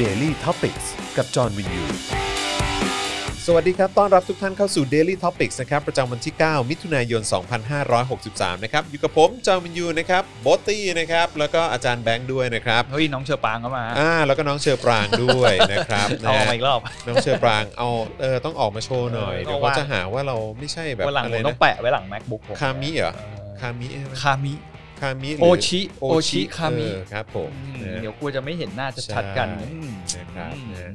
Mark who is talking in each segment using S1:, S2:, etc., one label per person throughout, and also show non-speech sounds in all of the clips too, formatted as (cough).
S1: Daily t o p i c กกับจอห์นวินยู สวัสดีครับ ต้อนรับทุกท่านเข้าสู่ Daily Topics นะครับ ประจำวันที่ 9 มิถุนายน 2563 นะครับ อยู่กับผม จอห์นวินยู นะครับโบอตตี้ นะครับ แล้วก็อาจารย์แบงค์ด้วยนะครับ
S2: เฮ้ยน้องเชอปางเข้ามา
S1: อ่า แล้วก็น้องเชอปราง (laughs) ด้วยนะครับ
S2: เอาออกมา
S1: นะ
S2: อีกรอบ
S1: น้องเชอปราง เอา เออ ต้องออกมาโชว์หน่อย
S2: เออ
S1: เดี๋ยว
S2: เอา
S1: เขา
S2: ว่า
S1: จะหาว่าเราไม่ใช่แบบ
S2: วันหลัง
S1: อะ
S2: ผ
S1: ไร
S2: มต้อ
S1: นะ
S2: งแปะไว้หลัง macbook ผม
S1: คามิเหรอ คามิใช่ไหม
S2: คามิ
S1: คามิหรื
S2: โอชิโอชิคามิ
S1: เออครับผม
S2: อืม
S1: นะ
S2: เดี๋ยวกลัวจะไม่เห็นหน้าชัดๆกัน
S1: ใช่
S2: อืม
S1: นะครับนะ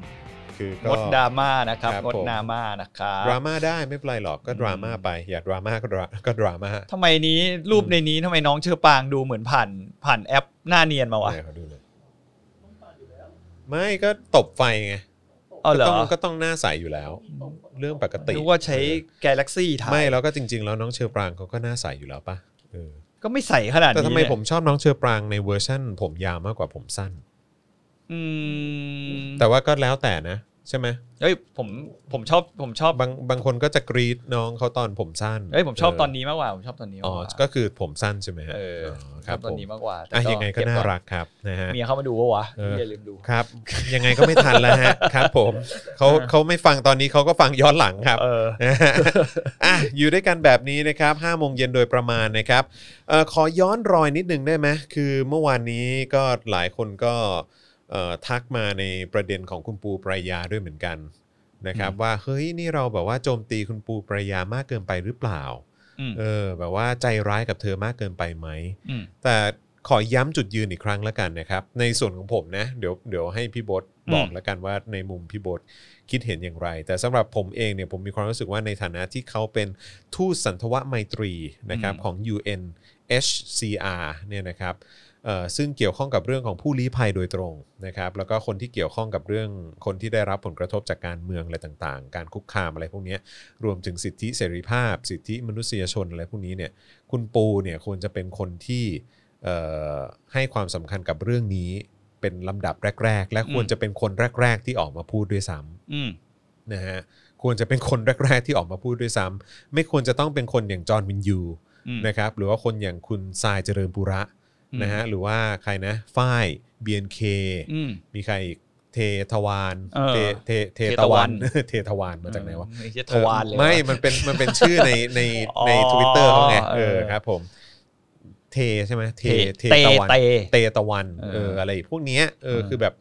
S1: คือก็
S2: งดดราม่านะครับ
S1: ครับ
S2: งด
S1: ผม
S2: ดราม่านะครั
S1: ดรา
S2: บ
S1: ม่าได้ไม่เป็นไรหรอกก็ดราม่าไป อย่าดราม่าก็ดราก็ดราม่า
S2: ทำไมนี้รูปในนี้ทำไมน้องเชอปางดูเหมือนผ่านผ่านแอปหน้าเนียนมาวะ
S1: ไหนขอดูเลยไม่ก็ตบไฟไง
S2: เอาเหร
S1: ก็
S2: อ
S1: ต้องก็ต้องหน้าใสอยู่แล้ว เรื่องปกติ
S2: นึกว่าใช้ Galaxy ถ่าย
S1: ไม่แล้วก็จริง ๆ แล้วน้องเชอปรางเขาก็หน้าใสอยู่แล้วปะเออ
S2: ก็ไม่ใส่ขนาดนี้
S1: แต่ทำไม
S2: เนี่ย
S1: ผมชอบน้องเชอปรางในเวอร์ชั่น ผมยาวมากกว่าผมสั้น
S2: อืม
S1: แต่ว่าก็แล้วแต่นะ ใช่ไหม
S2: เฮ้ยผมผมชอบผมชอบบ
S1: างบางคนก็จะกรีดน้องเขาตอนผมสั้น
S2: เฮ้ยผมชอบตอนนี้มากกว่าผมชอบตอนนี้
S1: อ๋อ
S2: มา
S1: ก
S2: กว่า
S1: ก็คือผมสั้นใช่ไหมฮะ
S2: เออ
S1: อค
S2: ช
S1: รั
S2: อ
S1: บบ ผ
S2: ตอน
S1: ม
S2: นี้มากกว่าแต่
S1: อ่ะยังไงก็น่า
S2: เบอน
S1: รักครับนะฮะ
S2: เมียเข้ามาดูปะวะ
S1: เอออ
S2: ย่าลืมดู
S1: ครับ ยังไงก็ไม่ทันแล้วฮะ (laughs) ครับผมเขา
S2: อ่า
S1: เขาไม่ฟังตอนนี้เขาก็ฟังย้อนหลังครับ
S2: เออ
S1: นะฮะอ่ะอยู่ด้วยกันแบบนี้นะครับ5โมงเย็นโดยประมาณนะครับเอ่อขอย้อนรอยนิดนึงได้ไหมคือเมื่อวานนี้ก็หลายคนก็เอ่อทักมาในประเด็นของคุณปูปรายาด้วยเหมือนกันนะครับ ว่าเฮ้ยนี่เราแบบว่าโจมตีคุณปูปรายามากเกินไปหรือเปล่า
S2: อืม
S1: เออ แบบว่าใจร้ายกับเธอมากเกินไปไหม
S2: อืม
S1: แต่ขอย้ำจุดยืนอีกครั้งแล้วกันนะครับ ในส่วนของผมนะ เดี๋ยวเดี๋ยวให้พี่โบดบอกแล้วกันว่าในมุมพี่โบดคิดเห็นอย่างไร แต่สำหรับผมเองเนี่ยผมมีความรู้สึกว่าในฐานะที่เขาเป็นทูตสันทวไมตรีนะครับของ UNHCR เนี่ยนะครับเอ่อซึ่งเกี่ยวข้องกับเรื่องของผู้ลี้ภัยโดยตรงนะครับ แล้วก็คนที่เกี่ยวข้องกับเรื่องคนที่ได้รับผลกระทบจากการเมืองอะไรต่างๆ การคุกคามอะไรพวกเนี้ยรวมถึงสิทธิเสรีภาพ สิทธิมนุษยชนอะไรพวกนี้เนี่ย คุณปูเนี่ยควรจะเป็นคนที่เอ่อให้ความสำคัญกับเรื่องนี้เป็นลำดับแรก ๆ และควรจะเป็นคนแรก ๆ ที่ออกมาพูดด้วยซ้
S2: อืม
S1: ำนะฮะควรจะเป็นคนแรก ๆ ที่ออกมาพูดด้วยซ้ำไม่ควรจะต้องเป็นคนอย่างจอห์นวินยู
S2: อืม
S1: นะครับหรือว่าคนอย่างคุณทรายเจริญปุระ
S2: อืม
S1: นะฮะหรือว่าใครนะฝ้ายเบียนเค
S2: อืม
S1: มีใครอีกเททวาน
S2: เออ
S1: เทเทเทตะ
S2: เทตะวั
S1: วัน
S2: น
S1: เททวานมาจากไหนวะ
S2: เออไอ้เหี้ยทวารเลยวะ
S1: ไม่ มันเป็น มันเป็นชื่อใน ใน
S2: อ๋อ
S1: ในทวิตเตอร์เขาไง เอ
S2: เอ
S1: อ
S2: อ
S1: ครับผม เทใช่ไหมเท
S2: เท
S1: เท
S2: เต
S1: ตะวัน
S2: เต
S1: เตตะวัน
S2: เออ
S1: เออ อะไรพวกเนี้ย เออ
S2: เออ
S1: คือแบบ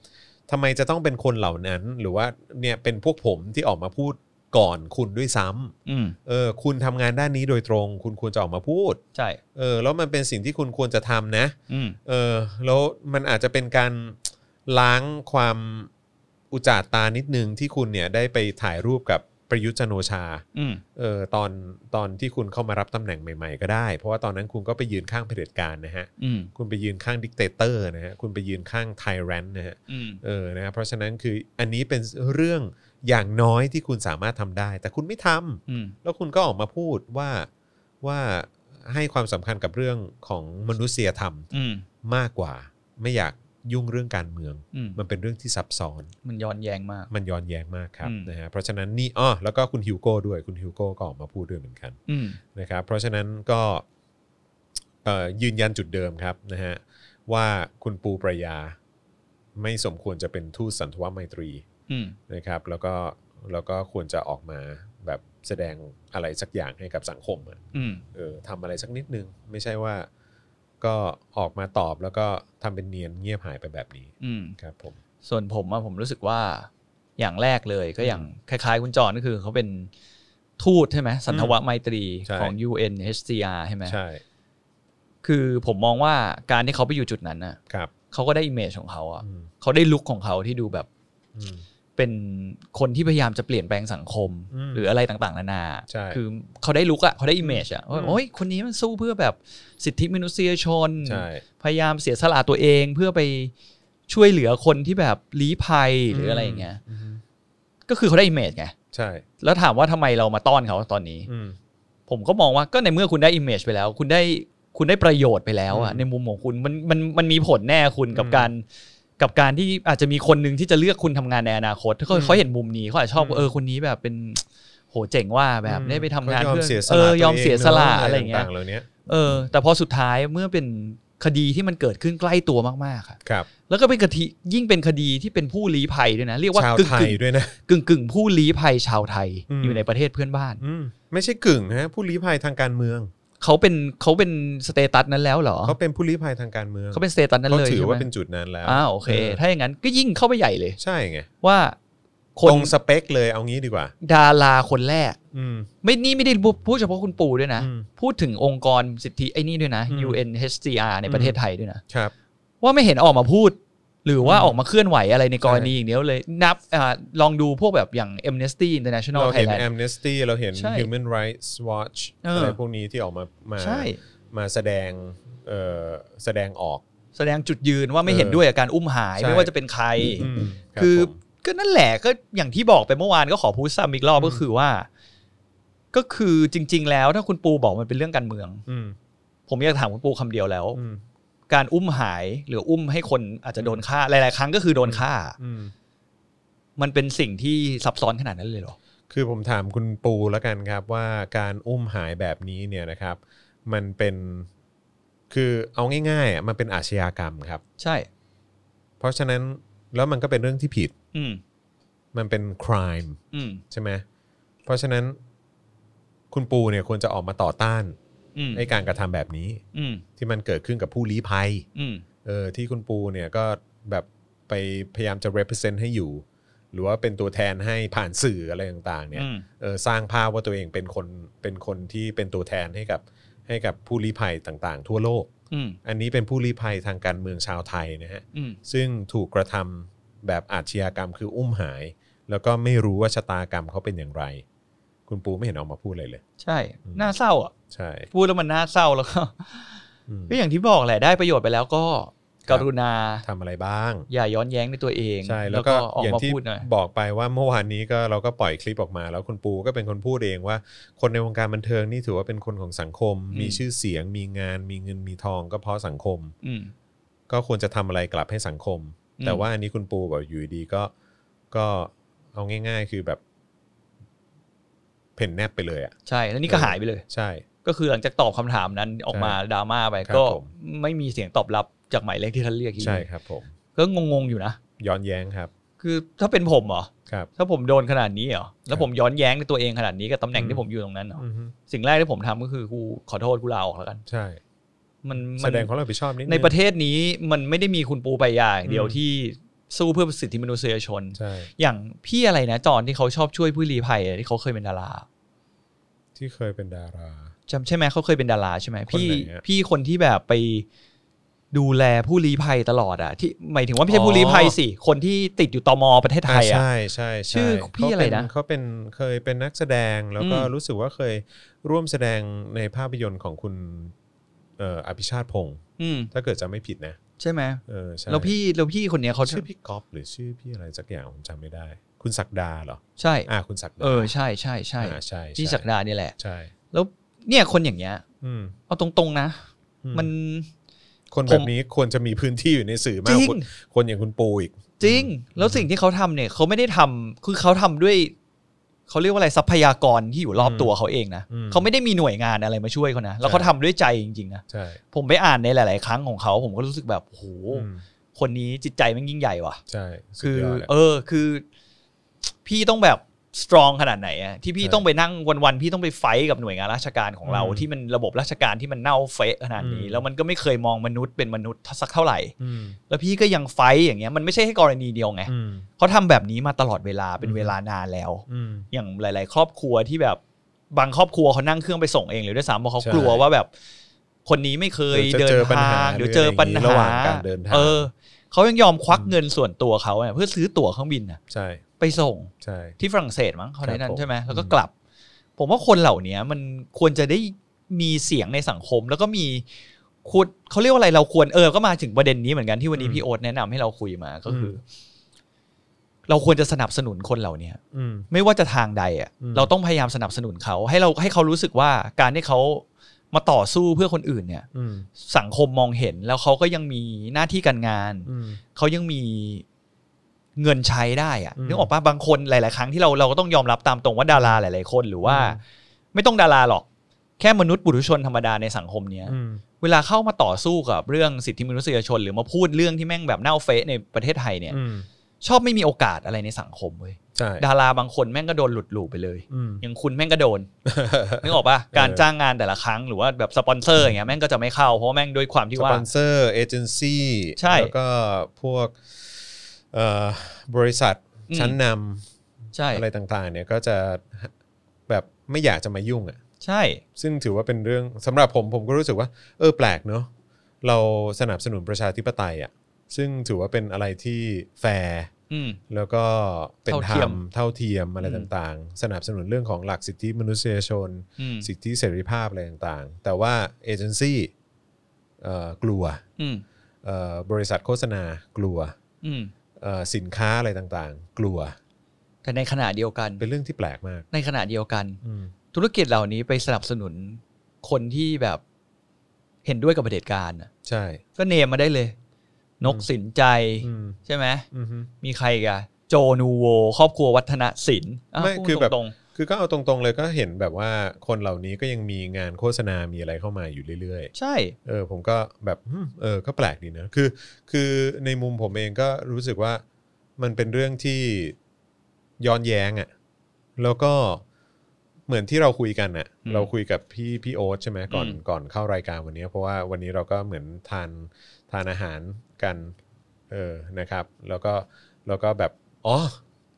S1: ทำไมจะต้องเป็นคนเหล่านั้น หรือว่า เนี่ย เป็นพวกผมที่ออกมาพูดก่อนคุณด้วยซ้ำ
S2: อืม
S1: เออ คุณทำงานด้านนี้โดยตรง คุณควรจะออกมาพูด
S2: ใช่
S1: เออ แล้วมันเป็นสิ่งที่คุณควรจะทำนะ
S2: อืม
S1: เออ แล้วมันอาจจะเป็นการล้างความอุจจาตานิดนึงที่คุณเนี่ย ได้ไปถ่ายรูปกับประยุทธ์จันทร์โอชา
S2: อืม
S1: เออตอนตอนที่คุณเข้ามารับตำแหน่งใหม่ๆ ก็ได้ เพราะว่าตอนนั้นคุณก็ไปยืนข้างเผด็จการนะฮะ
S2: อืม
S1: คุณไปยืนข้างดิกเตเตอร์นะฮะ คุณไปยืนข้างไทแรนนะฮะ
S2: อืม
S1: เออนะฮะเพราะฉะนั้นคืออันนี้เป็นเรื่องอย่างน้อยที่คุณสามารถทำได้ แต่คุณไม่ทำ
S2: อืม
S1: แล้วคุณก็ออกมาพูดว่าว่าให้ความสำคัญกับเรื่องของมนุษยธรรม
S2: อืม
S1: มากกว่า ไม่อยากยุ่งเรื่องการเมือง
S2: อืม
S1: มันเป็นเรื่องที่ซับซ้อน
S2: มันย้อนแยงมาก
S1: มันย้อนแย้งมากครับ
S2: อืม
S1: นะฮะ เพราะฉะนั้นนี่อ้อแล้วก็คุณฮิวโก้ด้วย คุณฮิวโก้ก็ออกมาพูดด้วยเหมือนกัน
S2: อืม
S1: นะครับเพราะฉะนั้นก็เอ่อยืนยันจุดเดิมครับนะฮะว่าคุณปูประยาไม่สมควรจะเป็นทูตสันทวไมตรี
S2: อืม
S1: นะครับแล้วก็แล้วก็ควรจะออกมาแบบแสดงอะไรสักอย่างให้กับสังคมอะ
S2: อืม
S1: เออทำอะไรสักนิดนึง ไม่ใช่ว่าก็ออกมาตอบแล้วก็ทำเป็นเนียนเงียบหายไปแบบนี้
S2: อืม
S1: ครับผม
S2: ส่วนผมอะผมรู้สึกว่าอย่างแรกเลยก็อย่างคล้ายๆ คุณจอนก็คือเขาเป็นทูตใช่ไหมสันทวไมตรี
S1: ใช่
S2: ของ UNHCR ใช่ไหม
S1: ใช่
S2: คือผมมองว่าการที่เขาไปอยู่จุดนั้นน่ะ
S1: ครับ
S2: เขาก็ได้อิมเมจของเขาอะ
S1: อืม
S2: เขาได้ลุคของเขาที่ดูแบบ
S1: อืม
S2: เป็นคนที่พยายามจะเปลี่ยนแปลงสังคม
S1: อืม
S2: หรืออะไรต่างๆ นานา
S1: ใช่
S2: คือเขาได้ลุคอะเขาได้อิมเมจอะว่า
S1: อืม
S2: โอ้ยคนนี้มันสู้เพื่อแบบสิทธิมนุษยชน
S1: ใช่
S2: พยายามเสียสละตัวเองเพื่อไปช่วยเหลือคนที่แบบลี้ภัยหรืออะไรอย่างเงี้ย
S1: อืม
S2: ก็คือเขาได้อิมเมจไง
S1: ใช่
S2: แล้วถามว่าทำไมเรามาต้อนเขาตอนนี้
S1: อืม
S2: ผมก็มองว่าก็ในเมื่อคุณได้อิมเมจไปแล้ว คุณได้คุณได้ประโยชน์ไปแล้วอะ
S1: อืม
S2: ในมุมของคุณมันมันมันมีผลแน่คุณกับ
S1: อืม
S2: การ กับการที่อาจจะมีคนหนึ่งที่จะเลือกคุณทำงานในอนาคตเขา
S1: อืม
S2: เขาเห็นมุมนี้เขาอาจจะชอบ
S1: อืม
S2: เออคนนี้แบบเป็นโหเจ๋งว่าแบบ
S1: อืม
S2: ได้ไปทำงาน
S1: เขายอม
S2: เพื่อ
S1: เสียสละ
S2: เออยอม
S1: ตัวเอง
S2: เสียสละ
S1: เนอะ
S2: อะไรอย่างเงี้
S1: ต่าย งๆเหล่านี้
S2: เออ แต่พอสุดท้ายเมื่อเป็น คดีที่มันเกิดขึ้นใกล้ตัวมากๆครับ
S1: ครับ
S2: แล้วก็เป็นคดียิ่งเป็นคดีที่เป็นผู้ลี้ภัยด้วยนะเรียกว่า
S1: ชาว
S2: กึ่ง
S1: ไทยด้วยนะ
S2: กึ่งกึ่งๆผู้ลี้ภัยชาวไทย
S1: อืม
S2: อยู่ในประเทศเพื่อนบ้าน
S1: อืมไม่ใช่กึ่งนะฮะผู้ลี้ภัยทางการเมือง
S2: เขาเป็นเขาเป็นสเตตัสนั้นแล้วเหรอ
S1: เขาเป็นผู้ลี้ภัยทางการเมือง
S2: เขาเป็นสเตตัสนั้น
S1: เขา
S2: เลย
S1: ถือ
S2: ใช่ไหม
S1: ว่าเป็นจุดนั้นแล้ว
S2: อ้าวโอเค ถ้าอย่างนั้นก็ยิ่งเข้าไปใหญ่เลย
S1: ใช่ไง
S2: ว่าค
S1: ตร
S2: น
S1: งสเปคเลยเอางี้ดีกว่า
S2: ดาราคนแรก
S1: อืม
S2: ไม่นี่ไม่ได้พูดเฉพาะคุณปู่ด้วยนะ
S1: อืม
S2: พูดถึงองค์กรสิทธิไอ้นี่ด้วยนะ
S1: อืม
S2: UNHCR ในประเทศไทยด้วยนะ
S1: ครับ
S2: ว่าไม่เห็นออกมาพูด หรือว่า
S1: อืม
S2: ออกมาเคลื่อนไหวอะไรในกรณี
S1: ใช่
S2: อย่างเดียวเลยนับอาลองดูพวกแบบอย่าง Amnesty International
S1: เราเห็น
S2: Thailand
S1: Amnesty เราเห็น
S2: ใช่
S1: Human Rights Watch
S2: เอออ
S1: อะไรพวกนี้ที่ออกมามา
S2: ใช่
S1: มาแสดงเอ่อแสดงออก
S2: แสดงจุดยืนว่าไม่เห็น
S1: เออ
S2: ด้วยกับการอุ้มหาย
S1: ใช่
S2: ไม่ว่าจะเป็นใคร
S1: อืมรับ
S2: คือ
S1: ผม
S2: ก็นั่นแหละก็อย่างที่บอกไปเมื่อวานก็ขอพูดซ้ำอีกรอบ
S1: อืม
S2: ก็คือว่า ก็คือจริง ๆ แล้วถ้าคุณปูบอกมันเป็นเรื่องการเมือง
S1: อืม
S2: ผมอยากถามคุณปูคำเดียวแล้ว
S1: อืม
S2: การอุ้มหายหรืออุ้มให้คนอาจจะโดนฆ่าหลาย ๆ ครั้งก็คือโดนฆ่า
S1: อืม
S2: มันเป็นสิ่งที่ซับซ้อนขนาดนั้นเลยเหรอ
S1: คือผมถามคุณปูแล้วกันครับว่าการอุ้มหายแบบนี้เนี่ยนะครับ มันเป็นคือเอาง่ายๆอ่ะมันเป็นอาชญากรรมครับ
S2: ใช่
S1: เพราะฉะนั้นแล้วมันก็เป็นเรื่องที่ผิด
S2: อืม
S1: มันเป็น crime
S2: อืม
S1: ใช่ไหมเพราะฉะนั้นคุณปูเนี่ยควรจะออกมาต่อต้าน
S2: อืม
S1: ไอ้การกระทำแบบนี้
S2: อืม
S1: ที่มันเกิดขึ้นกับผู้ลี้ภัย
S2: อืม
S1: เออที่คุณปูเนี่ยก็แบบไปพยายามจะ represent ให้อยู่ หรือว่าเป็นตัวแทนให้ผ่านสื่ออะไรต่างๆเนี่ย
S2: อืม
S1: เออสร้างภาพว่าตัวเองเป็นคนเป็นคนที่เป็นตัวแทนให้กับให้กับผู้ลี้ภัยต่างๆ ทั่วโลก
S2: อืม
S1: อันนี้เป็นผู้ลี้ภัยทางการเมืองชาวไทยนะฮะ
S2: อืม
S1: ซึ่งถูกกระทำแบบอาชญากรรมคืออุ้มหาย แล้วก็ไม่รู้ว่าชะตากรรมเขาเป็นอย่างไร คุณปูไม่เห็นออกมาพูดเลยเลย
S2: ใช่
S1: อืม
S2: น่าเศร้าอ่ะ
S1: ใช่
S2: พูดแล้วมันน่าเศร้าแล้วก็
S1: อืม
S2: ก็อย่างที่บอกแหละได้ประโยชน์ไปแล้วก็
S1: ค
S2: ก
S1: รับ
S2: รุณา
S1: ทำอะไรบ้าง
S2: อย่าย้อนแย้งในตัวเอง
S1: ใช่แล้
S2: แล้ว ว
S1: ก็
S2: ก็ออก
S1: อย่าง
S2: มา
S1: ที่
S2: พูดหน่อย
S1: บอกไปว่าเมื่อวานนี้ก็เราก็ปล่อยคลิปออกมา แล้วคุณปูก็เป็นคนพูดเองว่า คนในวงการบันเทิงนี่ถือว่าเป็นคนของสังคม
S2: อืม
S1: มีชื่อเสียง มีงาน มีเงินมีทองก็เพราะสังคม
S2: อืม
S1: ก็ควรจะทำอะไรกลับให้สังคม
S2: อืม
S1: แต่ว่าอันนี้คุณปูแบบอยู่ดีๆก็ก็เอาง่าย ๆ คือแบบเพ่นแนบไปเลยอ่ะ
S2: ใช่แล้วนี่ก็
S1: เออ
S2: หายไปเลย
S1: ใช่
S2: ก็คือหลังจากตอบคำถามนั้นออกมาดราม่าไป
S1: ครับ
S2: ก็
S1: ผม
S2: ไม่มีเสียงตอบรับจากหมายเลขที่ท่านเรียกอีก
S1: ใช่ครับผม
S2: ก็งงๆอยู่นะ
S1: ย้อนแย้งครับ
S2: คือถ้าเป็นผมเหรอ
S1: ครับ
S2: ถ้าผมโดนขนาดนี้เหรอ แล้
S1: ครั
S2: ว
S1: บ
S2: ผมย้อนแย้งในตัวเองขนาดนี้กับตำแหน่ง
S1: อืม
S2: ที่ผมอยู่ตรงนั้นเหรอ
S1: อือฮึ
S2: สิ่งแรกที่ผมทำก็คือกูขอโทษกูลาออกแล้วกัน
S1: ใช่
S2: มัน
S1: แส
S2: มัน
S1: ดงความรับผิดชอบนิดนึง
S2: ในประเทศนี้มันไม่ได้มีคุณปูไปายาอย่างเดียว
S1: อืม
S2: ที่สู้เพื่อสิทธิมนุษยชน
S1: ใช่
S2: อย่างพี่อะไรนะจอนที่เขาชอบช่วยผู้ลี้ภัยอะที่เขาเคยเป็นดารา
S1: ที่เคยเป็นดารา
S2: จำใช่ไหมเขาเคยเป็นดาราใช่ไหม
S1: คน
S2: พี่
S1: ไหนอะ
S2: พี่คนที่แบบไปดูแลผู้ลี้ภัยตลอดอะที่หมายถึงว่าไม่ใช่ผู้ลี้ภัยสิคนที่ติดอยู่ตมประเทศไทยอะ
S1: ใช่ใช่ใ
S2: ชื่อพี่
S1: เขา
S2: อะไร
S1: เป็น
S2: นะ
S1: เขาเป็นเคยเป็นนักแสดงแล้วก็
S2: อืม
S1: รู้สึกว่าเคยร่วมแสดงในภาพยนตร์ของคุณเอ่ออภิชาติพงศ์
S2: อืม
S1: ถ้าเกิดจะไม่ผิดนะ
S2: ใช่ไหม
S1: เออใช่
S2: แล้วพี่แล้วพี่คนเนี้ยเขา
S1: ชื่อพี่ก๊อฟหรือชื่อพี่อะไรสักอย่างผมจำไม่ได้ คุณศักดาเหรอ
S2: ใช่
S1: อ่าคุณศักดา
S2: เออใช่ใช่ใช่
S1: อ่าใช่
S2: ที่ศักดาเนี่ยแหละ
S1: ใช่
S2: แล้วเนี่ยคนอย่างเงี้ย
S1: อืม
S2: เอาตรงๆนะ
S1: อื
S2: มัน
S1: คนแบบนี้ควรจะมีพื้นที่อยู่ในสื่อมากกว่า
S2: จริง
S1: คนอย่างคุณปูอีก
S2: จริง แล้วสิ่งที่เขาทำเนี่ยเขาไม่ได้ทำคือเขาทำด้วย เขาเรียกว่าอะไรทรัพยากรที่อยู่รอบ
S1: อืม
S2: ตัวเขาเองนะ
S1: อืม
S2: เขาไม่ได้มีหน่วยงานอะไรมาช่วยเขานะ แล้วเขา
S1: ใช่
S2: ทำด้วยใจจริงๆนะ
S1: ใช่
S2: ผมไปอ่านในหลาย ๆ ครั้งของเขา ผมก็รู้สึกแบบโอ้โห
S1: อืม
S2: คนนี้จิตใจมันยิ่งใหญ่ว่ะ
S1: ใช่สุ
S2: คื
S1: ด
S2: อย
S1: ดะ
S2: เออคือ พี่ต้องแบบสตรองขนาดไหนอะที่พี่
S1: ใช่
S2: ต้องไปนั่งวันๆพี่ต้องไปไฟท์กับหน่วยงานราชการของเรา
S1: อืม
S2: ที่มันระบบราชการที่มันเน่าเฟะขนาดนี้
S1: อืม
S2: แล้วมันก็ไม่เคยมองมนุษย์เป็นมนุษย์สักเท่าไหร่
S1: อืม
S2: แล้วพี่ก็ยังไฟท์อย่างเงี้ยมันไม่ใช่แค่กรณีเดียวไง
S1: อืม
S2: เขาทำแบบนี้มาตลอดเวลาเป็น
S1: อืม
S2: เวลานานแล้ว
S1: อืม
S2: อย่างหลาย ๆ ครอบครัวที่แบบบางครอบครัวเขานั่งเครื่องไปส่งเองเลยด้วยซ้ำเพราะเขา
S1: ใช่
S2: กลัวว่าแบบ คนนี้ไม่เคย
S1: เดี๋ยวนจะ
S2: เดิ
S1: เจอปัญหา
S2: ทางเดี๋ยวเจอปัญหา
S1: ระหว่างการเดินทาง
S2: เออเขายังยอมควักเงินส่วนตัวเขาเนี่ยเพื่อซื้อตั๋วเครื่องบินน่ะ
S1: ใช่
S2: ไปส่ง
S1: ใช่
S2: ที่ฝรั่งเศสมั้งเขาได้นั่นใช่ไหมแล้วก็
S1: อื
S2: กลับ ผมว่าคนเหล่านี้มันควรจะได้มีเสียงในสังคม แล้วก็มีคุดเขาเรียกว่าอะไรเราควรเออก็มาถึงประเด็นนี้เหมือนกันที่วันนี้พี่โอ๊ตแนะนำให้เราคุยมาก็คืออเราควรจะสนับสนุนคนเหล่านี้
S1: อืม
S2: ไม่ว่าจะทางใดอ่ะ
S1: อืม
S2: เราต้องพยายามสนับสนุนเขาให้เราให้เขารู้สึกว่าการที่เขามาต่อสู้เพื่อคนอื่นเนี่ย
S1: อืม
S2: สังคมมองเห็นแล้วเขาก็ยังมีหน้าที่การงาน
S1: อืม
S2: เขายังมีเงินใช้ได้อะ
S1: อืม
S2: นึกออกปะบางคนหลาย ๆ ครั้งที่เราเราก็ต้องยอมรับตามตรงว่าดาราหลาย ๆ คนหรือว่า
S1: อืม
S2: ไม่ต้องดาราหรอก แข ค่มนุษย์บุรุษชนธรรมดาในสังคมเนี้ย
S1: อืม
S2: เวลาเข้ามาต่อสู้กับเรื่องสิทธิมนุษยชน หรือมาพูดเรื่องที่แม่งแบบเน่าเฟะในประเทศไทยเนี่ย
S1: อืม
S2: ชอบไม่มีโอกาสอะไรในสังคมเว้ย
S1: ใช่
S2: ดาราบางคนแม่งก็โดนหลุดหลู่ไปเลย
S1: อืม
S2: อย่างคุณแม่งก็โดน นึกออกปะการจ้างงานแต่ละครั้งหรือว่าแบบสปอนเซอร์อย่างเงี้ยแม่งก็จะไม่เข้าเพราะว่าแม่งด้วยความที่
S1: ส
S2: ว่า
S1: ปอนเซอร์ เอเจนซี่
S2: ใช่
S1: แล้วก็พวกเอ่อบริษัท
S2: อืม
S1: ชั้นน
S2: ใช่
S1: ำอะไรต่างๆ เนี่ยก็จะแบบไม่อยากจะมายุ่งอ่ะ
S2: ใช่
S1: ซึ่งถือว่าเป็นเรื่องสำหรับผมผมก็รู้สึกว่า เออแปลกเนาะเราสนับสนุนประชาธิปไตยอ่ะซึ่งถือว่าเป็นอะไรที่แฟร์
S2: อืม
S1: แล้วก็เป็นธร
S2: เท่า
S1: ร
S2: เทีย
S1: ม
S2: ม
S1: เท่าเทียมอะไรต่างๆ สนับสนุนเรื่องของหลักสิทธิมนุษยชน
S2: อืม
S1: สิทธิเสรีภาพอะไรต่างๆ แต่ว่าเอเจนซี่เอ่อกลัว
S2: อืม
S1: เอ่อบริษัทโฆษณากลัว
S2: อืม
S1: เอ่อสินค้าอะไรต่างๆ กลัว
S2: แต่ในขณะเดียวกัน
S1: เป็นเรื่องที่แปลกมาก
S2: ในขณะเดียวกัน
S1: อืม
S2: ธุรกิจเหล่านี้ไปสนับสนุนคนที่แบบเห็นด้วยกับเผด็จการน่ะ
S1: ใช่
S2: ก็เนมมาได้เลย นกสินใจ
S1: อืม
S2: ใช่ไหม
S1: อืมฮึ
S2: มีใครอีกันโจนูโว ครอบครัววัฒนศิลป์าว
S1: ไม่
S2: พูด
S1: คือแบบ
S2: ตรง
S1: คือก็เอาตรงๆเลยก็เห็นแบบว่าคนเหล่านี้ก็ยังมีงานโฆษณา มีอะไรเข้ามาอยู่เรื่อย
S2: ๆใช่
S1: ๆ เออผมก็แบบอืมเออก็แปลกดีนะคือคือในมุมผมเองก็รู้สึกว่ามันเป็นเรื่องที่ย้อนแย้งอะ่ะแล้วก็เหมือนที่เราคุยกันอะ่ะ เราคุยกับพี่พี่โอ๊ตใช่ไหมก่อนก่อนเข้ารายการวันนี้เพราะว่าวันนี้เราก็เหมือนทาน ทานอาหารกันเออนะครับ แล้วก็แล้วก็แบบอ๋อ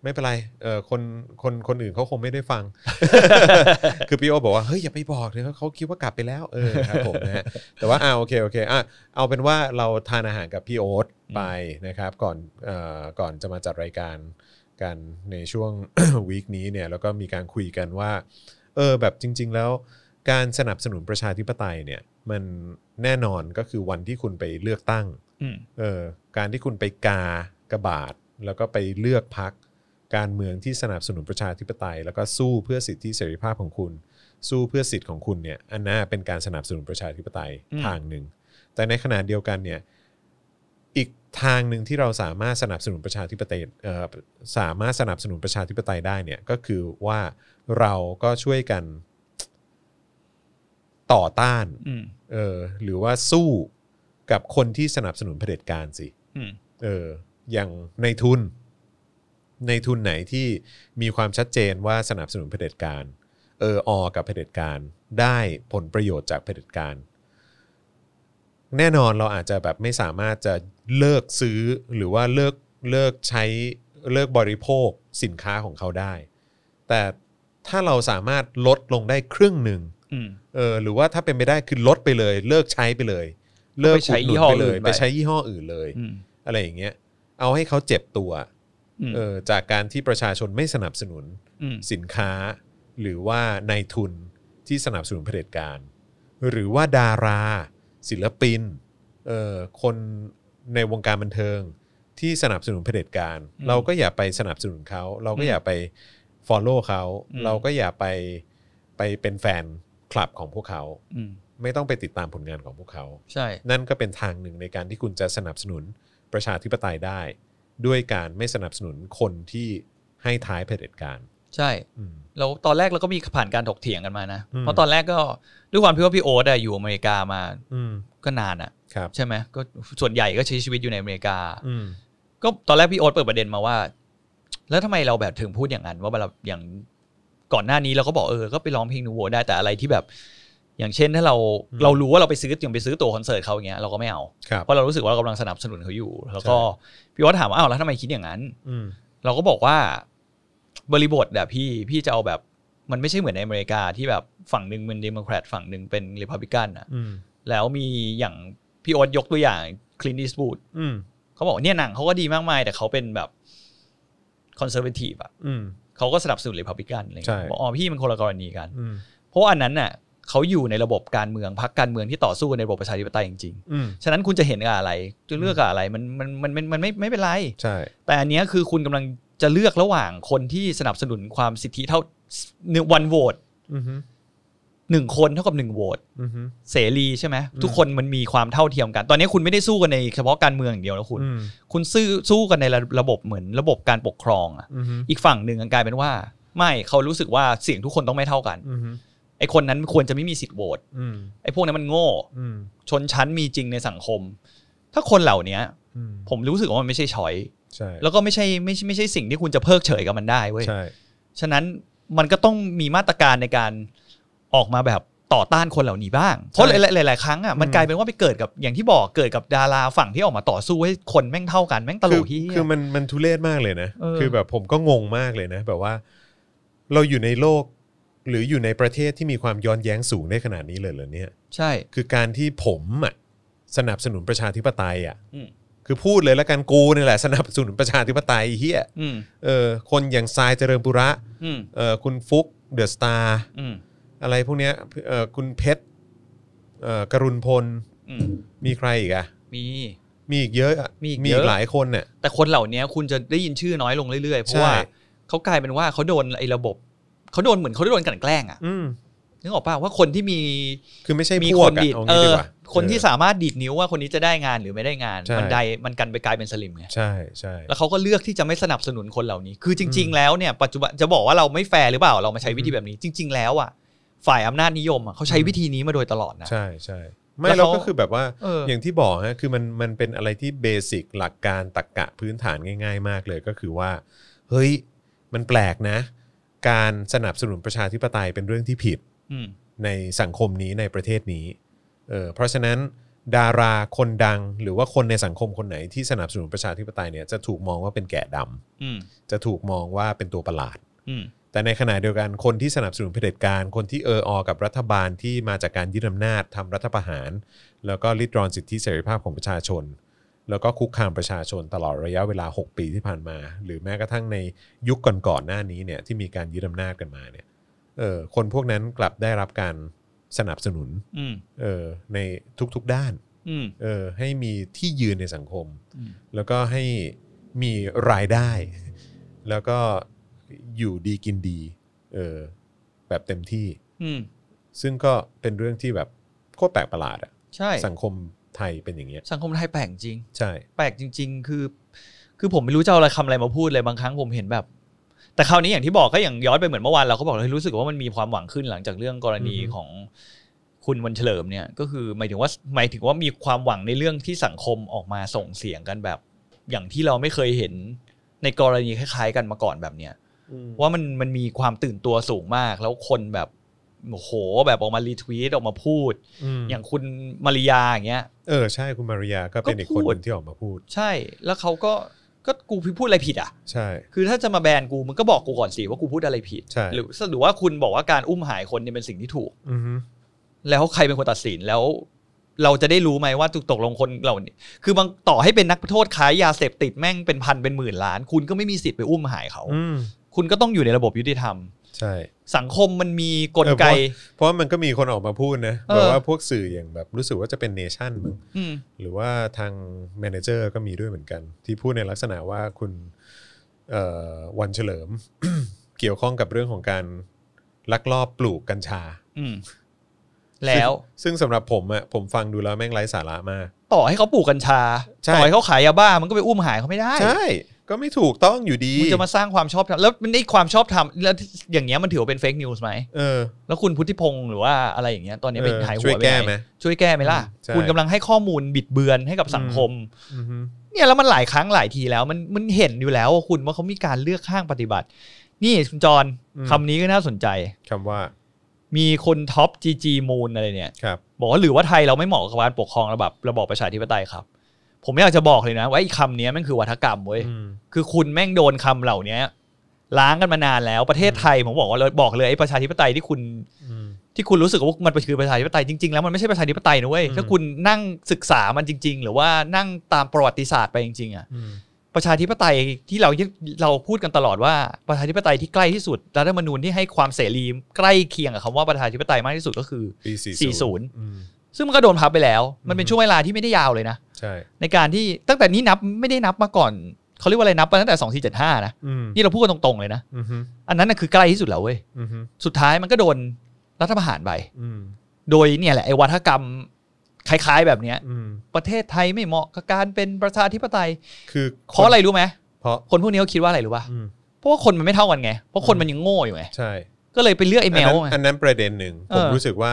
S1: ไม่เป็นไรเออคนคนคนอื่นเขาคงไม่ได้ฟัง (laughs) คือพี่โอบอกว่าเฮ้ยอย่าไปบอกเลยเขาคิดว่ากลับไปแล้วเออครับผมนะฮะแต่ว่าอ่าโอเคโอเคอ่ะเอาเป็นว่าเราทานอาหารกับพี่โอ๊ตไปนะครับ ก่อนเอ่อก่อนจะมาจัดรายการกันในช่วง (coughs) วีคนี้เนี่ยแล้วก็มีการคุยกันว่า เออแบบจริง ๆ แล้วการสนับสนุนประชาธิปไตยเนี่ยมันแน่นอนก็คือวันที่คุณไปเลือกตั้ง
S2: อืม
S1: เออการที่คุณไปกากระบาด แล้วก็ไปเลือกพักการเมืองที่สนับสนุนประชาธิปไตย แล้วก็สู้เพื่อสิทธิเสรีภาพของคุณ สู้เพื่อสิทธิ์ของคุณเนี่ยอันน่าเป็นการสนับสนุนประชาธิปไตยทางหนึ่ง แต่ในขณะเดียวกันเนี่ยอีกทางหนึ่งที่เราสามารถสนับสนุนประชาธิปไตยเอ่อสามารถสนับสนุนประชาธิปไตยได้เนี่ยก็คือว่าเราก็ช่วยกันต่อต้าน
S2: อืม
S1: เออหรือว่าสู้กับคนที่สนับสนุนเผด็จการสิ
S2: อืม
S1: เอออย่างในทุน ในทุนไหนที่มีความชัดเจนว่าสนับสนุนเผด็จการเอออกับเผด็จการได้ผลประโยชน์จากเผด็จการ แน่นอนเราอาจจะแบบไม่สามารถจะเลิกซื้อหรือว่าเลิกเลิกใช้เลิกบริโภคสินค้าของเขาได้ แต่ถ้าเราสามารถลดลงได้ครึ่งหนึ่ง
S2: อืม
S1: เออหรือว่าถ้าเป็นไปได้คือลดไปเลย เลิกใช้ไปเลย เลิกอุดนุนไปเลยไป
S2: ก็ไปใช้ยี่ห้ออื่นไป
S1: ใช้ยี่ห้ออื่นเลย
S2: อืม
S1: อะไรอย่างเงี้ยเอาให้เขาเจ็บตัว
S2: อืม
S1: เออจากการที่ประชาชนไม่สนับสนุน
S2: ม
S1: สินค้า หรือว่านายทุนที่สนับสนุนเผด็จการ หรือว่าดารา ศิลปินเออคนในวงการบันเทิงที่สนับสนุนเผด็จการ เราก็อย่าไปสนับสนุนเขา เราก็อย่าไป follow เขา เราก็อย่าไปไปเป็นแฟนคลับของพวกเขา
S2: อืม
S1: ไม่ต้องไปติดตามผลงานของพวกเขา
S2: ใช่
S1: นั่นก็เป็นทางหนึ่งในการที่คุณจะสนับสนุนประชาธิปไตยได้ ด้วยการไม่สนับสนุนคนที่ให้ท้ายเผด็จการ
S2: ใช่
S1: อืม
S2: แล้วตอนแรกเราก็มีผ่านการถกเถียงกันมานะ
S1: อืม
S2: เพราะตอนแรกก็ด้วยความที่ว่าพี่โอ๊ตอะอยู่อเมริกามา
S1: อืม
S2: ก็นานอะ
S1: ครับ
S2: ใช่ไหมก็ส่วนใหญ่ก็ใช้ชีวิตอยู่ในอเมริกา
S1: อืม
S2: ก็ตอนแรกพี่โอ๊ตเปิดประเด็นมาว่า แล้วทำไมเราแบบถึงพูดอย่างนั้น ว่าเราอย่างก่อนหน้านี้เราก็บอกเออก็ไปร้องเพลงนูโวได้แต่อะไรที่แบบ อย่างเช่นถ้าเราเรารู้ว่าเราไปซื้ออย่างไปซื้อตั๋วคอนเสิร์ตเขาอย่างเงี้ยเราก็ไม่เอา
S1: ครับ
S2: เพราะเรารู้สึกว่าเรากำลังสนับสนุนเขาอยู่ แล้วก็พี่โอ๊ตถามว่าอ้าวแล้วทำไมคิดอย่างนั้น
S1: อืม
S2: เราก็บอกว่าบริบทแบบพี่พี่จะเอาแบบมันไม่ใช่เหมือนในอเมริกาที่แบบฝั่งหนึ่งเป็นเดโมแครตฝั่งหนึ่งเป็นริพับลิกันอะ
S1: อืม
S2: แล้วมีอย่างพี่โอ๊ตยกตัวอย่างคลินดิสบูด
S1: อืม
S2: เขาบอกเนี่ยหนังเขาก็ดีมากมาย แต่เขาเป็นแบบคอนเซอร์เวทีฟอะ
S1: อืม
S2: เขาก็สนับสนุนริพับลิกันอะไร
S1: ใช่
S2: เงี้ยบอกอ๋อพี่มันคนละกรณีกัน
S1: อืม
S2: เพราะว่าอันนั้นน่ะเขาอยู่ในระบบการเมืองพรรคการเมืองที่ต่อสู้ในระบบประชาธิปไตยจริง
S1: อืม
S2: ๆฉะนั้นคุณจะเห็นกับอะไรจะเลือกกับอะไรมันมันมันมันมันไม่ไม่เป็นไร
S1: ใช่
S2: แต่อันเนี้ยคือคุณกำลังจะเลือกระหว่างคนที่สนับสนุนความสิทธิเท่าหนึ่งวันโหวต
S1: อืมฮึ
S2: หนึ่งคนเท่ากับหนึ่งโหวต
S1: อืมฮึ
S2: เสรีใช่ไหม
S1: อืม
S2: ทุกคนมันมีความเท่าเทียมกัน ตอนนี้คุณไม่ได้สู้กันในเฉพาะการเมืองอย่างเดียวแล้วคุณ
S1: อืม
S2: คุณซื้อสู้กันในระบบเหมือนระบบการปกครองอะ
S1: อืมฮึ
S2: อีกฝั่งหนึ่งกลายเป็นว่า ไม่เขารู้สึกว่าเสียงทุกคนต้องไม่เท่ากัน
S1: อืมฮึ
S2: ไอ้คนนั้นควรจะไม่มีสิทธิ์โหวต
S1: อืม
S2: ไอ้พวกนั้นมันโง่
S1: อืม
S2: ชนชั้นมีจริงในสังคม ถ้าคนเหล่าเนี้ย
S1: อืม
S2: ผมรู้สึกว่ามันไม่ใช่ชอย
S1: ใช่
S2: แล้วก็ไม่ใช่ไม่ใช่ไม่ใช่สิ่งที่คุณจะเพิกเฉยกับมันได้เว้ย
S1: ใช่
S2: ฉะนั้นมันก็ต้องมีมาตรการในการออกมาแบบต่อต้านคนเหล่านี้บ้าง เพราะหลายๆหลายๆครั้งอ่ะมันกลายเป็นว่าไปเกิดกับอย่างที่บอกเกิดกับดาราฝั่งที่ออกมาต่อสู้ให้คนแม่งเท่ากันแม่งตล
S1: คือก
S2: ที่
S1: คือมันมันทุเรศมากเลยนะ
S2: เออ
S1: คือแบบผมก็งงมากเลยนะ แบบว่า เราอยู่ในโลก หรืออยู่ในประเทศที่มีความย้อนแย้งสูงได้ขนาดนี้เลยเหรอเนี่ย
S2: ใช่
S1: คือการที่ผมอ่ะสนับสนุนประชาธิปไตยอ่ะ
S2: อืม
S1: คือพูดเลยแล้วกันกูนี่แหละสนับสนุนประชาธิปไตยเฮีย
S2: อืม
S1: เออคนอย่างทรายเจริญปุระ
S2: อืม
S1: เออคุณฟุกเดอะสตาร์
S2: อืม
S1: อะไรพวกเนี้ยเออคุณเพชรเออกรุณพล
S2: อืม
S1: มีใครอีกอะ
S2: มี
S1: มีอีกเยอะอะ
S2: มีอีก
S1: มี
S2: เย
S1: อี
S2: อะ
S1: กหลายคนเนี่ย
S2: แต่คนเหล่านี้คุณจะได้ยินชื่อน้อยลงเรื่อยๆ เพ
S1: ใช่
S2: ราะว่าเขากลายเป็นว่าเขาโดนไอ้ระบบเขาโดนเหมือนเขาโดนกลันแกล้งอ่ะ
S1: อืม
S2: นึกออกป่าวว่าคนที่มี
S1: คือไม่ใช่
S2: มี
S1: พ
S2: คว
S1: ก
S2: น
S1: อะ
S2: ดีด
S1: เอา
S2: เอ
S1: งี้ดี
S2: อก
S1: ว่า
S2: คนที่สามารถดีดนิ้วว่าคนนี้จะได้งานหรือไม่ได้งาน
S1: ใช่
S2: มันใดมันกันไปกลายเป็นสลิมไง
S1: ใช่ใช่
S2: แล้วเขาก็เลือกที่จะไม่สนับสนุนคนเหล่านี้ คือจริง ๆ แล้วเนี่ยปัจจุบันจะบอกว่าเราไม่แฟร์หรือเปล่าเรามาใช้วิธีแบบนี้ จริง ๆ แล้วอ่ะฝ่ายอำนาจนิยมอ่ะเขาใช้วิธีนี้มาโดยตลอดนะ
S1: ใช่ใช่ไม่
S2: แล้ว
S1: แล้ว
S2: เขา
S1: ก็คือแบบว่า
S2: เอออ
S1: อย่างที่บอกฮะคือมันมันเป็นอะไรที่เบสิกหลักการตรกกะพื้นฐานง่าย ๆ มากเลยก็คือว่า เฮ้ยมันแปลกนะ การสนับสนุนประชาธิปไตยเป็นเรื่องที่ผิด
S2: อืม
S1: ในสังคมนี้ในประเทศนี้เออเพราะฉะนั้นดาราคนดังหรือว่าคนในสังคมคนไหนที่สนับสนุนประชาธิปไตยเนี่ยจะถูกมองว่าเป็นแกะดำ
S2: อืม
S1: จะถูกมองว่าเป็นตัวประหลาด
S2: อืม
S1: แต่ในขณะเดียวกันคนที่สนับสนุนเผด็จการ คนที่เอออกับรัฐบาลที่มาจากการยึดอำนาจทำรัฐประหาร แล้วก็ริดรอนสิทธิเสรีภาพของประชาชน แล้วก็คุกคามประชาชนตลอดระยะเวลา 6 ปีที่ผ่านมา หรือแม้กระทั่งในยุคก่อนๆหน้านี้เนี่ยที่มีการยึดอำนาจกันมาเนี่ยเออคนพวกนั้นกลับได้รับการสนับสนุน
S2: อืม
S1: เออในทุกๆด้าน
S2: อืม
S1: เออให้มีที่ยืนในสังคม
S2: อืม
S1: แล้วก็ให้มีรายได้ (laughs) แล้วก็อยู่ดีกินดีเออแบบเต็มที่
S2: อืม
S1: ซึ่งก็เป็นเรื่องที่แบบโคตรแปลกประหลาดอะ
S2: ใช่
S1: สังคมไทยเป็นอย่างเงี้ย
S2: สังคมไทยแปลกจริง
S1: ใช่
S2: แปลกจริง ๆ คือ คือผมไม่รู้จะเอาอะไรคำอะไรมาพูดเลยบางครั้งผมเห็นแบบ แต่คราวนี้อย่างที่บอกก็อย่างย้อนไปเหมือนเมื่อวานเราก็บอกเลยรู้สึกว่ามันมีความหวังขึ้นหลังจากเรื่องกรณี
S1: อือฮึ
S2: ของคุณวันเฉลิมเนี่ย ก็คือหมายถึงว่าหมายถึงว่ามีความหวังในเรื่องที่สังคมออกมาส่งเสียงกันแบบ อย่างที่เราไม่เคยเห็นในกรณีคล้าย ๆ กันมาก่อนแบบเนี้ย ว่ามันมันมีความตื่นตัวสูงมาก แล้วคนแบบโอ้โหแบบออกมารีทวีตออกมาพูด
S1: ม
S2: อย่างคุณมาริยาอย่างเงี้ย
S1: เออใช่คุณมาริยาก็เป็นอีกคนหนึ่งที่ออกมาพูด
S2: ใช่ แล้วเขาก็ก็กูพูดอะไรผิดอ่ะ
S1: ใช่
S2: คือถ้าจะมาแบนกูมึงก็บอกกูก่อนสิว่ากูพูดอะไรผิด
S1: ใช่
S2: หรือหรือว่าคุณบอกว่าการอุ้มหายคนเนี่ยเป็นสิ่งที่ถูก
S1: อือฮึ
S2: แล้วใครเป็นคนตัดสินแล้ว เราจะได้รู้ไหมว่าตกลงคนเหล่านี้คือบางต่อให้เป็นนักโทษค้ายาเสพติดแม่งเป็นพันเป็นหมื่นล้าน คุณก็ไม่มีสิทธิ์ไปอุ้มหายเขา
S1: อืม
S2: คุณก็ต้องอยู่ในระบบยุติธรรม
S1: ใช่
S2: สังคมมันมีกลไก
S1: เออ เพราะมันก็มีคนออกมาพูดนะ
S2: เออ
S1: แบบว่าพวกสื่ออย่างแบบรู้สึกว่าจะเป็นเนชั่นมั้ง
S2: อืม
S1: หรือว่าทางแมเนเจอร์ก็มีด้วยเหมือนกัน ที่พูดในลักษณะว่าคุณเอ่อวันเฉลิม (coughs) เกี่ยวข้องกับเรื่องของการลักลอบปลูกกัญชา
S2: อืม แล้ว
S1: ซึ่งซึ่งสำหรับผมอะผมฟังดูแล้วแม่งไร้สาระมาก
S2: ต่อให้เขาปลูกกัญชา
S1: ใช่
S2: ต่อให้เขาขายยาบ้ามันก็ไปอุ้มหายเขาไม่ได้
S1: ใช่ ก็ไม่ถูกต้องอยู่ดี
S2: มึงจะมาสร้างความชอบธรรมแล้วมันไอ้ความชอบธรรมแล้วอย่างเงี้ยมันถือว่าเป็นเฟกนิวส์ไหม
S1: เออ
S2: แล้วคุณพุทธิพงศ์หรือว่าอะไรอย่างเงี้ยตอนนี้เป็น
S1: เออ
S2: หายหั
S1: ช่ว
S2: วย ไป
S1: แก้
S2: น
S1: ไหม
S2: ช่วยแก้ไหมล่ะ
S1: อืมใช่
S2: คุณกำลังให้ข้อมูลบิดเบือนให้กับสังคม
S1: อือฮึ
S2: เนี่ยแล้วมันหลายครั้งหลายทีแล้ว มันมันเห็นอยู่แล้วว่าคุณว่าเขามีการเลือกข้างปฏิบัติ นี่คุณจร
S1: อืม
S2: คำนี้ก็น่าสนใจ
S1: คำว่า
S2: มีคนท็อปจีจีมูลอะไรเนี่ย
S1: ครับ
S2: บอกว่าหรือว่าไทยเราไม่เหมาะกับการปกครองระบอบระบอบประชาธิปไตยครับ ผมอยากจะบอกเลยนะว่าไอ้คำเนี้ยมันคือวัฒกรรมเว้ย
S1: อืม
S2: คือคุณแม่งโดนคำเหล่าเนี้ยล้างกันมานานแล้วประเทศไทยผมบอกว่าเลยบอกเลยไอ้ประชาธิปไตยที่คุณ
S1: อืม
S2: ที่คุณรู้สึกว่ามันคือประชาธิปไตยจริงๆแล้วมันไม่ใช่ประชาธิปไตยนะเว้ย
S1: อืม
S2: ถ้าคุณนั่งศึกษามันจริง ๆ หรือว่านั่งตามประวัติศาสตร์ไปจริงๆอ่ะ
S1: อืม
S2: ประชาธิปไตยที่เรายึดเราพูดกันตลอดว่าประชาธิปไตยที่ใกล้ที่สุดรัฐธรรมนูญที่ให้ความเสรีใกล้เคียงกับคำว่าประชาธิปไตยมากที่สุดก็คือ
S1: ปี
S2: 40
S1: อืม
S2: ซึ่งมันก็โดนพับไปแล้ว มันเป็น
S1: อืม
S2: ช่วงเวลาที่ไม่ได้ยาวเลยนะ
S1: ใช่
S2: ในการที่ตั้งแต่นี้นับไม่ได้นับมาก่อนเขาเรียกว่าอะไรนับมาตั้งแต่2475นะ
S1: อืม
S2: นี่เราพูดกันตรงๆเลยนะ
S1: อือฮึ
S2: อันนั้นน่ะคือใกล้ที่สุดแล้วเว้ย
S1: อือฮึ
S2: สุดท้ายมันก็โดนรัฐประหารไป
S1: อืม
S2: โดยเนี่ยแหละไอ้วัฒกรรมคล้ายๆแบบเนี้ย
S1: อืม
S2: ประเทศไทยไม่เหมาะกับการเป็นประชาธิปไตย
S1: คือ
S2: เพราะอะไรรู้ไหม
S1: เพราะ
S2: คนพวกนี้เขาคิดว่าอะไรรู้ป่ะ
S1: อืม
S2: เพราะว่าคนมันไม่เท่ากันไง เพราะคนมันยังโง่อยู่ไง
S1: ใช่
S2: ก็เลยไปเลือกไอ้แม
S1: อั
S2: ว
S1: นนั้น
S2: อะ
S1: อันนั้นประเด็นหนึ่ง
S2: เออ
S1: ผมรู้สึกว่า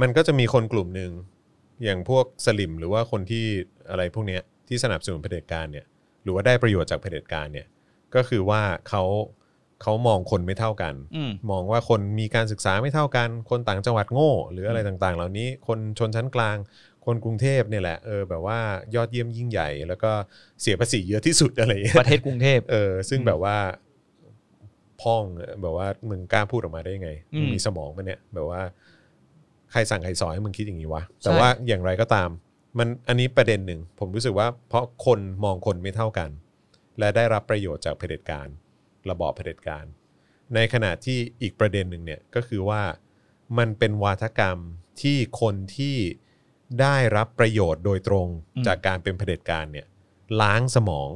S1: มันก็จะมีคนกลุ่มหนึ่งอย่างพวกสลิมหรือว่าคนที่อะไรพวกเนี้ยที่สนับสนุนเผด็จการเนี่ย หรือว่าได้ประโยชน์จากเผด็จการเนี่ย ก็คือว่าเขาเขามองคนไม่เท่ากัน
S2: อืม
S1: มองว่าคนมีการศึกษาไม่เท่ากัน คนต่างจังหวัดโง่ หรืออะไรต่างๆ เหล่านี้ คนชนชั้นกลาง คนกรุงเทพเนี่ยแหละ เออแบบว่ายอดเยี่ยมยิ่งใหญ่ แล้วก็เสียภาษีเยอะที่สุดอะไรอย่างเงี้ย
S2: ประเทศกรุงเทพ
S1: เออซึ่ง
S2: อืม
S1: แบบว่าพ่องแบบว่ามึงกล้าพูดออกมาได้ยังไง
S2: อืม
S1: งมีสมองมันเนี่ยแบบว่า ใครสั่งใครสอนให้มึงคิดอย่างนี้วะ
S2: ใช่
S1: แต่ว่าอย่างไรก็ตาม มันอันนี้ประเด็นหนึ่ง ผมรู้สึกว่า เพราะคนมองคนไม่เท่ากัน และได้รับประโยชน์จากเผด็จการ ระบอบเผด็จการ ในขณะที่อีกประเด็นหนึ่งเนี่ยก็คือว่ามันเป็นวาทกรรมที่คนที่ได้รับประโยชน์โดยตรง
S2: อืม
S1: จากการเป็นเผด็จการเนี่ย ล้างสมอง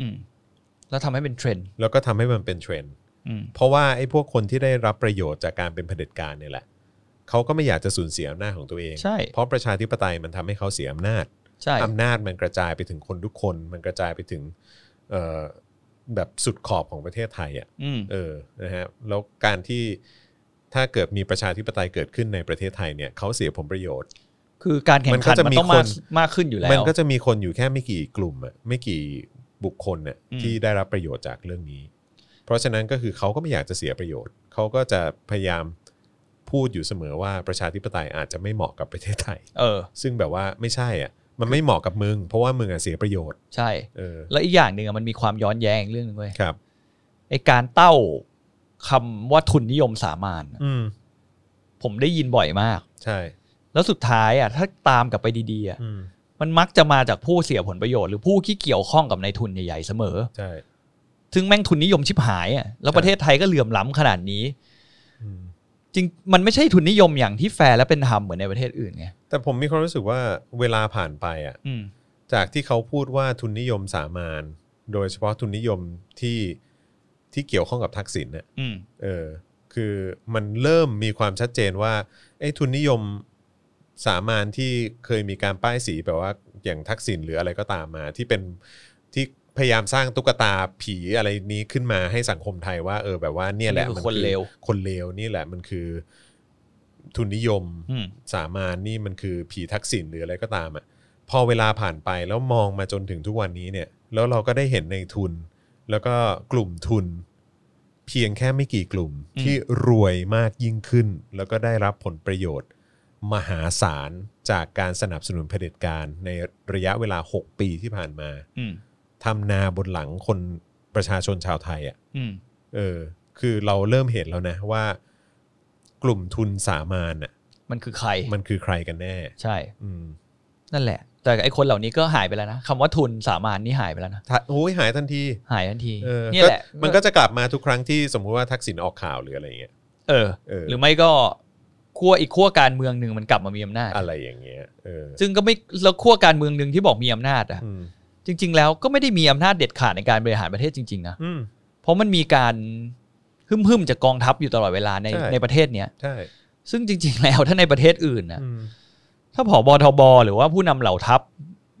S2: อืมแล้วทำให้เป็นเทรนด์
S1: แล้วก็ทำให้มันเป็นเทรนด์
S2: อืม
S1: เพราะว่าไอ้พวกคนที่ได้รับประโยชน์จากการเป็นเผด็จการเนี่ยแหละเขาก็ไม่อยากจะสูญเสียอำนาจของตัวเอง
S2: ใช่
S1: เพราะประชาธิปไตยมันทำให้เขาเสียอำนาจ
S2: ใช่
S1: อำนาจมันกระจายไปถึงคนทุกคน มันกระจายไปถึงเอ่อแบบสุดขอบของประเทศไทยอ่ะ
S2: อืม
S1: เออนะฮะแล้วการที่ถ้าเกิดมีประชาธิปไตยเกิดขึ้นในประเทศไทยเนี่ยเขาเสียผลประโยชน์
S2: คือการแข่งขั
S1: มั
S2: นมัน
S1: ก็จะมี
S2: นต้องมา
S1: คน
S2: กมากขึ้นอยู่แล้ว
S1: มันก็จะมีคนอยู่แค่ไม่กี่กลุ่มอะไม่กี่บุคคลน่ะ
S2: อืม
S1: ที่ได้รับประโยชน์จากเรื่องนี้ เพราะฉะนั้นก็คือเขาก็ไม่อยากจะเสียประโยชน์ เขาก็จะพยายามพูดอยู่เสมอว่าประชาธิปไตยอาจจะไม่เหมาะกับประเทศไทย
S2: เออ
S1: ซึ่งแบบว่าไม่ใช่อ่ะมันไม่เหมาะกับมึง เพราะว่ามึงอะเสียประโยชน์
S2: ใช่
S1: เออ
S2: แล้วอีกอย่างหนึ่งอะมันมีความย้อนแย้งอีกเรื่องหนึงเว้ย
S1: ครับ
S2: ไอการเต้าคำว่าทุนนิยมสามานอะ
S1: อืม
S2: ผมได้ยินบ่อยมาก
S1: ใช่
S2: แล้วสุดท้ายอ่ะถ้าตามกลับไปดีๆอ่ะ
S1: อืม
S2: มันมักจะมาจากผู้เสียผลประโยชน์หรือผู้ที่เกี่ยวข้องกับนายทุนใหญ่ๆเสมอ
S1: ใช่
S2: ซึ่งแม่งทุนนิยมชิบหายอ่ะแล้วประเทศไทยก็เหลื่อมล้ำขนาดนี้
S1: อืม
S2: จริงมันไม่ใช่ทุนนิยมอย่างที่แฟร์และเป็นธรรมเหมือนในประเทศอื่นไง
S1: แต่ผมมีความรู้สึกว่าเวลาผ่านไปอ่ะ
S2: อืม
S1: จากที่เขาพูดว่าทุนนิยมสามานโดยเฉพาะทุนนิยมที่ที่เกี่ยวข้องกับทักษิณเนี่ย
S2: อืม
S1: เออคือมันเริ่มมีความชัดเจนว่าไอ้ทุนนิยมสามานที่เคยมีการป้ายสีแบบว่าอย่างทักษิณหรืออะไรก็ตามมา ที่เป็นที่พยายามสร้างตุ๊กตาผีอะไรนี้ขึ้นมาให้สังคมไทยว่า เออแบบว่าเนี่ยแหละ
S2: นี่คือ
S1: มั
S2: คนเลว
S1: คนเลวนี่แหละมันคือทุนนิยม
S2: อืม
S1: สามานนี่มันคือผีทักษิณหรืออะไรก็ตามอะ่ะพอเวลาผ่านไปแล้วมองมาจนถึงทุกวันนี้เนี่ย แล้วเราก็ได้เห็นในทุน แล้วก็กลุ่มทุน เพียงแค่ไม่กี่กลุ่ม
S2: อืม
S1: ที่รวยมากยิ่งขึ้น แล้วก็ได้รับผลประโยชน์ มหาศาลจากการสนับสนุนเผด็จการในระยะเวลา 6 ปีที่ผ่านมา
S2: อืม
S1: ทำนาบนหลังคนประชาชนชาวไทยอ่ะ
S2: อืม
S1: เออ คือเราเริ่มเห็นแล้วนะว่า กลุ่มทุนสามานอ่ะ
S2: มันคือใคร
S1: มันคือใครกันแน่
S2: ใช่
S1: อืม
S2: นั่นแหละ แต่ไอคนเหล่านี้ก็หายไปแล้วนะคำว่าทุนสามานนี่หายไปแล้วนะ
S1: ถ้าโอ้ยหายทันที
S2: หายทันที
S1: เออ
S2: เนี่ย
S1: ก็
S2: แหละ
S1: มันก็จะกลับมาทุกครั้งที่สมมุติว่าทักษิณออกข่าวหรืออะไรอย่างเงี้ย
S2: เออ
S1: เออ
S2: หรือไม่ก็ขั้วอีกขั้วการเมืองหนึ่งมันกลับมามีอำนาจ
S1: อะไรอย่างเงี้ย เออ
S2: ซึ่งก็ไม่แล้วขั้วการเมืองหนึ่งที่บอกมีอำนาจอ่ะ
S1: อืม
S2: จริง ๆ แล้วก็ไม่ได้มีอำนาจเด็ดขาดในการบริหารประเทศจริงๆนะ
S1: อืม
S2: เพราะมันมีการฮึ่มๆจากกองทัพอยู่ตลอดเวลาใน
S1: ใช่
S2: ในประเทศเนี้ย
S1: ใช่
S2: ซึ่งจริง ๆ แล้วถ้าในประเทศอื่นนะ
S1: อืม
S2: ถ้าผอบทบหรือว่าผู้นำเหล่าทัพ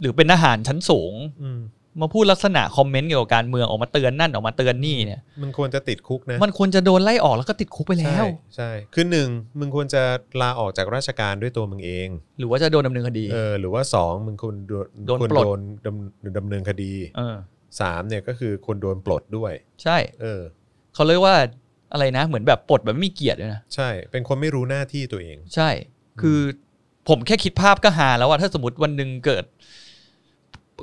S2: หรือเป็นทหารชั้นสูง
S1: อืม
S2: มาพูดลักษณะคอมเมนต์เกี่ยวกับการเมืองออกมาเตือนนั่นออกมาเตือนนี่เนี่ย
S1: มันควรจะติดคุกนะ
S2: มันควรจะโดนไล่ออกแล้วก็ติดคุกไปแล้
S1: ใช่
S2: ว
S1: ใช่คือหนึ่งมึงควรจะลาออกจากราชการด้วยตัวมึงเอง
S2: หรือว่าจะโดนดำเนินคดี
S1: เออ หรือว่าสองมึงควรโดน
S2: โดน
S1: ควร
S2: ปลด
S1: โดนดำดำเนินคดี
S2: เออ
S1: สามเนี่ยก็คือควรโดนปลดด้วย
S2: ใช่
S1: เออ
S2: เขาเรียกว่าอะไรนะ เหมือนแบบปลดแบบไม่มีเกียรติเลยนะ
S1: ใช่ เป็นคนไม่รู้หน้าที่ตัวเอง
S2: ใช่ คือผมแค่คิดภาพก็หาแล้วว่าถ้าสมมติวันหนึ่งเกิด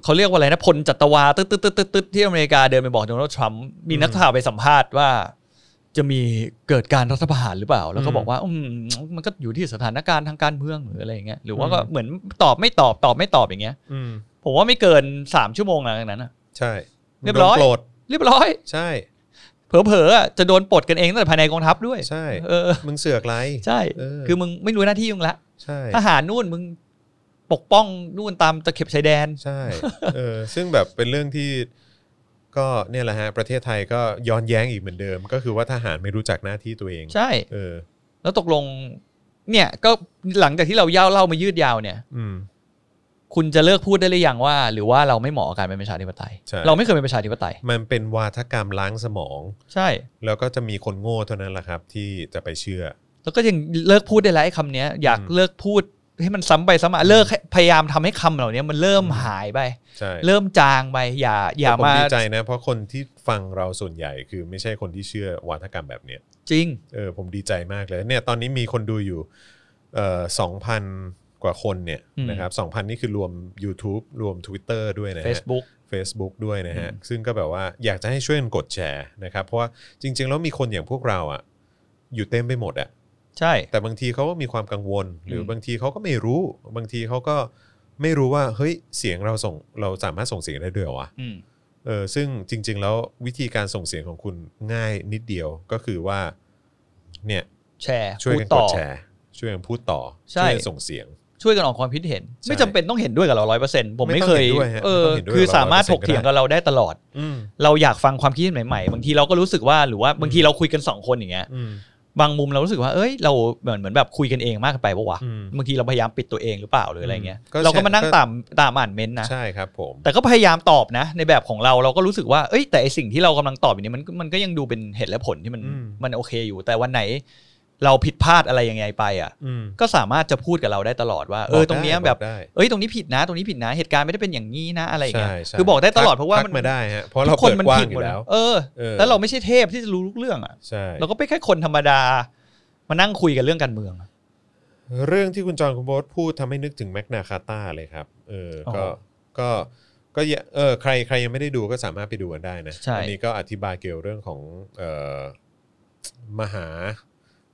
S2: เขาเรียกว่าอะไรนะพลจัตวาตึ๊ดตึ๊ดตึ๊ดตึ๊ดตึ๊ดที่อเมริกาเดินไปบอกโดนัลด์ทรัมป์มีนักข่าวไปสัมภาษณ์ว่า จะมีเกิดการรัฐประหารหรือเปล่า แล้วก็บอกว่า อืมมันก็อยู่ที่สถานการณ์ทางการเมืองหรืออะไรอย่างเงี้ยหรือว่าก็เหมือนตอบไม่ตอบตอบไม่ตอบอย่างเงี้ย
S1: อืม
S2: ผมว่าไม่เกินสามชั่วโมงหลังจากนั้นอะ
S1: ใช่มึง
S2: เรียบร้อย
S1: โดนปลด
S2: เรียบร้อย
S1: ใช่
S2: เผลอๆอ่ะจะโดนปลดกันเองตั้งแต่ภายในกองทัพด้วย
S1: ใช่
S2: เออ
S1: มึงเสือกไร
S2: ใช่
S1: เออ
S2: คือมึงไม่รู้หน้าที่มึงละ
S1: ใช่
S2: ทหารนู่นมึงปกป้องนู่นตามตะเข็บชายแดน
S1: ใช่ เออ ซึ่งแบบเป็นเรื่องที่ก็เนี่ยแหละฮะ ประเทศไทยก็ย้อนแย้งอีกเหมือนเดิม ก็คือว่าทหารไม่รู้จักหน้าที่ตัวเอง
S2: ใช่
S1: เออ
S2: แล้วตกลง เนี่ย ก็หลังจากที่เราเย่าเล่ามายืดยาวเนี่ย
S1: อืม
S2: คุณจะเลิกพูดได้หรือยังว่า หรือว่าเราไม่เหมาะกับการเป็นประชาธิปไตย
S1: ใช่
S2: เราไม่เคยเป็นประชาธิปไตย
S1: มันเป็นวาทกรรมล้างสมอง
S2: ใช่
S1: แล้วก็จะมีคนโง่เท่านั้นแหละครับ ที่จะไปเชื่อ
S2: แล้วก็ยังเลิกพูดได้แล้วไอ้คำเนี้ยอยาก
S1: อืม
S2: เลิกพูดให้มันซ้ำไปซ้ำมาเลิกให้พยายามทำให้คำเหล่านี้มันเริ่ม
S1: อืม
S2: หายไป
S1: ใช่
S2: เริ่มจางไปอย่าอย่า
S1: แต่ผ
S2: มา
S1: ดีใจนะ เพราะคนที่ฟังเราส่วนใหญ่คือไม่ใช่คนที่เชื่อวาทกรรมแบบเนี้ย
S2: จริง
S1: เออผมดีใจมากเลยเนี่ยตอนนี้มีคนดูอยู่เอ่อสองพันกว่าคนเนี่ย
S2: อืม
S1: นะครับสองพันนี่คือรวม YouTube รวม Twitter ด้วยนะฮะ
S2: Facebook
S1: Facebook ด้วยนะฮะ
S2: อืม
S1: ซึ่งก็แบบว่าอยากจะให้ช่วยกันกดแชร์นะครับ เพราะว่าจริง ๆ แล้วมีคนอย่างพวกเราอ่ะอยู่เต็มไปหมดอ่ะ
S2: ใช่
S1: แต่บางทีเขาก็มีความกังวล หรืออ
S2: ม
S1: บางทีเขาก็ไม่รู้ บางทีเขาก็ไม่รู้ว่าเฮ้ยเสียงเราส่งเราสามารถส่งเสียงได้ด้วยเหรอวะ
S2: อืม
S1: เออซึ่งจริง ๆ แล้ววิธีการส่งเสียงของคุณง่ายนิดเดียวก็คือว่าเนี่ย
S2: แชร์
S1: ช่วย
S2: พูด
S1: กันก
S2: ต่
S1: ด
S2: อ
S1: แชร์ช่วยกันพูดต่อ
S2: ใช่
S1: ช่วยกันส่งเสียง
S2: ช่วยกันออกความคิดเห็น
S1: ใช่
S2: ไม่จำเป็นต้องเห็นด้วยกับเราร้อยเปอร์เซ็นต์ผมไม่เคย
S1: ไม่ต้องเห็นด้วยฮะ
S2: เออ
S1: ไม่ต้องเห็นด้วย
S2: คือ
S1: กับเรา
S2: สามารถถ
S1: 100%
S2: กเถียงกับเราได้ตลอด
S1: ืม
S2: เราอยากฟังความคิดเห็นใหม่ๆ บางทีเราก็รู้สึกว่าหรือว่าบางทีเราคุยกันสองคนอย่างเงี้ย
S1: อืม
S2: บางมุมเรารู้สึกว่าเอ้ยเราเหมือนเหมือนแบบคุยกันเองมากเกินไปปะวะ
S1: อืม
S2: บางทีเราพยายามปิดตัวเองหรือเปล่าหรืออะไรเงี้ย
S1: อืมก็
S2: เราก็มานั่ง
S1: ใช่
S2: ตามตามอ่านเม้นต์นะ
S1: ใช่ครับผม
S2: แต่ก็พยายามตอบนะ ในแบบของเราเราก็รู้สึกว่าเอ้ยแต่ไอสิ่งที่เรากำลังตอบอยู่เนี้มันมันก็ยังดูเป็นเหตุและผลที่มันมันโอเคอยู่ แต่วันไหน เราผิดพลาดอะไรยังไงไปอ่ะ
S1: อืม
S2: ก็สามารถจะพูดกับเราได้ตลอดว่าเออตรงเนี้ยแบบ
S1: ได้
S2: เอ้ยตรงนี้ผิดนะ ตรงนี้ผิดนะเหตุการณ์ไม่ได้เป็นอย่างนี้นะอะไรอย่าง
S1: ใช่
S2: เงี้ย
S1: ใช่
S2: คือบอกได้ตลอด
S1: ทั
S2: เพราะว่า
S1: ทั
S2: มัน
S1: กมาได้ฮะเพราะเรา
S2: ทุกคน
S1: เปิด
S2: มัน
S1: กว้าง
S2: ผิด
S1: อ
S2: หม
S1: ยู่
S2: ด
S1: แล้ว
S2: เออ
S1: เออ
S2: แล้วเราไม่ใช่เทพที่จะรู้ทุกเรื่องอ่ะ
S1: ใช่
S2: เราก็เป็นแค่คนธรรมดา มานั่งคุยกันเรื่องการเมือง
S1: เรื่องที่คุณจอห์นคุณโบ๊ทพูดทำให้นึกถึงแมกนาคาตาเลยครับเออก็
S2: อ๋อ
S1: ก็ก็อย่าเออใครใครยังไม่ได้ดูก็สามารถไปดูกันได้นะ
S2: ใช่
S1: อันี้ก็อธิบายเกี่ยวเรื่องของเอ่อมหา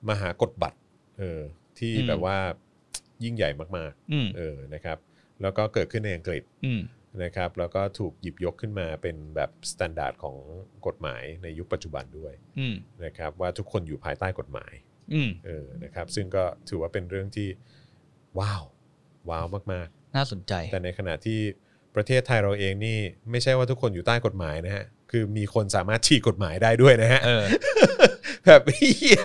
S1: มหากฎบัตรเออที่แบบว่ายิ่งใหญ่มาก
S2: อืม
S1: ๆ เออนะครับ แล้วก็เกิดขึ้นในอังกฤษ
S2: อืม
S1: นะครับแล้วก็ถูกหยิบยกขึ้นมาเป็นแบบสแตนดาร์ดของกฎหมายในยุคปัจจุบันด้วย
S2: อืม
S1: นะครับว่าทุกคนอยู่ภายใต้กฎหมาย
S2: อืม
S1: เออนะครับซึ่งก็ถือว่าเป็นเรื่องที่ว้าวว้าวมาก
S2: น่าสนใจ
S1: ๆ แต่ในขณะที่ประเทศไทยเราเองนี่ไม่ใช่ว่าทุกคนอยู่ใต้กฎหมายนะฮะคือมีคนสามารถฉีกกฎหมายได้ด้วย
S2: (laughs)
S1: นะฮะ
S2: เออ
S1: แบบเหี้ย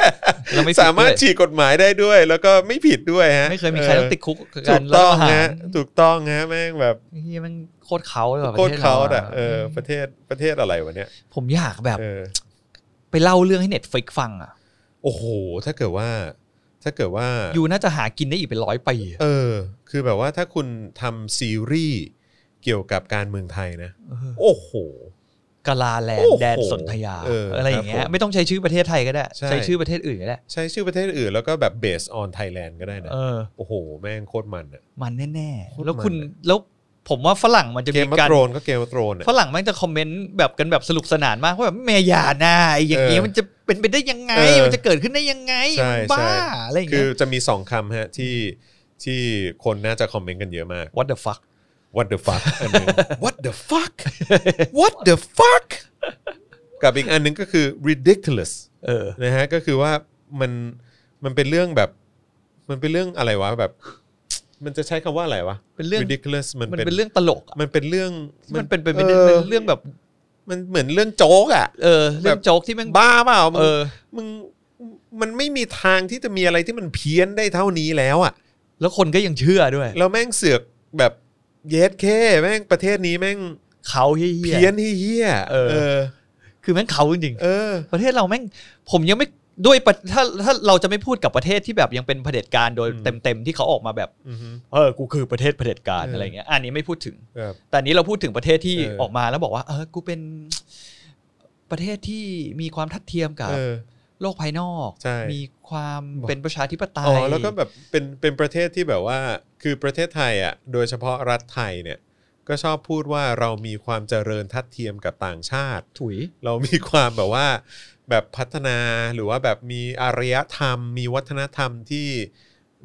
S2: แล้วไม่ผิดด้วย
S1: สามารถฉีกกฎหมายได้ด้วย แล้วก็ไม่ผิดด้วยฮะ
S2: ไม่เคยมีใครต้องติดคุก
S1: เออ
S2: กั
S1: ถู
S2: น
S1: กต้อง
S2: หา
S1: ฮะถูกต้องฮะแม่งแบบ
S2: เฮียมันโคตรเขาเลยว่ะ
S1: โคตรเขา
S2: ปะทศร
S1: อ่ะเออประเทศประเทศอะไรวะเนี่ย
S2: ผมอยากแบบ
S1: เออ
S2: ไปเล่าเรื่องให้เน็ตฟิกฟังอ่ะ
S1: โอ้โห ถ้าเกิดว่า ถ้าเกิดว่า
S2: อยู่น่าจะหากินได้อีกเป็นร้อยปีอะ
S1: เออ คือแบบว่าถ้าคุณทำซีรีส์เกี่ยวกับการเมืองไทยนะ
S2: เออ
S1: โอ้โห
S2: กาลาแลน
S1: โอ้
S2: ด์
S1: โห
S2: แดนสนธยา
S1: เออ
S2: อะไรอย่าง
S1: ค
S2: เงี้
S1: รั
S2: ย
S1: บผม
S2: ไม่ต้องใช้ชื่อประเทศไทยก็ได้
S1: ใช่
S2: ใช้ชื่อประเทศอื่นก็ได้
S1: ใช้ชื่อประเทศอื่นแล้วก็แบบ based on Thailand ก็ได้นะ
S2: เออ
S1: โอ้โห แม่งโคตรมันอ่ะ
S2: มันแน่
S1: โคต
S2: ๆ
S1: ร
S2: แล้วคุณ
S1: มันอะ
S2: แล้วผมว่าฝรั่งมันจะ
S1: เก
S2: มี
S1: มมา
S2: การ
S1: โตรนก็เกมมาโตรนอ่ะ
S2: ฝรั่งมันจะคอมเมนต์แบบกันแบบสนุกสนานมากว่าแบบแม่ยาหนาไอ้อย่างเงี้ย
S1: เออ
S2: มันจะเป็นไปได้ยังไง
S1: เออ
S2: มันจะเกิดขึ้นได้ยังไง
S1: ใช่
S2: มันบ้า
S1: ใช่
S2: อะไรอย่าง
S1: คื
S2: เงี้
S1: อย จะมีสองคำฮะที่ที่คนน่าจะคอมเมนต์กันเยอะมาก
S2: what the fuck
S1: what the fuck อันหนึง what the fuck what the fuck กับอีกอันหนึงก็คือ ridiculous
S2: เออ
S1: นะฮะก็คือว่ามันมันเป็นเรื่องแบบมันเป็นเรื่องอะไรวะแบบ มันจะใช้คำว่าอะไรวะ
S2: เป็นเรื่อง
S1: ridiculous มัน
S2: มัน
S1: เป็น
S2: เป็นเรื่องตลกอะ
S1: มันเป็นเรื่อง
S2: ที่มันเป็นเป็น
S1: เออ
S2: เรื่องแบบ
S1: มันเหมือนเรื่องโจ๊กอ่ะ
S2: เออเรื่อง
S1: แบบ
S2: โจ๊กที่แม่ง
S1: บ้าเปล่ามึ
S2: เอง อ
S1: มึงมันไม่มีทางที่จะมีอะไรที่มันเพี้ยนได้เท่านี้แล้วอ่ะ
S2: แล้วคนก็ยังเชื่อด้วย
S1: แล้วแม่งเสือกแบบเยสเคแม่งประเทศนี้แม่ง
S2: เขาเฮี
S1: เพี้ย
S2: ย
S1: นเฮี้ยๆ
S2: เออ
S1: เออ
S2: คือแม่งเขาจริงๆ
S1: เออ
S2: ประเทศเราแม่งผมยังไม่ด้วยประถ้าถ้าเราจะไม่พูดกับประเทศที่แบบยังเป็นเผด็จการโดย
S1: อืม
S2: เต็มๆที่เขาออกมาแบบ
S1: อือฮึ
S2: เออกูคือประเทศเผด็จการ
S1: เอออ
S2: อะไรเงี้ยอันนี้ไม่พูดถึง
S1: แบบ
S2: แต่อันนี้เราพูดถึงประเทศที่
S1: เออ
S2: ออกมาแล้วบอกว่าเออกูเป็นประเทศที่มีความทัดเทียมกับ
S1: เออ
S2: โลกภายนอก
S1: ใช่
S2: มีความ
S1: บอก
S2: เป็นประชาธิปไต
S1: อ๋
S2: ย
S1: อแล้วก็แบบเป็นเป็นประเทศที่แบบว่าคือประเทศไทยอ่ะโดยเฉพาะรัฐไทยเนี่ยก็ชอบพูดว่าเรามีความเจริญทัดเทียมกับต่างชาติ
S2: ถุย
S1: เรามีความแบบว่าแบบพัฒนาหรือว่าแบบมีอารยธรรม มีวัฒนธรรมที่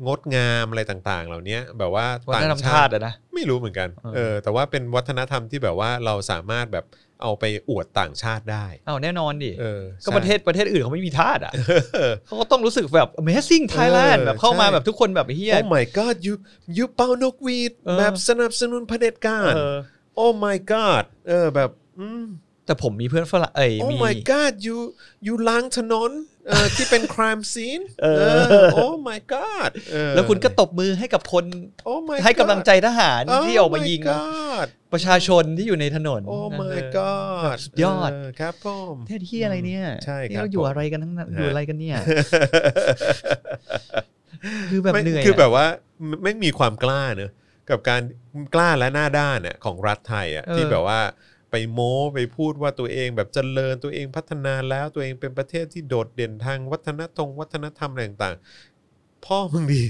S1: งดงามอะไรต่าง ๆ เหล่านี้แบบว่า
S2: วัฒนธรรมชาติอะนะ
S1: ไม่รู้เหมือนกัน
S2: เออ
S1: เออแต่ว่าเป็นวัฒนธรรมที่แบบว่าเราสามารถแบบเอาไปอวดต่างชาติได้
S2: เอาแน่นอนดิ
S1: เออ
S2: ก็
S1: ใช่
S2: ประเทศประเทศอื่นเขาไม่มีทาสอ่ะ
S1: เออ
S2: เขาก็ต้องรู้สึกแบบ Amazing Thailand
S1: เออ
S2: แบบเข้ามา
S1: ใช่
S2: แบบทุกคนแบบเฮีย
S1: โอ้ my god ยูยูเป่านกหวีด
S2: เออ
S1: แบบสนับสนุนเผด็จการ
S2: เออ
S1: โอ้ my god เออแบบอืม
S2: แต่ผมมีเพื่อนฝรั่งเอ้ย
S1: โอ้
S2: มี
S1: my god you you ล้างถนนเอ่อที่เป็น crime (laughs) scene
S2: เออ
S1: โอ้ my god เออ
S2: แล้วคุณก็ตบมือให้กับคน
S1: โอ้ my
S2: ให้กำลังใจทหาร
S1: god
S2: ที่ออกมายิง
S1: โ my god
S2: ประชาชนที่อยู่ในถนน
S1: โอ้
S2: เอ
S1: my
S2: อ
S1: god
S2: สุดยอด
S1: เครับผม
S2: เทศที่อะไรเนี่ย
S1: ใช่ครับ
S2: นี่เราอยู่อะไรกันทั้งนั้น
S1: ฮะ
S2: อยู่อะไรกัน
S1: (laughs)
S2: เนี่ย คือแบบ
S1: ไม่
S2: เหนื่อย
S1: คือ
S2: อะ (laughs)
S1: แบบว่าไม่ไม่มีความกล้าเนอะกับการกล้าและหน้าด้านเนี่ยของรัฐไทยอ่ะ
S2: เออ
S1: ที่แบบว่าไปโม้ไปพูดว่าตัวเองแบบเจริญตัวเองพัฒนาแล้วตัวเองเป็นประเทศที่โดดเด่นทางวัฒนธรรมวัฒนธรรมอะไรต่างๆ พ่อมึงดี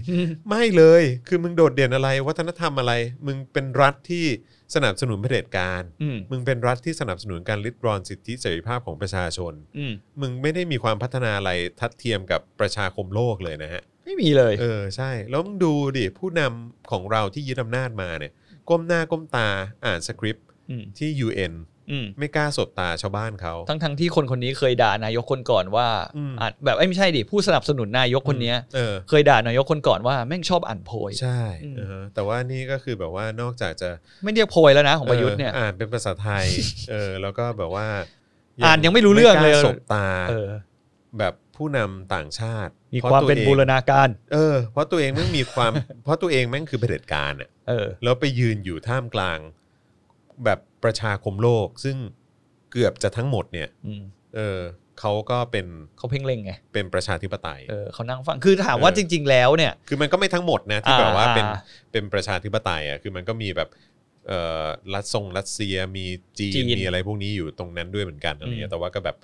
S1: ไม่เลย คือมึงโดดเด่นอะไร วัฒนธรรมอะไร มึงเป็นรัฐที่สนับสนุนเผด็จการ
S2: อืม
S1: มึงเป็นรัฐที่สนับสนุนการลิดรอนสิทธิเสรีภาพของประชาชน
S2: อืม
S1: มึงไม่ได้มีความพัฒนาอะไรทัดเทียมกับประชาคมโลกเลยนะฮะ
S2: ไม่มีเลย
S1: เออใช่ แล้วมึงดูดิ ผู้นำของเราที่ยึดอำนาจมาเนี่ย ก้มหน้าก้มตาอ่านสคริปต์
S2: อืม
S1: ที่ UN
S2: อืม
S1: ไม่กล้าสบตาชาวบ้านเขา
S2: ทั้งทั้งที่คนคนนี้เคยด่านายกคนก่อนว่า
S1: อืม
S2: อาจแบบไอ้ยไม่ใช่ดิผู้สนับสนุนนายกคนเนี้ย
S1: เออ
S2: เคยด่านายกคนก่อนว่าแม่งชอบอ่านโพย
S1: ใช่
S2: อืม
S1: เออแต่ว่านี่ก็คือแบบว่านอกจากจะ
S2: ไม่เรียกโพยแล้วนะของประยุทธ์เนี่ย
S1: อออ่านเป็นภาษาไทย เออ แล้วก็แบบว่า
S2: อ่านยังไม่รู้เรื่องเลย
S1: ไม่กาสบตา
S2: เออ
S1: แบบผู้นำต่างชาติ
S2: มี
S1: พระ
S2: ความเป็น
S1: ตัวอง
S2: บูรณาการ
S1: เออเพราะตัวเองแม่งมีความ (laughs) เพราะตัวเองแม่งคือเผด็จการอ่ะ
S2: เออ
S1: แล้วไปยืนอยู่ท่ามกลางแบบประชาคมโลก ซึ่งเกือบจะทั้งหมดเนี่ย
S2: อืม
S1: เออเขาก็เป็น
S2: เขาเพ่งเล็งไง
S1: เป็นประชาธิปไตย
S2: เออเขานั่งฟัง คือถามว่า
S1: เออ
S2: จริง ๆ แล้วเนี่ย
S1: คือมันก็ไม่ทั้งหมดนะที่แบบว่า
S2: อ่า
S1: เป็นเป็นประชาธิปไตยอ่ะคือมันก็มีแบบเอ่อรัสซงรัสเซียมีจีน
S2: จีน
S1: มีอะไรพวกนี้อยู่ตรงนั้นด้วยเหมือนกันอะไรเงี้ย
S2: อืม
S1: แต่ว่าก็แบบ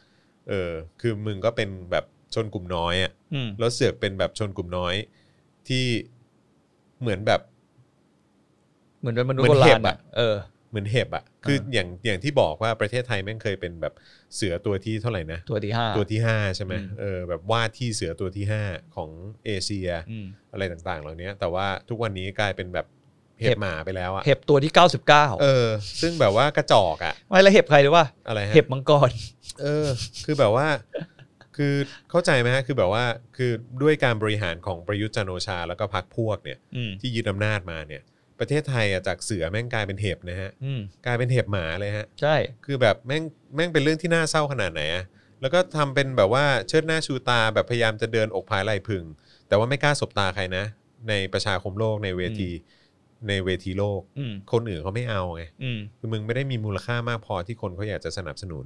S1: เออคือมึงก็เป็นแบบชนกลุ่มน้อยอ่ะ
S2: อืม
S1: แล้วเสือกเป็นแบบชนกลุ่มน้อยที่เหมือนแบบ
S2: เหมือนเป็นมนุษ
S1: เห
S2: ย์
S1: มือน
S2: โบรา
S1: เห็
S2: ณ
S1: บ
S2: อะ
S1: อะ
S2: เออ
S1: เหมือนเห็บอ่ะคือ
S2: เออ
S1: อ
S2: อ
S1: ย่างอย่างที่บอกว่าประเทศไทยแม่งเคยเป็นแบบเสือตัวที่เท่าไหร่นะ
S2: ตัวที่ห้า
S1: ตัวที่ 5 ใช่ไหม
S2: อืม
S1: เออแบบว่าที่เสือตัวที่ 5 ของเอเชีย
S2: อืม
S1: อะไรต่างๆ เหล่านี้แต่ว่าทุกวันนี้กลายเป็นแบบ
S2: เห็
S1: เห็
S2: บ
S1: บหมาไปแล้วอะ
S2: เห็บตัวที่เก้าสิบเก้า
S1: เออ ซึ่งแบบว่ากระจอกอะ
S2: ไม่แล้วเห็บใครหรือว่า
S1: อะไรฮะ
S2: เห็บมังกร
S1: เออ คือแบบว่า คือเข้าใจไหมฮะคือแบบว่าคือด้วยการบริหารของประยุทธ์จันทร์โอชาแล้วก็พรรคพวกเนี่ย
S2: อืม
S1: ที่ยึดอำนาจมาเนี่ย ประเทศไทยอะจากเสือแม่งกลายเป็นเห็บนะฮะ
S2: อืม
S1: กลายเป็นเห็บหมาเลยฮะ
S2: ใช่
S1: คือแบบแม่งแม่งเป็นเรื่องที่น่าเศร้าขนาดไหนอะแล้วก็ทำเป็นแบบว่าเชิดหน้าชูตาแบบพยายามจะเดินอกภายไหลพึง แต่ว่าไม่กล้าสบตาใครนะ ในประชาคมโลกในเวที ในเวทีโลก
S2: อืม
S1: คนอื่นเขาไม่เอาไง
S2: อืม
S1: คือมึงไม่ได้มีมูลค่ามากพอที่คนเขาอยากจะสนับสนุน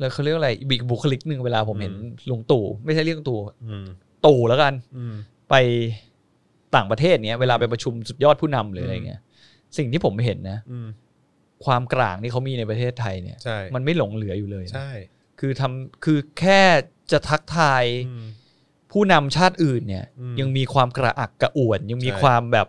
S2: แล้วเขาเรียกอะไรอีกบุคลิกหนึ่งเวลาผมเห็นลุงตู่ไม่ใช่เรียกลุงตู่
S1: อืม
S2: ตู่แล้วกัน
S1: อืม
S2: ไปต่างประเทศเนี้ยเวลาไปประชุมสุดยอดผู้นำหรืออะไร
S1: อืม
S2: เงี้ยสิ่งที่ผมเห็นนะ
S1: อืม
S2: ความกลางที่เขามีในประเทศไทยเนี่ย
S1: ใช่
S2: มันไม่หลงเหลืออยู่เลยนะ
S1: ใช่
S2: คือทำคือแค่จะทักทาย
S1: อืม
S2: ผู้นำชาติอื่นเนี่ย
S1: อืม
S2: ยังมีความกระอักกระอ่วน ยังมี
S1: ใช่
S2: ความแบบ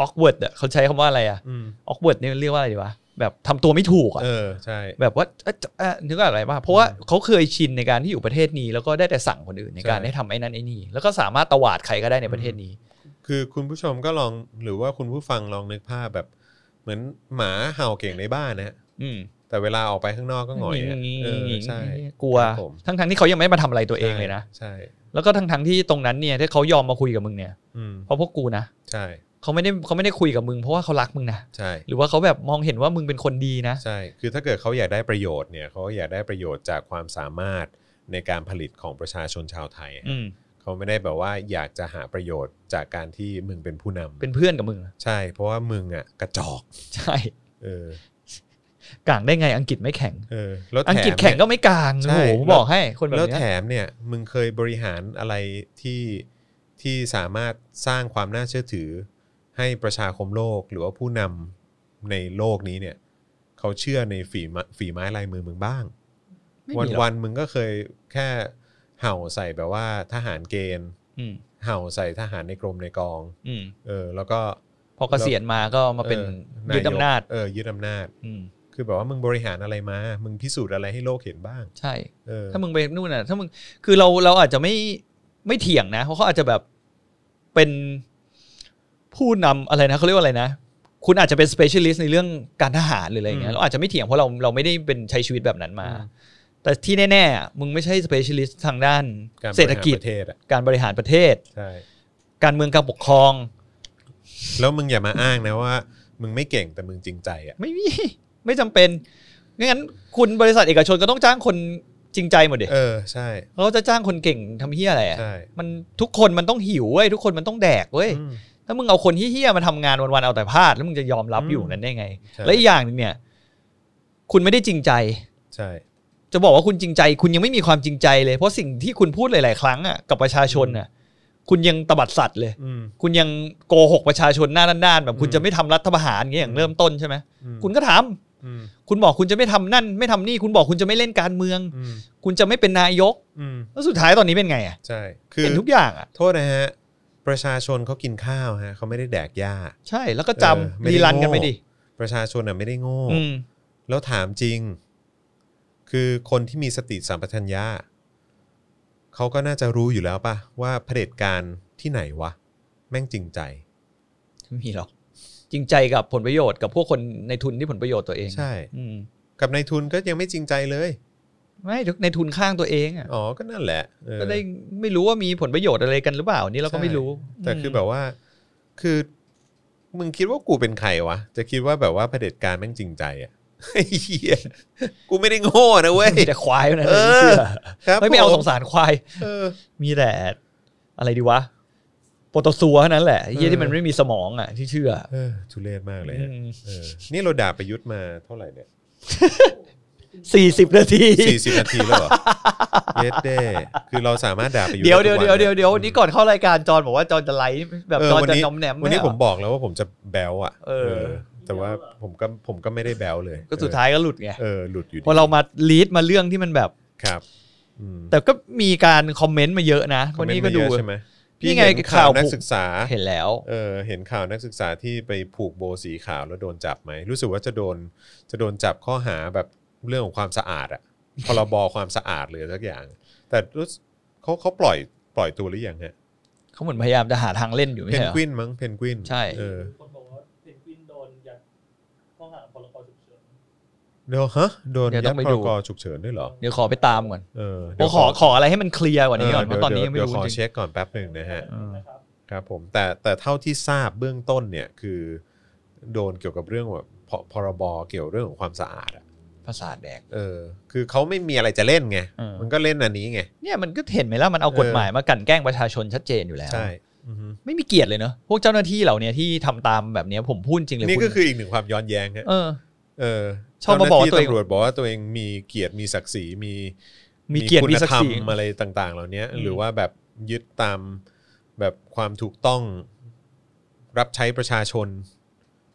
S2: ออกเวิร์ดอ่ะเขาใช้คำว่าอะไรอ่ะ
S1: อืม
S2: ออกเวิร์ดเนี่ยเรียกว่าอะไรดีวะแบบทำตัวไม่ถูกอ่ะ
S1: เออใช่
S2: แบบว่าเอ๊ะจะเอ๊ะนึกว่าอะไรป่ะเพราะว่าเขาเคยชินในการที่อยู่ประเทศนี้ แล้วก็ได้แต่สั่งคนอื่นในการ
S1: ใช่
S2: ให้ทำไอ้นั่นไอ้นี่แล้วก็สามารถตวาดใครก็ได้ในประเทศนี้
S1: คือคุณผู้ชมก็ลองหรือว่าคุณผู้ฟังลองนึกภาพแบบ เหมือนหมาเห่าเก่งในบ้านนะฮะ
S2: อืม
S1: แต่เวลาออกไปข้างนอกก็หงอยอะเออใช่
S2: กลัว
S1: ครับผม
S2: ทั้งทั้งๆที่เขายังไม่มาทำอะไรตัวเองเลยนะ
S1: ใช่
S2: แล้วก็ทั้งทั้งๆที่ตรงนั้นเนี่ยถ้าเขายอมมาคุยกับมึงเนี่ย
S1: อืม
S2: เพราะพวกกูนะ
S1: ใช่
S2: เขาไม่ได้เขาไม่ได้คุยกับมึงเพราะว่าเขารักมึงนะ
S1: ใช่
S2: หรือว่าเขาแบบมองเห็นว่ามึงเป็นคนดีนะ
S1: ใช่ คือถ้าเกิดเขาอยากได้ประโยชน์เนี่ยเขาอยากได้ประโยชน์จากความสามารถในการผลิตของประชาชนชาวไทย
S2: อืม
S1: เขาไม่ได้แบบว่าอยากจะหาประโยชน์จากการที่มึงเป็นผู้นำ
S2: เป็นเพื่อนกับมึงเหรอ
S1: ใช่ เพราะว่ามึงอ่ะกระจอก
S2: ใช่
S1: เออก
S2: ลางได้ไงอังกฤษไม่แข็ง
S1: เออแล้ว
S2: อัง
S1: ถม
S2: กฤษแข็งก็ไม่กลาง
S1: ใช่
S2: โอ้โหผมบอกให้คนแบบ
S1: แล้วแถม
S2: เนี้ย
S1: เนี่ยมึงเคยบริหารอะไรที่ที่สามารถสร้างความน่าเชื่อถือ ให้ประชาคมโลกหรือว่าผู้นำในโลกนี้เนี่ยเขาเชื่อในฝีไม้ฝีไม้ลายมือมึงบ้าง
S2: ไม่
S1: วัน
S2: มีหรอก
S1: วันๆมึงก็เคยแค่เห่าใส่แบบว่าทหารเกณฑ์
S2: อืม
S1: เห่าใส่ทหารในกรมในกอง
S2: อืม
S1: เออ แล้วก็
S2: พอเกษียณมาก็มาเป็น
S1: ออ
S2: ยึดอำนาจ
S1: เออยึดอำนาจ
S2: อืม
S1: คือแบบว่ามึงบริหารอะไรมา มึงพิสูจน์อะไรให้โลกเห็นบ้าง
S2: ใช่
S1: เออ
S2: ถ้ามึงไปนู่นน่ะ ถ้ามึงคือเราเราอาจจะไม่ไม่เถียงนะเพราะเขาอาจจะแบบเป็นผู้นำอะไรนะเขาเรียกว่าอะไรนะ คุณอาจจะเป็น specialist ในเรื่องการทหารหรืออะไรอย่างเงี้ยเราอาจจะไม่เถียงเพราะเราเราไม่ได้เป็นใช้ชีวิตแบบนั้นมา แต่ที่แน่ๆอ่ะมึงไม่ใช่ specialist ทางด้าน
S1: การบ
S2: เศรษฐกิจ
S1: หาประเทศอ่ะ
S2: การบริหารประเทศ
S1: ใช่
S2: การเมืองการปกครอง (laughs)
S1: แล้วมึงอย่ามาอ้างนะว่า มึงไม่เก่งแต่มึงจริงใจอ่ะ
S2: ไม่มี ไม่จำเป็น งั้นคุณบริษัทเอกชนก็ต้องจ้างคนจริงใจหมดเด็
S1: เออใช่
S2: เขาจะจ้างคนเก่งทำเฮียอะไรอะ
S1: ใช่
S2: มันทุกคนมันต้องหิวเว้ยทุกคนมันต้องแดกเว้ย
S1: อืม
S2: ถ้ามึงเอาคนเฮียๆมาทำงานวันๆเอาแต่พลาดแล้วมึงจะยอมรับ
S1: อืม
S2: อยู่นั้นได้ไง
S1: ใช่
S2: และอีกอย่างหนึ่งเนี่ย คุณไม่ได้จริงใจ
S1: ใช่
S2: จะบอกว่าคุณจริงใจ คุณยังไม่มีความจริงใจเลย เพราะสิ่งที่คุณพูดหลาย ๆ ครั้งอ่ะกับประชาชนอ่ะ คุณยังตบัดสัตว์เลย
S1: อืม
S2: คุณยังโกหกประชาชนหน้าด้านๆแบบคุณ
S1: อืม
S2: จะไม่ทำรัฐประหารอย่างเงี้ยอย่างเริ่มต้นใช่ไหม
S1: อืม
S2: คุณก็ทำ
S1: อืม
S2: คุณบอกคุณจะไม่ทำนั่น ไม่ทำนี่ คุณบอกคุณจะไม่เล่นการเมือง
S1: อืม
S2: คุณจะไม่เป็นนายก
S1: อืม
S2: แล้วสุดท้ายตอนนี้เป็นไงอ่ะ
S1: ใช่คือ
S2: เห็นทุกอย่างอ่ะ
S1: โทษนะฮะ ประชาชนเขากินข้าวฮะเขาไม่ได้แดกหญ้า
S2: ใช่แล้วก็จำ
S1: เออไม่ได้
S2: รีรันกันไปดิ
S1: โง่ ประชาชนอ่ะไม่ได้โง่
S2: อืม
S1: แล้วถามจริง คือคนที่มีสติสัมปชัญญะเขาก็น่าจะรู้อยู่แล้วป่ะ ว่าเผด็จการที่ไหนวะ แม่งจริงใจ
S2: ไม่มีหรอกจริงใจกับผลประโยชน์กับพวกคนในทุนที่ผลประโยชน์ตัวเอง
S1: ใช่
S2: อืม
S1: กับนายทุนก็ยังไม่จริงใจเลย
S2: ไม่ในทุนข้างตัวเองอ่ะ
S1: อ๋อก็นั่นแหละเออ
S2: ก็ได้ไม่รู้ว่ามีผลประโยชน์อะไรกันหรือเปล่านี่เราก็ไม่รู้
S1: แต่คือแบบว่า คือ มึงคิดว่ากูเป็นใครวะ จะคิดว่าแบบว่าเผด็จการแม่งจริงใจอ่ะ (laughs) เฮียกูไม่ได้โง่นะเว้ย
S2: มีแต่ควายนะ
S1: เออ
S2: เชื่อ
S1: ครับ
S2: เฮ้ยไม่เอา
S1: ผ
S2: สงสารควาย
S1: เออ
S2: มีแต่อะไรดีวะโปรโตซัวเท่านั้นแหละไอ้เฮีย
S1: เออ
S2: ที่มันไม่มีสมองอ่ะที่เชื่อ
S1: เออทุเรศมากเลยฮะ
S2: อืม
S1: เออนี่เราด่าประยุทธ์มาเท่าไหร่เนี่ย
S2: สี่สิบนาที
S1: สี่สิบนาทีแล้วเหรอ เยดเด้คือเราสามารถด่าไปอยู่
S2: เดี๋ยว
S1: ไ
S2: เดี๋ยวเดี๋ยวเดี๋ยวเดี๋ยวนี่ก่อนเข้ารายการจอนบอกว่าจอนจะไลฟ์แบบ
S1: เออ
S2: จอน
S1: วัน
S2: จะ
S1: นี้
S2: นอมแหนม
S1: วันนี้
S2: ไเหรอ
S1: ผมบอกแล้วว่าผมจะแบลอ่ะ
S2: เออ
S1: แต่ว่าผมก็ผมก็ไม่ได้แบลเลย
S2: ก็สุดท้ายก็หลุดไง
S1: เออหลุดอยู่
S2: พอ
S1: ดี
S2: เรามาลีดมาเรื่องที่มันแบบ
S1: ครับอืม
S2: แต่ก็มีการคอมเมนต์มาเยอะนะวันนี้ก็ดู
S1: คอมเมนต์มาเยอะใช่ไหม
S2: นี่ไง
S1: เห็ข่า
S2: ข่าวว
S1: นักศึกษา
S2: เห็นแล้ว
S1: เออเห็นข่าวนักศึกษาที่ไปผูกโบสีขาวแล้วโดนจับไหมรู้สึกว่าจะโดนจะโดนจับข้อหาแบบเรื่องของความสะอาดอะพรบความสะอาดหรือสักอย่าง แต่รู้สึกเขาเขาปล่อยปล่อยตัวหรือยังฮะ
S2: เขาเหมือนพยายามจะหาทางเล่นอยู่ไม่
S1: เพน
S2: ใช่เหรอ
S1: กวินมั้งเพนกวิน
S2: ใช่
S1: เออ
S3: คนบอกว่าเพนกวินโดนยัดข้อหาพรกฉุกเฉิน
S1: เดี๋ยวฮะโดน
S2: เดี๋ยว
S1: ยั
S2: ต้
S1: ด
S2: องไป
S1: พร
S2: ดู
S1: กฉุกเฉินด้วยเหรอ
S2: เดี๋ยวขอไปตามก่อน
S1: เออ
S2: ผมขอขออะไรให้มันเคลียร์กว่านี้ก่อนเพ
S1: เดี๋ย
S2: ราะ
S1: ว
S2: ตอนนี้ยังไม่
S1: เดี๋ยว
S2: รู้
S1: ขอ
S2: จริง
S1: เช็คก่อนแป๊บหนึ่งนะฮะ
S2: อืม
S3: นะครับ
S1: ครับผมแต่แต่เท่าที่ทราบเบื้องต้นเนี่ยคือ โดนเกี่ยวกับเรื่องแบบพพรบเกี่ยวเรื่องของความสะอาดอะ
S2: ภาษาทแดก
S1: เออ คือเขาไม่มีอะไรจะเล่นไง
S2: เออ
S1: มันก็เล่นอันนี้ไง
S2: เนี่ยมันก็เห็นไหมล่ะมันเอากฎหมายมากลันแกล้งประชาชนชัดเจนอยู่แล้ว
S1: ใช่อือฮึ
S2: ไม่มีเกียรติเลยเนอะพวกเจ้าหน้าที่เหล่าเนี้ยที่ทำตามแบบเนี้ยผมพูดจริงเลย
S1: นี่ก็
S2: ณ
S1: คืออีกหนึ่งความย้อนแย้งฮะ
S2: เออ
S1: เออ
S2: ชอบมาบอกว่า
S1: เจ้หน้ที่
S2: ตั
S1: ตำร
S2: วเอง
S1: วจบอกว่าตัวเองมีเกียรติมีศักดิ์ศรีมี
S2: มีเกียรติมีศักดิ์ศ
S1: คุ
S2: รี
S1: ณธมอะไรต่างๆ เหล่านี้
S2: อืม
S1: หรือว่าแบบยึดตามแบบความถูกต้องรับใช้ประชาชน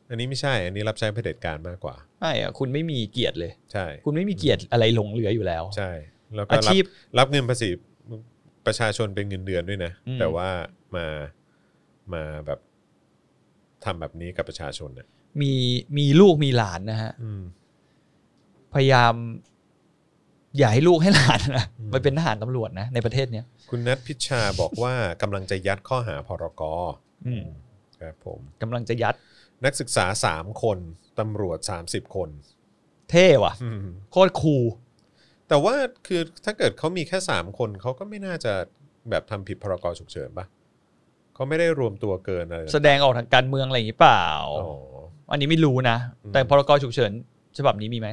S1: อันนี้ไม่ใช่ อันนี้รับใช้เผด็จการมากกว่า
S2: ไม่อะคุณไม่มีเกียรติเลย
S1: ใช่
S2: คุณไม่มีเกียรติอะไรหลงเหลืออยู่แล้ว
S1: ใช่ แล้วก็
S2: อา
S1: รับ
S2: ชีพ
S1: รับเงินภาษีประชาชนเป็นเงินเดือนด้วยนะ
S2: อืม
S1: แต่ว่ามามาแบบทำแบบนี้กับประชาชนเนี่ย
S2: มีมีลูกมีหลานนะฮะ
S1: อืม
S2: พยายาม อย่าให้ลูกให้หลานนะ
S1: อืม
S2: ไปเป็นทหารตำรวจนะในประเทศเนี้ย
S1: คุณนัทพิชชาบอกว่ากำลังจะยัดข้อหาพรกครับผม
S2: กำลังจะยัด
S1: นักศึกษา 3 คนตำรวจ 30 คน (laughs)
S2: เท่ว่ะ
S1: อืม
S2: โคตรคูล
S1: แต่ว่าคือถ้าเกิดเขามีแค่ 3 คนเขาก็ไม่น่าจะแบบทำผิดพรกฉุกเฉินปะเขาไม่ได้รวมตัวเกินอะไร
S2: แสดงออกทางการเมืองอะไรอย่างนี้เปล่า
S1: อ๋อ
S2: อันนี้ไม่รู้นะ
S1: อืม
S2: แต่พรกฉุกเฉินฉบับนี้มีไหม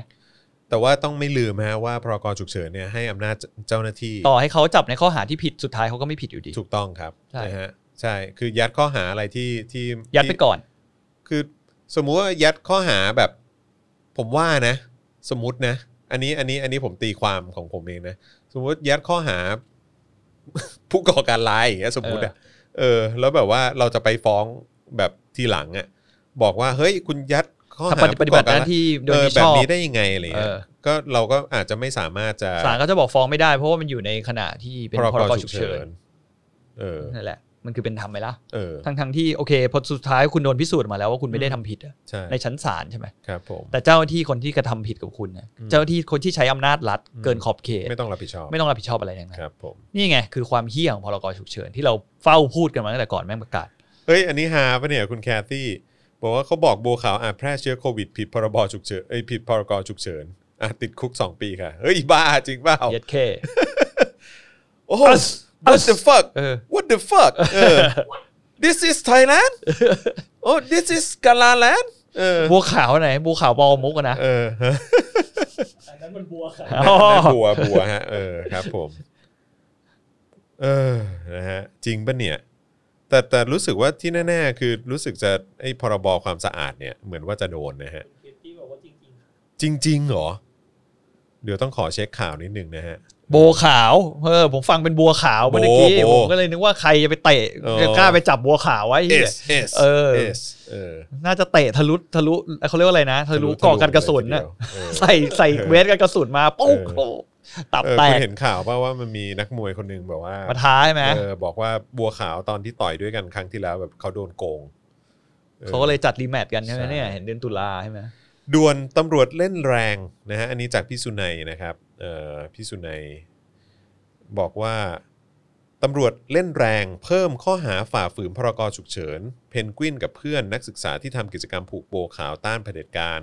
S1: แต่ว่าต้องไม่ลืมฮะว่าพรกฉุกเฉินเนี่ยให้อำนาจเจ้าหน้าที่
S2: ต่อให้เขาจับในข้อหาที่ผิดสุดท้ายเขาก็ไม่ผิดอยู่ดี
S1: ถูกต้องครับ
S2: ใช่
S1: นะฮะใช่คือยัดข้อหาอะไรที่ที่
S2: ยัดไปก่อน
S1: คือสมมุติว่ายัดข้อหาแบบ ผมว่านะ สมมตินะ อันนี้อันนี้อันนี้ผมตีความของผมเองนะ สมมติยัดข้อหา (laughs) ผู้ก่อการร้ายอย่างเงี้ยสมมติอ่ะเออ แล้วแบบว่าเราจะไปฟ้องแบบทีหลังอ่ะบอกว่าเฮ้ยคุณยัดข้อหา
S2: ถ้าปฏิบัติหน้าที่โดย
S1: เออ
S2: มิ
S1: แบ
S2: ช
S1: บ
S2: อบ
S1: นี้ได้ยังไงอะไรเงี้ย
S2: เออ
S1: ก็เราก็อาจจะไม่สามารถจะ
S2: ศาลก็จะบอกฟ้องไม่ได้ เพราะว่ามันอยู่ในขณะที่เป็นพรกฉุกเฉิน
S1: เออ
S2: นั่นแหละ มันคือเป็นธรรมไหมล่ะ
S1: เออ
S2: ทั้งทั้งๆที่โอเคพอสุดท้ายคุณโดนพิสูจน์มาแล้วว่าคุณไม่ได้ทำผิดอะ
S1: ใช่
S2: ในชั้นศาลใช่ไหม
S1: ครับผม
S2: แต่เจ้าหน้าที่คนที่กระทำผิดกับคุณนะ
S1: อืม
S2: เจ้าหน้าที่คนที่ใช้อำนาจรัฐ
S1: อืม
S2: เกินขอบเขต
S1: ไม่ต้องรับผิดชอบ
S2: ไม่ต้องรับผิดชอบอะไรทั้งนั้
S1: คน รับผม
S2: นี่ไงคือความเฮี้ยของพรกฉุกเฉินที่เราเฝ้าพูดกันมาตั้งแต่ก่อนแม่งประกาศ
S1: เอ้ย อันนี้ฮาปะเนี่ยคุณแคทตี้บอกว่าเขาบอกโบวขาวอาจแพร่เชื้อโควิดผิดพรบฉุกเฉินเอ้ยผิดพรกฉุกเฉินอาจติดคุก 2 ปีค่ะ เฮ้ย บ้าจริงเปล่า
S2: เย็ดเค
S1: โอ้ what the fuck
S2: เออ
S1: what the fuck เออ this is Thailand โอ้ this is กาลาแลนด์เออ
S2: บัวขาวไหนบัวขาวบอลมุกอะนะ
S1: เออ
S3: อันนั้นมันบัวค่ะ
S2: อ๋อ
S1: บัวบัวฮะเออครับผม เออนะฮะจริงปะเนี่ย แต่แต่รู้สึกว่าที่แน่ๆคือรู้สึกจะไอ้พรบความสะอาดเนี่ยเหมือนว่าจะโดนนะฮะ
S3: เป็นเคสที่แบบว่าจริงๆ
S1: จริงๆเหรอ เดี๋ยวต้องขอเช็คข่าวนิดนึงนะฮะ
S2: โบวขาวเออผมฟังเป็นบัวขาวเมื่อกี้
S1: โบ
S2: ผมก็เลยนึกว่าใครจะไปเตะ
S1: เออ
S2: จะกล้าไปจับบัวขาวไว้เหี้ย
S1: S S
S2: เออ
S1: S เออ
S2: น่าจะเตะทะลุทะลุเขาเรียกว่าอะไรนะทะลุก่อกันกระสุนน่ะ
S1: เออ
S2: ใส่ใส่เวทกันกระสุนมาปุ๊บ
S1: เออ
S2: ปุ๊บตับ
S1: เออ
S2: แต
S1: คุณ
S2: ก
S1: เห็นข่าวป่าว่ามันมีนักมวยคนหนึ่งแบบว่า
S2: มาท้าใช่ไหม
S1: เออบอกว่าบัวขาวตอนที่ต่อยด้วยกันครั้งที่แล้วแบบเขาโดนโกงออ
S2: เขาก็เลยจัดรีแมตช์กันใช่ไหม
S1: ใช่
S2: เนี่ยเห็นเดือนตุลาใช่ไหม
S1: ด่วนตำรวจเล่นแรงนะฮะอันนี้จากพี่สุนัยนะครับเอ่อพี่สุนัยบอกว่าตำรวจเล่นแรงเพิ่มข้อหาฝ่าฝืนพรกฉุกเฉิน เพนกวินกับเพื่อนนักศึกษาที่ทำกิจกรรมผูกโบขาวต้านเผด็จการ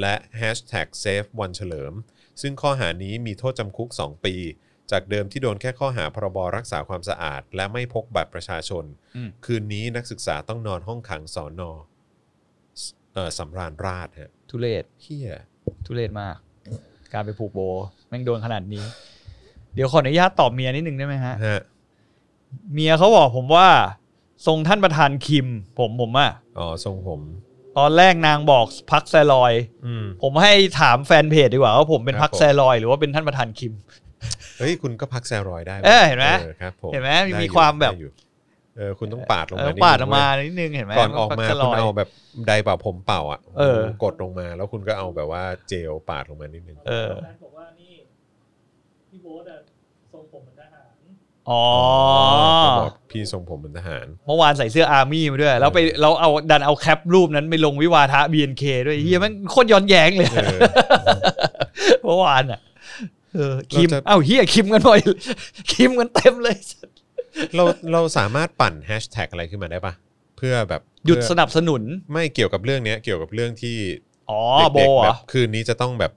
S1: และ Hashtag Save วันเฉลิม ซึ่งข้อหานี้มีโทษจำคุก 2 ปี จากเดิมที่โดนแค่ข้อหาพรบรักษาความสะอาด และไม่พกบัตรประชาชน คืนนี้นักศึกษาต้องนอนห้องขังสอนอสเอ่อสำราญราษฎร์ฮะ
S2: ทุเรศ
S1: เฮีย
S2: ทุเรศมาก การไปผูกโบแม่งโดนขนาดนี้ เดี๋ยวขออนุญาตตอบเมียนิดนึงได้ไหมฮะ
S1: ฮะ
S2: เมียเขาบอกผมว่าทรงท่านประธานคิม ผมผมอะ
S1: อ๋อทรงผม
S2: ตอนแรกนางบอกพักแซลอย
S1: อืม
S2: ผมให้ถามแฟนเพจดีกว่าว่าผมเป็น
S1: ครั
S2: พั
S1: บ
S2: ก
S1: ผม
S2: แซลอย หรือว่าเป็นท่านประธานคิม
S1: เฮ้ย คุณก็พักแซรอยได้ว้ย
S2: เออเห็นไหม
S1: ออครับผม
S2: เห็นไหมมี
S1: ด้อยู่
S2: ความแบบ
S1: ได้อยู่เออ คุณต้องปาดลง
S2: เอ
S1: มานินึง
S2: อปาดออกมา
S1: เว้ย
S2: นิดนึงเห็นไหม
S1: ก่อนออก
S2: พั
S1: มา
S2: แซล
S1: คุณ
S2: อย
S1: เอาแบบไดร์เป่าผมเป่าอ่ะ
S2: เออ
S1: กดลงมา แล้วคุณก็เอาแบบว่าเจลปาดลงมานิดนึง
S2: เออ
S3: ร้านบอกว่านี่พี่โบ๊ทอะทรงผมเหมือนทหาร
S2: อ๋อ
S1: ก็บอกพี่ทรงผมเป็นทหาร
S2: เมื่อวานใส่เสื้ออาร์มี่มาด้วย แล้วไปเราเอาดันเอาแคปรูปนั้นไปลงวิวาทะ BNK ด้วยเฮียแมันโคตรย้อนแย้งเลย
S1: (laughs) เออ
S2: เมื่อวานอ่ะเออคิม
S1: เราจะ
S2: เอ้าเฮียคิมกันหน่อย (laughs) คิมกันเต็มเลย
S1: เราเราสามารถปั่นแฮชแท็กอะไรขึ้นมาได้ปะเพื่อแบบ
S2: หยุด
S1: เพื่อ
S2: สนับสนุน
S1: ไม่เกี่ยวกับเรื่องเนี้ย เกี่ยวกับเรื่องที่
S2: อ๋อโบ
S1: เด็กๆ
S2: เหร
S1: แบ
S2: อบ
S1: คืนนี้จะต้องแบบ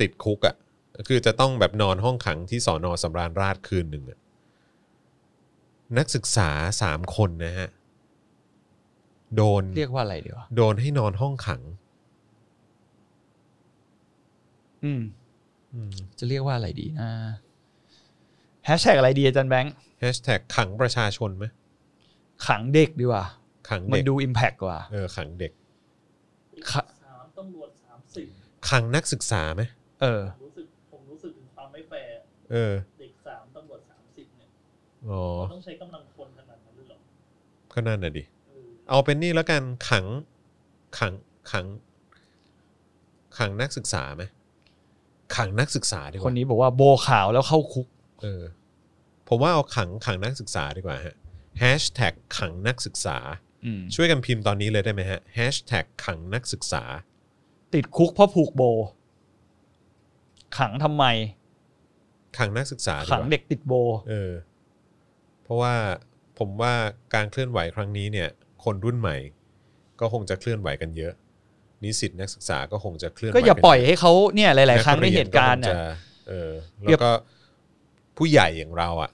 S1: ติดคุกอ่ะ คือจะต้องแบบนอนห้องขังที่สอนอสำราญราษฎร์คืนหนึ่งอะ นักศึกษาสามคนนะฮะ โดน
S2: เรียกว่าอะไรดีวะ
S1: โดนให้นอนห้องขัง
S2: อืม
S1: อืม
S2: จะเรียกว่าอะไรดีนะแฮชแท็กอะไรดีอาจารย์แบงค์
S1: แฮชแท็กขังประชาชนไหม
S2: ขังเด็กดีกว่า
S1: ขัง
S2: มัน
S1: เด็ก
S2: ดู Impact กว่า
S1: เออขังเด็ก
S2: ค่ะ
S3: สามตำรวจสามสิบ
S1: ขังนักศึกษาไหม
S2: เออ
S3: รู้สึกผมรู้สึกถึงความไม่แฟร์
S1: เออ
S3: เด็กสามตำรวจสามสิบเนี่ย
S1: อ๋อ
S3: เขาต้องใช้กำลังคนขนาดนั้นด้วยเหรอ
S1: ก็นั่นน่ะดิ
S3: เออ
S1: เอาเป็นนี่แล้วกันขังขังขัง ขังนักศึกษาไหมขังนักศึกษาดีก
S2: ค
S1: ว่าน
S2: นี้บอกว่าโบขาวแล้วเข้าคุก
S1: เออ ผมว่าเอาขังขังนักศึกษาดีกว่าฮะแฮชแท็กขังนักศึกษา
S2: อืม
S1: ช่วยกันพิมพ์ตอนนี้เลยได้ไหมฮะแฮชแท็กขังนักศึกษา
S2: ติดคุกเพราะผูกโบ ขังทำไม
S1: ขังนักศึกษาดี
S2: ขัง
S1: ว่า
S2: เด็กติดโบ
S1: เออ เพราะว่าผมว่าการเคลื่อนไหวครั้งนี้เนี่ย คนรุ่นใหม่ ก็คงจะเคลื่อนไหวกันเยอะ นิสิตนักศึกษาก็คงจะเคลื่อนไหว
S2: ก็
S1: น
S2: อย่าปล่อยให้เขาเนี่ย หลาย ๆ ครั้งใน
S1: กย
S2: เหตุการณ์
S1: คง
S2: น่ะ
S1: จะเออ
S2: เปรี
S1: แล้
S2: ยบ
S1: วก็ผู้ใหญ่อย่างเราอ่ะ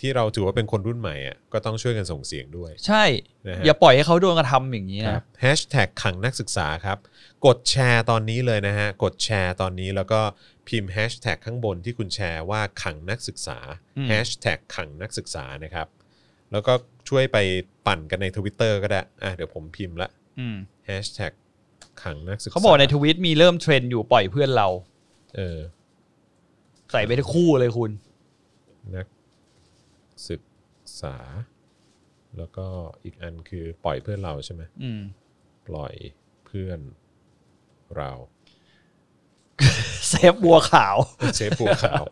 S1: ที่เราถือว่าเป็นคนรุ่นใหม่อ่ะก็ต้องช่วยกันส่งเสียงด้วย
S2: ใช่
S1: นะฮะ
S2: อย่าปล่อยให้เขาโดนกระทำอย่างนี้
S1: ครั
S2: นะ
S1: บแฮชแท็กขังนักศึกษาครับ กดแชร์ตอนนี้เลยนะฮะ กดแชร์ตอนนี้แล้วก็พิมพ์แฮชแท็กข้างบนที่คุณแชร์ว่าขังนักศึกษาแฮชแท็กขังนักศึกษานะครับ แล้วก็ช่วยไปปั่นกันในทวิตเตอร์ก็ได้อ่ะเดี๋ยวผมพิมพ์ละ
S2: อืม
S1: แฮชแท็กขังนักศึกษา
S2: เขาบอกในทวิตมีเริ่มเทรนด์อยู่ปล่อยเพื่อนเรา
S1: เออ
S2: ใส่ไปทั้งคู่เลยคุณ
S1: นักศึกษา แล้วก็อีกอันคือปล่อยเพื่อนเราใช่ไหม
S2: อืม
S1: ปล่อยเพื่อนเรา
S2: เซฟบัวขาว
S1: เซฟปูขาว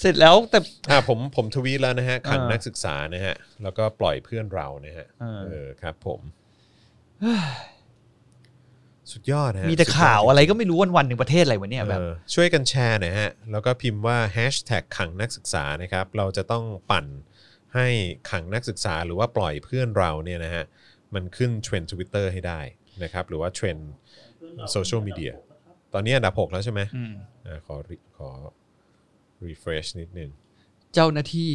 S2: เสร็จแล้วแต่
S1: อ่ะผมผมทวีตแล้วนะฮะขัง
S2: อ่านั
S1: นักศึกษานะฮะ แล้วก็ปล่อยเพื่อนเรานะฮะ
S2: อ่า
S1: เออครับผม (sighs) สุดยอดนะฮะ
S2: มีแต่
S1: สุดยด
S2: ข่าวอะไรก็ไม่รู้วันวันๆหนึ่งประเทศอะไรวะเนี่ยแบบ
S1: เออช่วยกันแชร์หนะฮะ แล้วก็พิมพ์ว่าแฮชแท็กขังนักศึกษานะครับ เราจะต้องปั่นให้ขังนักศึกษาหรือว่าปล่อยเพื่อนเราเนี่ยนะฮะ มันขึ้นเทรนด์ทวิตเตอร์ให้ได้นะครับ หรือว่าเทรนด์
S3: เพื่อนเรา
S1: โซเชียลมีเดีย
S3: ผมนะครับ
S1: ตอนนี้อันดับ 6 แล้วใช่ไหม
S2: อืม
S1: อ่าขอ re- ขอ refresh นิดนึง
S2: เจ้าหน้าที่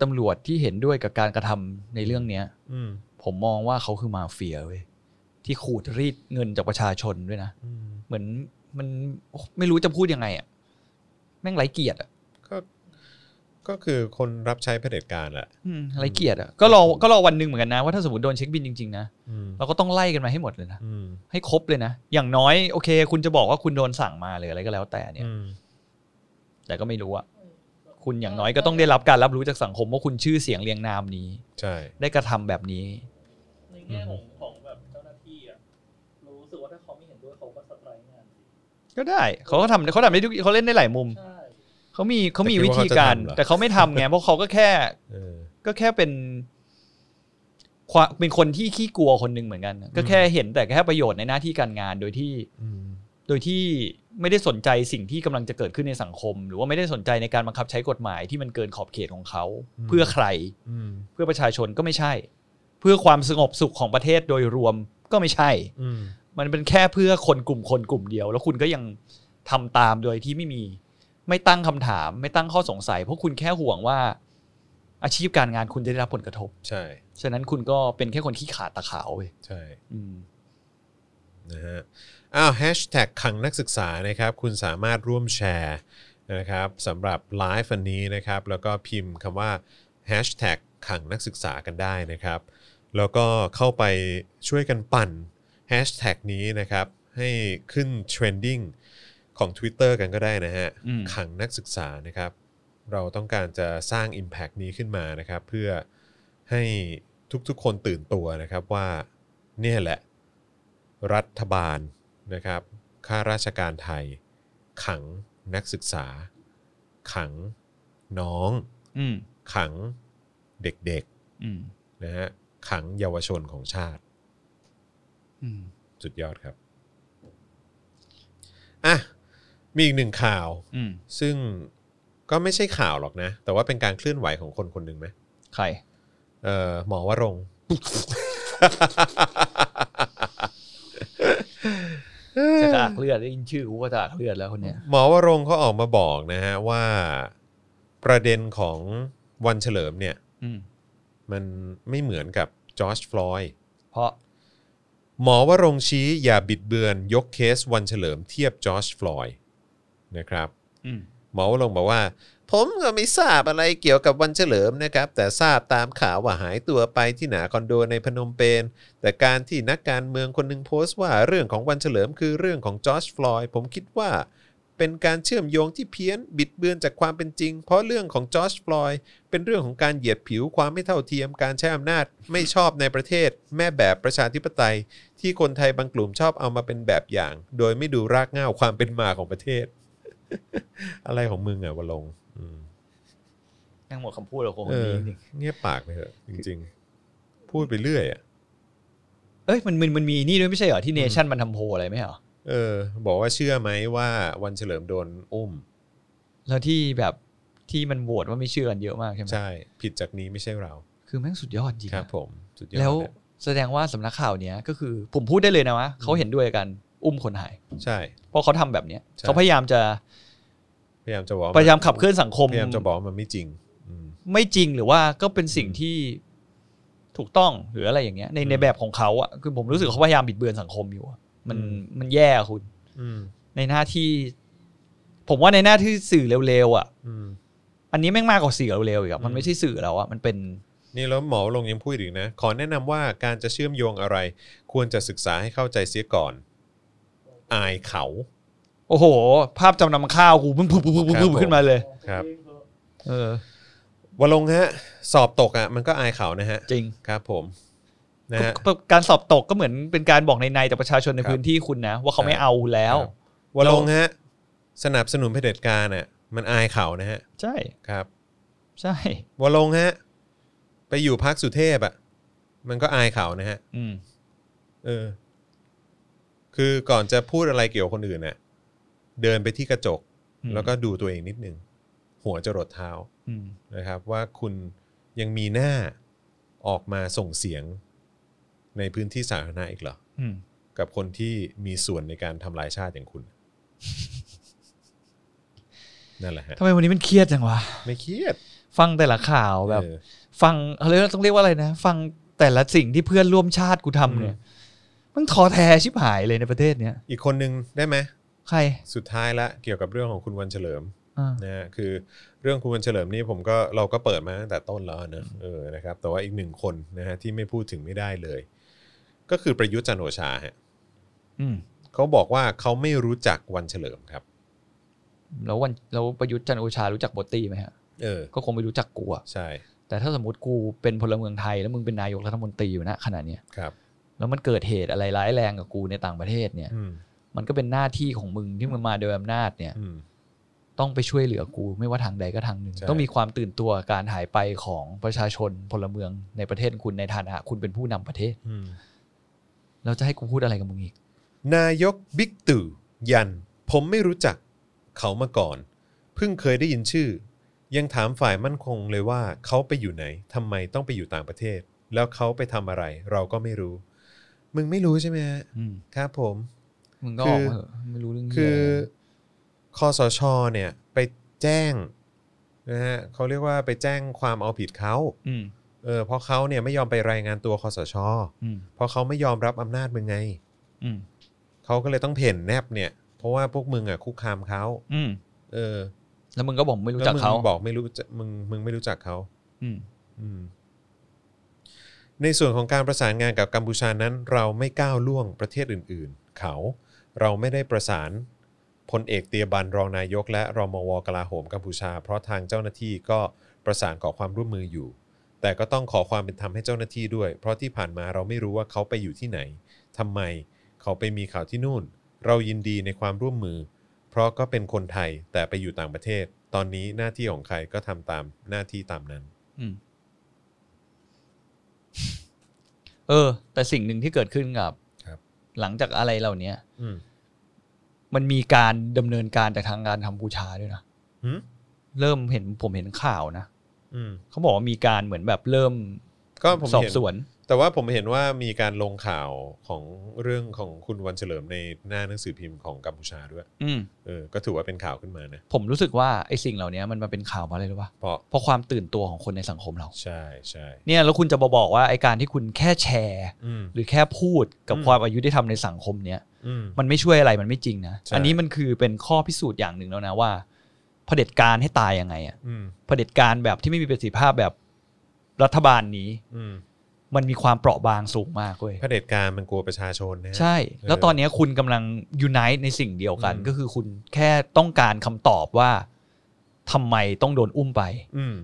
S2: ตำรวจที่เห็นด้วยกับการกระทำในเรื่องเนี้ย
S1: อืม
S2: ผมมองว่าเขาคือมาเฟียเว้ยที่ขูดรีดเงินจากประชาชนด้วยนะ
S1: อืม
S2: เหมือน มันโอ้ไม่รู้จะพูดยังไงอ่ะแม่งไร้เกียรติอ่ะ
S1: ก็ก็คือคนรับใช้เผด็จการแหละ
S2: อืมไร้เกียรติอ่ะก็รอก็รอวันหนึ่งเหมือนกันนะว่าถ้าสมมติโดนเช็คบินจริงๆนะ
S1: อืม
S2: เราก็ต้องไล่กันมาให้หมดเลยนะ
S1: อืม
S2: ให้ครบเลยนะอย่างน้อยโอเค คุณจะบอกว่าคุณโดนสั่งมาหรืออะไรก็แล้วแต่เนี่ย
S1: อืม
S2: แต่ก็ไม่รู้อะคุณอย่างน้อยก็ต้องได้รับการรับรู้จากสังคมว่าคุณชื่อเสียงเรียงนามนี้
S1: ใช่
S2: ได้กระทำแบบนี้
S3: ในแง่ของของแบบเจ้าหน้าที่อ่ะรู้สึกว่าถ้าเขาไม่เห็นด้วยเขาก็สไตร์งานสิ
S2: ก็ได้ เขาก็ทำเขาทำได้ทุกเขาเล่นได้หลายมุม
S3: ใช่
S2: เขามีเขามี
S1: แต่คิ
S2: วิ
S1: ดว่า
S2: ธี
S1: เขาจะ
S2: การ
S1: ทำเหรอ
S2: แต่เขาไม่ทำไงเพราะเขาก็แค่
S1: เออ
S2: ก็แค่เป็นความเป็นคนที่ขี้กลัวคนหนึ่งเหมือนกัน ก็แค่เห็นแต่แค่ประโยชน์ในหน้าที่การงานโดยที่
S1: อืม
S2: โดยที่ไม่ได้สนใจสิ่งที่กำลังจะเกิดขึ้นในสังคม หรือว่าไม่ได้สนใจในการบังคับใช้กฎหมายที่มันเกินขอบเขตของเขา เพื่อใคร
S1: อืม
S2: เพื่อประชาชนก็ไม่ใช่ เพื่อความสงบสุขของประเทศโดยรวมก็ไม่ใช่
S1: อืม
S2: มันเป็นแค่เพื่อคนกลุ่มคนกลุ่มเดียว แล้วคุณก็ยังทำตามโดยที่ไม่มี ไม่ตั้งคำถาม ไม่ตั้งข้อสงสัย เพราะคุณแค่ห่วงว่า อาชีพการงานคุณจะได้รับผลกระทบ
S1: ใช่
S2: ฉะนั้นคุณก็เป็นแค่คนขี้ขลาดตาขาวเว้ย
S1: ใช่
S2: อืม
S1: นะฮะอ้าวแฮชแท็กขังนักศึกษานะครับ คุณสามารถร่วมแชร์นะครับสำหรับไลฟ์วันนี้นะครับ แล้วก็พิมพ์คำว่าแฮชแท็กขังนักศึกษากันได้นะครับ แล้วก็เข้าไปช่วยกันปั่นแฮชแท็กนี้นะครับ ให้ขึ้นเทรนดิ้งของ Twitter กันก็ได้นะฮะ
S2: อืม
S1: ขังนักศึกษานะครับ เราต้องการจะสร้าง Impact นี้ขึ้นมานะครับ เพื่อให้ทุกๆคนตื่นตัวนะครับว่าเนี่ยแหละ รัฐบาลนะครับข้าราชการไทย ขังนักศึกษา ขังน้อง
S2: อืม
S1: ขังเด็ก
S2: อืม
S1: ๆนะฮะขังเยาวชนของชาติ
S2: อืม
S1: สุดยอดครับ อ่ะ มีอีกหนึ่งข่าว
S2: อืม
S1: ซึ่งก็ไม่ใช่ข่าวหรอกนะ แต่ว่าเป็นการเคลื่อนไหวของคนคนหนึ่งไหม
S2: ใคร
S1: เอ่อหมอวรงค์ (laughs)
S2: จะกากเลือดได้ยินชื่อกูก็จะกากเลือดแล้วคนเนี้ย
S1: หมอวรงค์เขาออกมาบอกนะฮะว่าประเด็นของวันเฉลิมเนี่ย
S2: อืม
S1: มันไม่เหมือนกับจอร์จฟลอยด์
S2: เพราะ
S1: หมอวรงค์ชี้อย่าบิดเบือน ยกเคสวันเฉลิมเทียบจอร์จฟลอยด์นะครับ
S2: อืม
S1: หมอวรงค์บอกว่า ผมก็ไม่ทราบอะไรเกี่ยวกับวันเฉลิมนะครับ แต่ทราบตามข่าวว่าหายตัวไปที่หนาคอนโดในพนมเปญแต่การที่นักการเมืองคนหนึงโพสต์ว่าเรื่องของวันเฉลิมคือเรื่องของจอร์จฟลอยด์ผมคิดว่า เป็นการเชื่อมโยงที่เพี้ยนบิดเบือนจากความเป็นจริง เพราะเรื่องของจอร์จฟลอยด์เป็นเรื่องของการเหยียดผิวความไม่เท่าเทียมการใช้อำนาจไม่ชอบในประเทศ แม่แบบประชาธิปไตย ที่คนไทยบางกลุ่มชอบเอามาเป็นแบบอย่าง โดยไม่ดูรากเหง้าความเป็นมาของประเทศ อะไรของมึงอ่ะวะลงค์อืม
S2: นั่งหมดคำพูดเราคน
S1: เอ
S2: นี้
S1: อ
S2: จริง
S1: เงียบปากไปเถอะจริงๆ พูดไปเรื่อยอ่ะ
S2: เอ้ยมันมันมันมีนี่ด้วยไม่ใช่เหรอที่เนชั่นมันทำโพลอะไรไหมเหรอ
S1: เออ บอกว่าเชื่อไหมว่าวันเฉลิมโดนอุ้ม
S2: แล้วที่แบบที่มันโหวตว่าไม่เชื่อกันเยอะมากใช่ไหม
S1: ใช่ ผิดจากนี้ไม่ใช่เรา
S2: คือแม่งสุดยอดจริง
S1: ครับ
S2: อะ
S1: ผม สุดยอด
S2: แล้ว
S1: นะ
S2: แสดงว่าสำนักข่าวเนี้ยก็คือผมพูดได้เลยนะว่าเขาเห็นด้วยกันอุ้มคนหาย
S1: ใช่
S2: เพราะเขาทำแบบเนี้ย
S1: ใช่
S2: เขาพยายามจะ
S1: พยายามจะบอกว่
S2: พยายามขับเคลื่อนสังคม
S1: พยายามจะบอกว่ามันไม่จริง อืม
S2: ไม่จริงหรือว่าก็เป็นสิ่งที่ถูกต้องหรืออะไรอย่างเงี้ยในในแบบของเขาอ่ะคือผมรู้สึกเขาพยายามบิดเบือนสังคมอยู่อะมัน
S1: อืม
S2: มันแย่อะคุณ
S1: อืม
S2: ในหน้าที่ ผมว่าในหน้าที่สื่อเร็วๆอ่ะ
S1: อืม
S2: อันนี้แม่งมากกว่าสื่อเร็วๆอีกอะมั
S1: อื
S2: น
S1: ม
S2: ไม่ใช่สื่อแล้วอ่ะมันเป็น
S1: นี่แล้วหมอลงยังพูดอีกนะ ขอแนะนำว่าการจะเชื่อมโยงอะไร ควรจะศึกษาให้เข้าใจเสียก่อน อายเขา
S2: โอ้โห ภาพจำนำข้าวกูมันพุ่งพุ่งพุ่งพุ่งขึ้นมาเลย
S1: ครับ
S2: เออ
S1: วลงค์ฮะ สอบตกอ่ะมันก็อายเขานะฮะ
S2: จริง
S1: ครับผมนะฮะ
S2: การสอบตกก็เหมือนเป็นการบอกในในๆแต่ประชาชนใน
S1: ครับ
S2: พื้นที่คุณนะ ว่าเขาไม่
S1: ครับ
S2: เอาแล้ว
S1: วลงค์ฮะ สนับสนุนเผด็จการน่ะมันอายเขานะฮะ
S2: ใช่
S1: ครับ
S2: ใช่
S1: วลงค์ฮะ ไปอยู่พักสุเทพอ่ะมันก็อายเขานะฮะ
S2: อืม
S1: เออ คือก่อนจะพูดอะไรเกี่ยวกับคนอื่นน่ะเดินไปที่กระจก
S2: อืม
S1: แล้วก็ดูตัวเองนิดนึง หัวจะรดเท้า
S2: อืม
S1: นะครับ ว่าคุณยังมีหน้าออกมาส่งเสียงในพื้นที่สาธารณะอีกเหรอ
S2: อืม
S1: กับคนที่มีส่วนในการทำลายชาติอย่างคุณ (laughs) นั่นแหละฮะ
S2: ทำไมวันนี้มันเครียดจังวะ
S1: ไม่เครียด
S2: ฟังแต่ละข่าวแบบ
S1: เออ
S2: ฟังเขาเรียกว่าต้องเรียกว่าอะไรนะ ฟังแต่ละสิ่งที่เพื่อนร่วมชาติกูทำเนี่ย มันท้อแท้ชิบหายเลยในประเทศเนี้ย
S1: อีกคนนึงได้ไหม
S2: ใคร
S1: สุดท้ายละเกี่ยวกับเรื่องของคุณวันเฉลิม
S2: อ่า
S1: นะฮะคือเรื่องคุณวันเฉลิมนี่ผมก็เราก็เปิดมาตั้งแต่ต้นแล้วนะเออนะครับแต่ว่าอีกหนึ่งคนนะฮะที่ไม่พูดถึงไม่ได้เลย ก็คือประยุทธ์จันทร์โอชาฮะ
S2: อืม
S1: เขาบอกว่าเขาไม่รู้จักวันเฉลิมครับ
S2: แล้ววันแล้วประยุทธ์จันทร์โอชารู้จักโบตี้ไหมฮะ
S1: เออ
S2: ก็คงไม่รู้จักกูอะ
S1: ใช่
S2: แต่ถ้าสมมติกูเป็นพลเมืองไทยแล้วมึงเป็นนายกรัฐมนตรีอยู่นะขนาดเนี้ย
S1: ครับ
S2: แล้วมันเกิดเหตุอะไรร้ายแรงกับกูในต่างประเทศเนี่ย
S1: อืม
S2: มันก็เป็นหน้าที่ของมึงที่มึงมาโดยอำนาจเนี่ย
S1: อืม
S2: ต้องไปช่วยเหลือกูไม่ว่าทางใดก็ทางหนึ่ง
S1: ใช่
S2: ต้องมีความตื่นตัวการหายไปของประชาชนพลเมืองในประเทศคุณในฐานะคุณเป็นผู้นำประเทศ
S1: อืม
S2: แล้วจะให้กูพูดอะไรกับมึงอีก
S1: นายกบิ๊กตู่ยัน ผมไม่รู้จักเขามาก่อน เพิ่งเคยได้ยินชื่อ ยังถามฝ่ายมั่นคงเลยว่าเขาไปอยู่ไหนทำไมต้องไปอยู่ต่างประเทศ แล้วเขาไปทำอะไร เราก็ไม่รู้ มึงไม่รู้ใช่ไหมฮะ
S2: อืม
S1: ครับผม
S2: มึงก็
S1: คือ อ
S2: อกมาเถอะไม่รู้เรื่องเหี้ย
S1: คือ
S2: เลย
S1: คอสชเนี่ยไปแจ้งนะฮะเขาเรียกว่าไปแจ้งความเอาผิดเขา
S2: อืม
S1: เออเพราะเขาเนี่ยไม่ยอมไปรายงานตัวคอสช
S2: อืม
S1: เพราะเขาไม่ยอมรับอำนาจมึงไง
S2: อืม
S1: เขาก็เลยต้องเพ่นแนบเนี่ย เพราะว่าพวกมึงอ่ะคุกคามเขา
S2: อืม
S1: เออ
S2: แล้วมึงก็บอกไม่รู้จัก
S1: แล้ว
S2: เขา
S1: มึงบอกไม่รู้จะมึงมึงไม่รู้จักเขา
S2: อืม
S1: อืมในส่วนของการประสานงานกับกัมพูชานั้น เราไม่ก้าวล่วงประเทศอื่น ๆ เขาเราไม่ได้ประสานพลเอกเตียบันรองนายก และรมวกลาโหมกัมพูชา เพราะทางเจ้าหน้าที่ก็ประสานขอความร่วมมืออยู่ แต่ก็ต้องขอความเป็นธรรมให้เจ้าหน้าที่ด้วย เพราะที่ผ่านมาเราไม่รู้ว่าเขาไปอยู่ที่ไหนทำไมเขาไปมีข่าวที่นู่น เรายินดีในความร่วมมือ เพราะก็เป็นคนไทยแต่ไปอยู่ต่างประเทศ ตอนนี้หน้าที่ของใครก็ทำตามหน้าที่ตามนั้น
S2: อืม เออ แต่สิ่งหนึ่งที่เกิดขึ้นกับ
S1: ครับ
S2: หลังจากอะไรเหล่าเนี้ย
S1: อืม
S2: มันมีการดำเนินการจากทางการกัมพูชาด้วยนะ
S1: หืม
S2: เริ่มเห็นผมเห็นข่าวนะ
S1: อืม
S2: เขาบอกว่ามีการเหมือนแบบเริ่ม
S1: ก็ผม
S2: สอบ
S1: เห็น
S2: สวน
S1: แต่ว่าผมเห็นว่ามีการลงข่าวของเรื่องของคุณวันเฉลิมในหน้าหนังสือพิมพ์ของกัมพูชาด้วย
S2: อืม
S1: เออก็ถือว่าเป็นข่าวขึ้นมานะ
S2: ผมรู้สึกว่าไอ้สิ่งเหล่าเนี้ยมันมาเป็นข่าวเพราะอะไรรู้ป่ะ
S1: เพราะ
S2: เพราะความตื่นตัวของคนในสังคมเรา
S1: ใช่ใช่
S2: เนี่ยแล้วคุณจะมาบอกว่าไอ้การที่คุณแค่แชร์
S1: อืม
S2: หรือแค่พูดกับ
S1: อืม
S2: ความอายุที่ทำในสังคมเนี้ย
S1: อืม
S2: มันไม่ช่วยอะไรมันไม่จริงนะ
S1: ใช่
S2: อันนี้มันคือเป็นข้อพิสูจน์อย่างหนึ่งแล้วนะว่าเผด็จการให้ตายยังไงอะ
S1: อืม
S2: เผด็จการแบบที่ไม่มีประสิทธิภาพแบบรัฐบาลนี้
S1: อืม
S2: มันมีความเปราะบางสูงมากเว้ย
S1: เผด็จการมันกลัวประชาชนนะ
S2: ใช่ แล้วตอนเนี้ยคุณกำลังยูไนต์ในสิ่งเดียวกัน
S1: อืม
S2: ก็คือคุณแค่ต้องการคำตอบว่าทำไมต้องโดนอุ้มไป
S1: อืม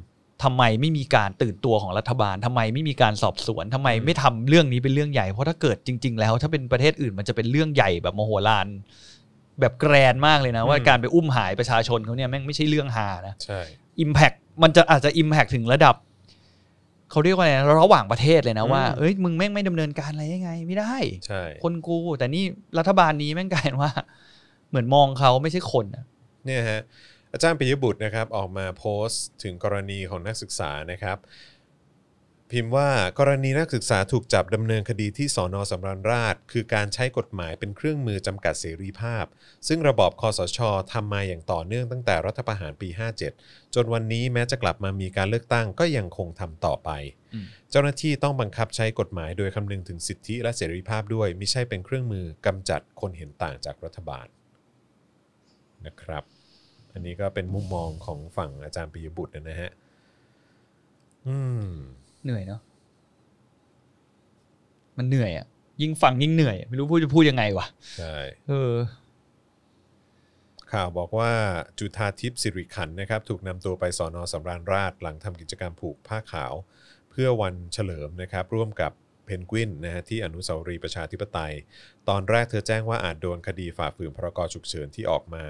S2: ทำไมไม่มีการตื่นตัวของรัฐบาลทำไมไม่มีการสอบสวนทำไม
S1: อืม
S2: ไม่ทำเรื่องนี้เป็นเรื่องใหญ่เพราะถ้าเกิดจริง ๆ แล้ว ถ้าเป็นประเทศอื่นมันจะเป็นเรื่องใหญ่แบบมโหฬารแบบแกรนมากเลยนะ ว่าการไปอุ้มหายประชาชนเขาเนี่ยแม่งไม่ใช่เรื่องหานะ
S1: ใช่
S2: อิมแพกมันจะอาจจะอิมแพกถึงระดับ เขาเรียกว่าอะไรนะระหว่างประเทศเลยนะว่า เอ้ยมึงแม่งไม่ดำเนินการอะไรยังไง ไม่ได้
S1: ใช่
S2: คนกู แต่นี่รัฐบาลนี้แม่งกลายเป็นว่า เหมือนมองเขาไม่ใช่คนอะ
S1: เนี่ยฮะอาจารย์ปิยบุตรนะครับ ออกมาโพสต์ถึงกรณีของนักศึกษานะครับ พิมพ์ว่ากรณีนักศึกษาถูกจับดำเนินคดีที่สอนอสำราญราช คือการใช้กฎหมายเป็นเครื่องมือจำกัดเสรีภาพ ซึ่งระบอบคอสชทำมาอย่างต่อเนื่องตั้งแต่รัฐประหารปี 57 จนวันนี้แม้จะกลับมามีการเลือกตั้งก็ยังคงทำต่อไป เจ้าหน้าที่ต้องบังคับใช้กฎหมายโดยคำนึงถึงสิทธิและเสรีภาพด้วยมิใช่เป็นเครื่องมือกำจัดคนเห็นต่างจากรัฐบาลนะครับ อันนี้ก็เป็นมุมมองของฝั่งอาจารย์ปิยบุตรนะฮะอืม
S2: เหนื่อยเนาะมันเหนื่อยอะยิ่งฟังยิ่งเหนื่อย ไม่รู้พูดจะพูดยังไงวะ
S1: ใช่
S2: เออ
S1: ข่าวบอกว่าจุธาทิพย์สิริขันธ์นะครับ ถูกนำตัวไปสอนอสำราญราชหลังทำกิจกรรมผูกผ้าขาว เพื่อวันเฉลิมนะครับ ร่วมกับเพนกวินนะฮะที่อนุสาวรีย์ประชาธิปไตย ตอนแรกเธอแจ้งว่าอาจโดนคดีฝ่าฝืนพรกฉุกเฉินที่ออกมา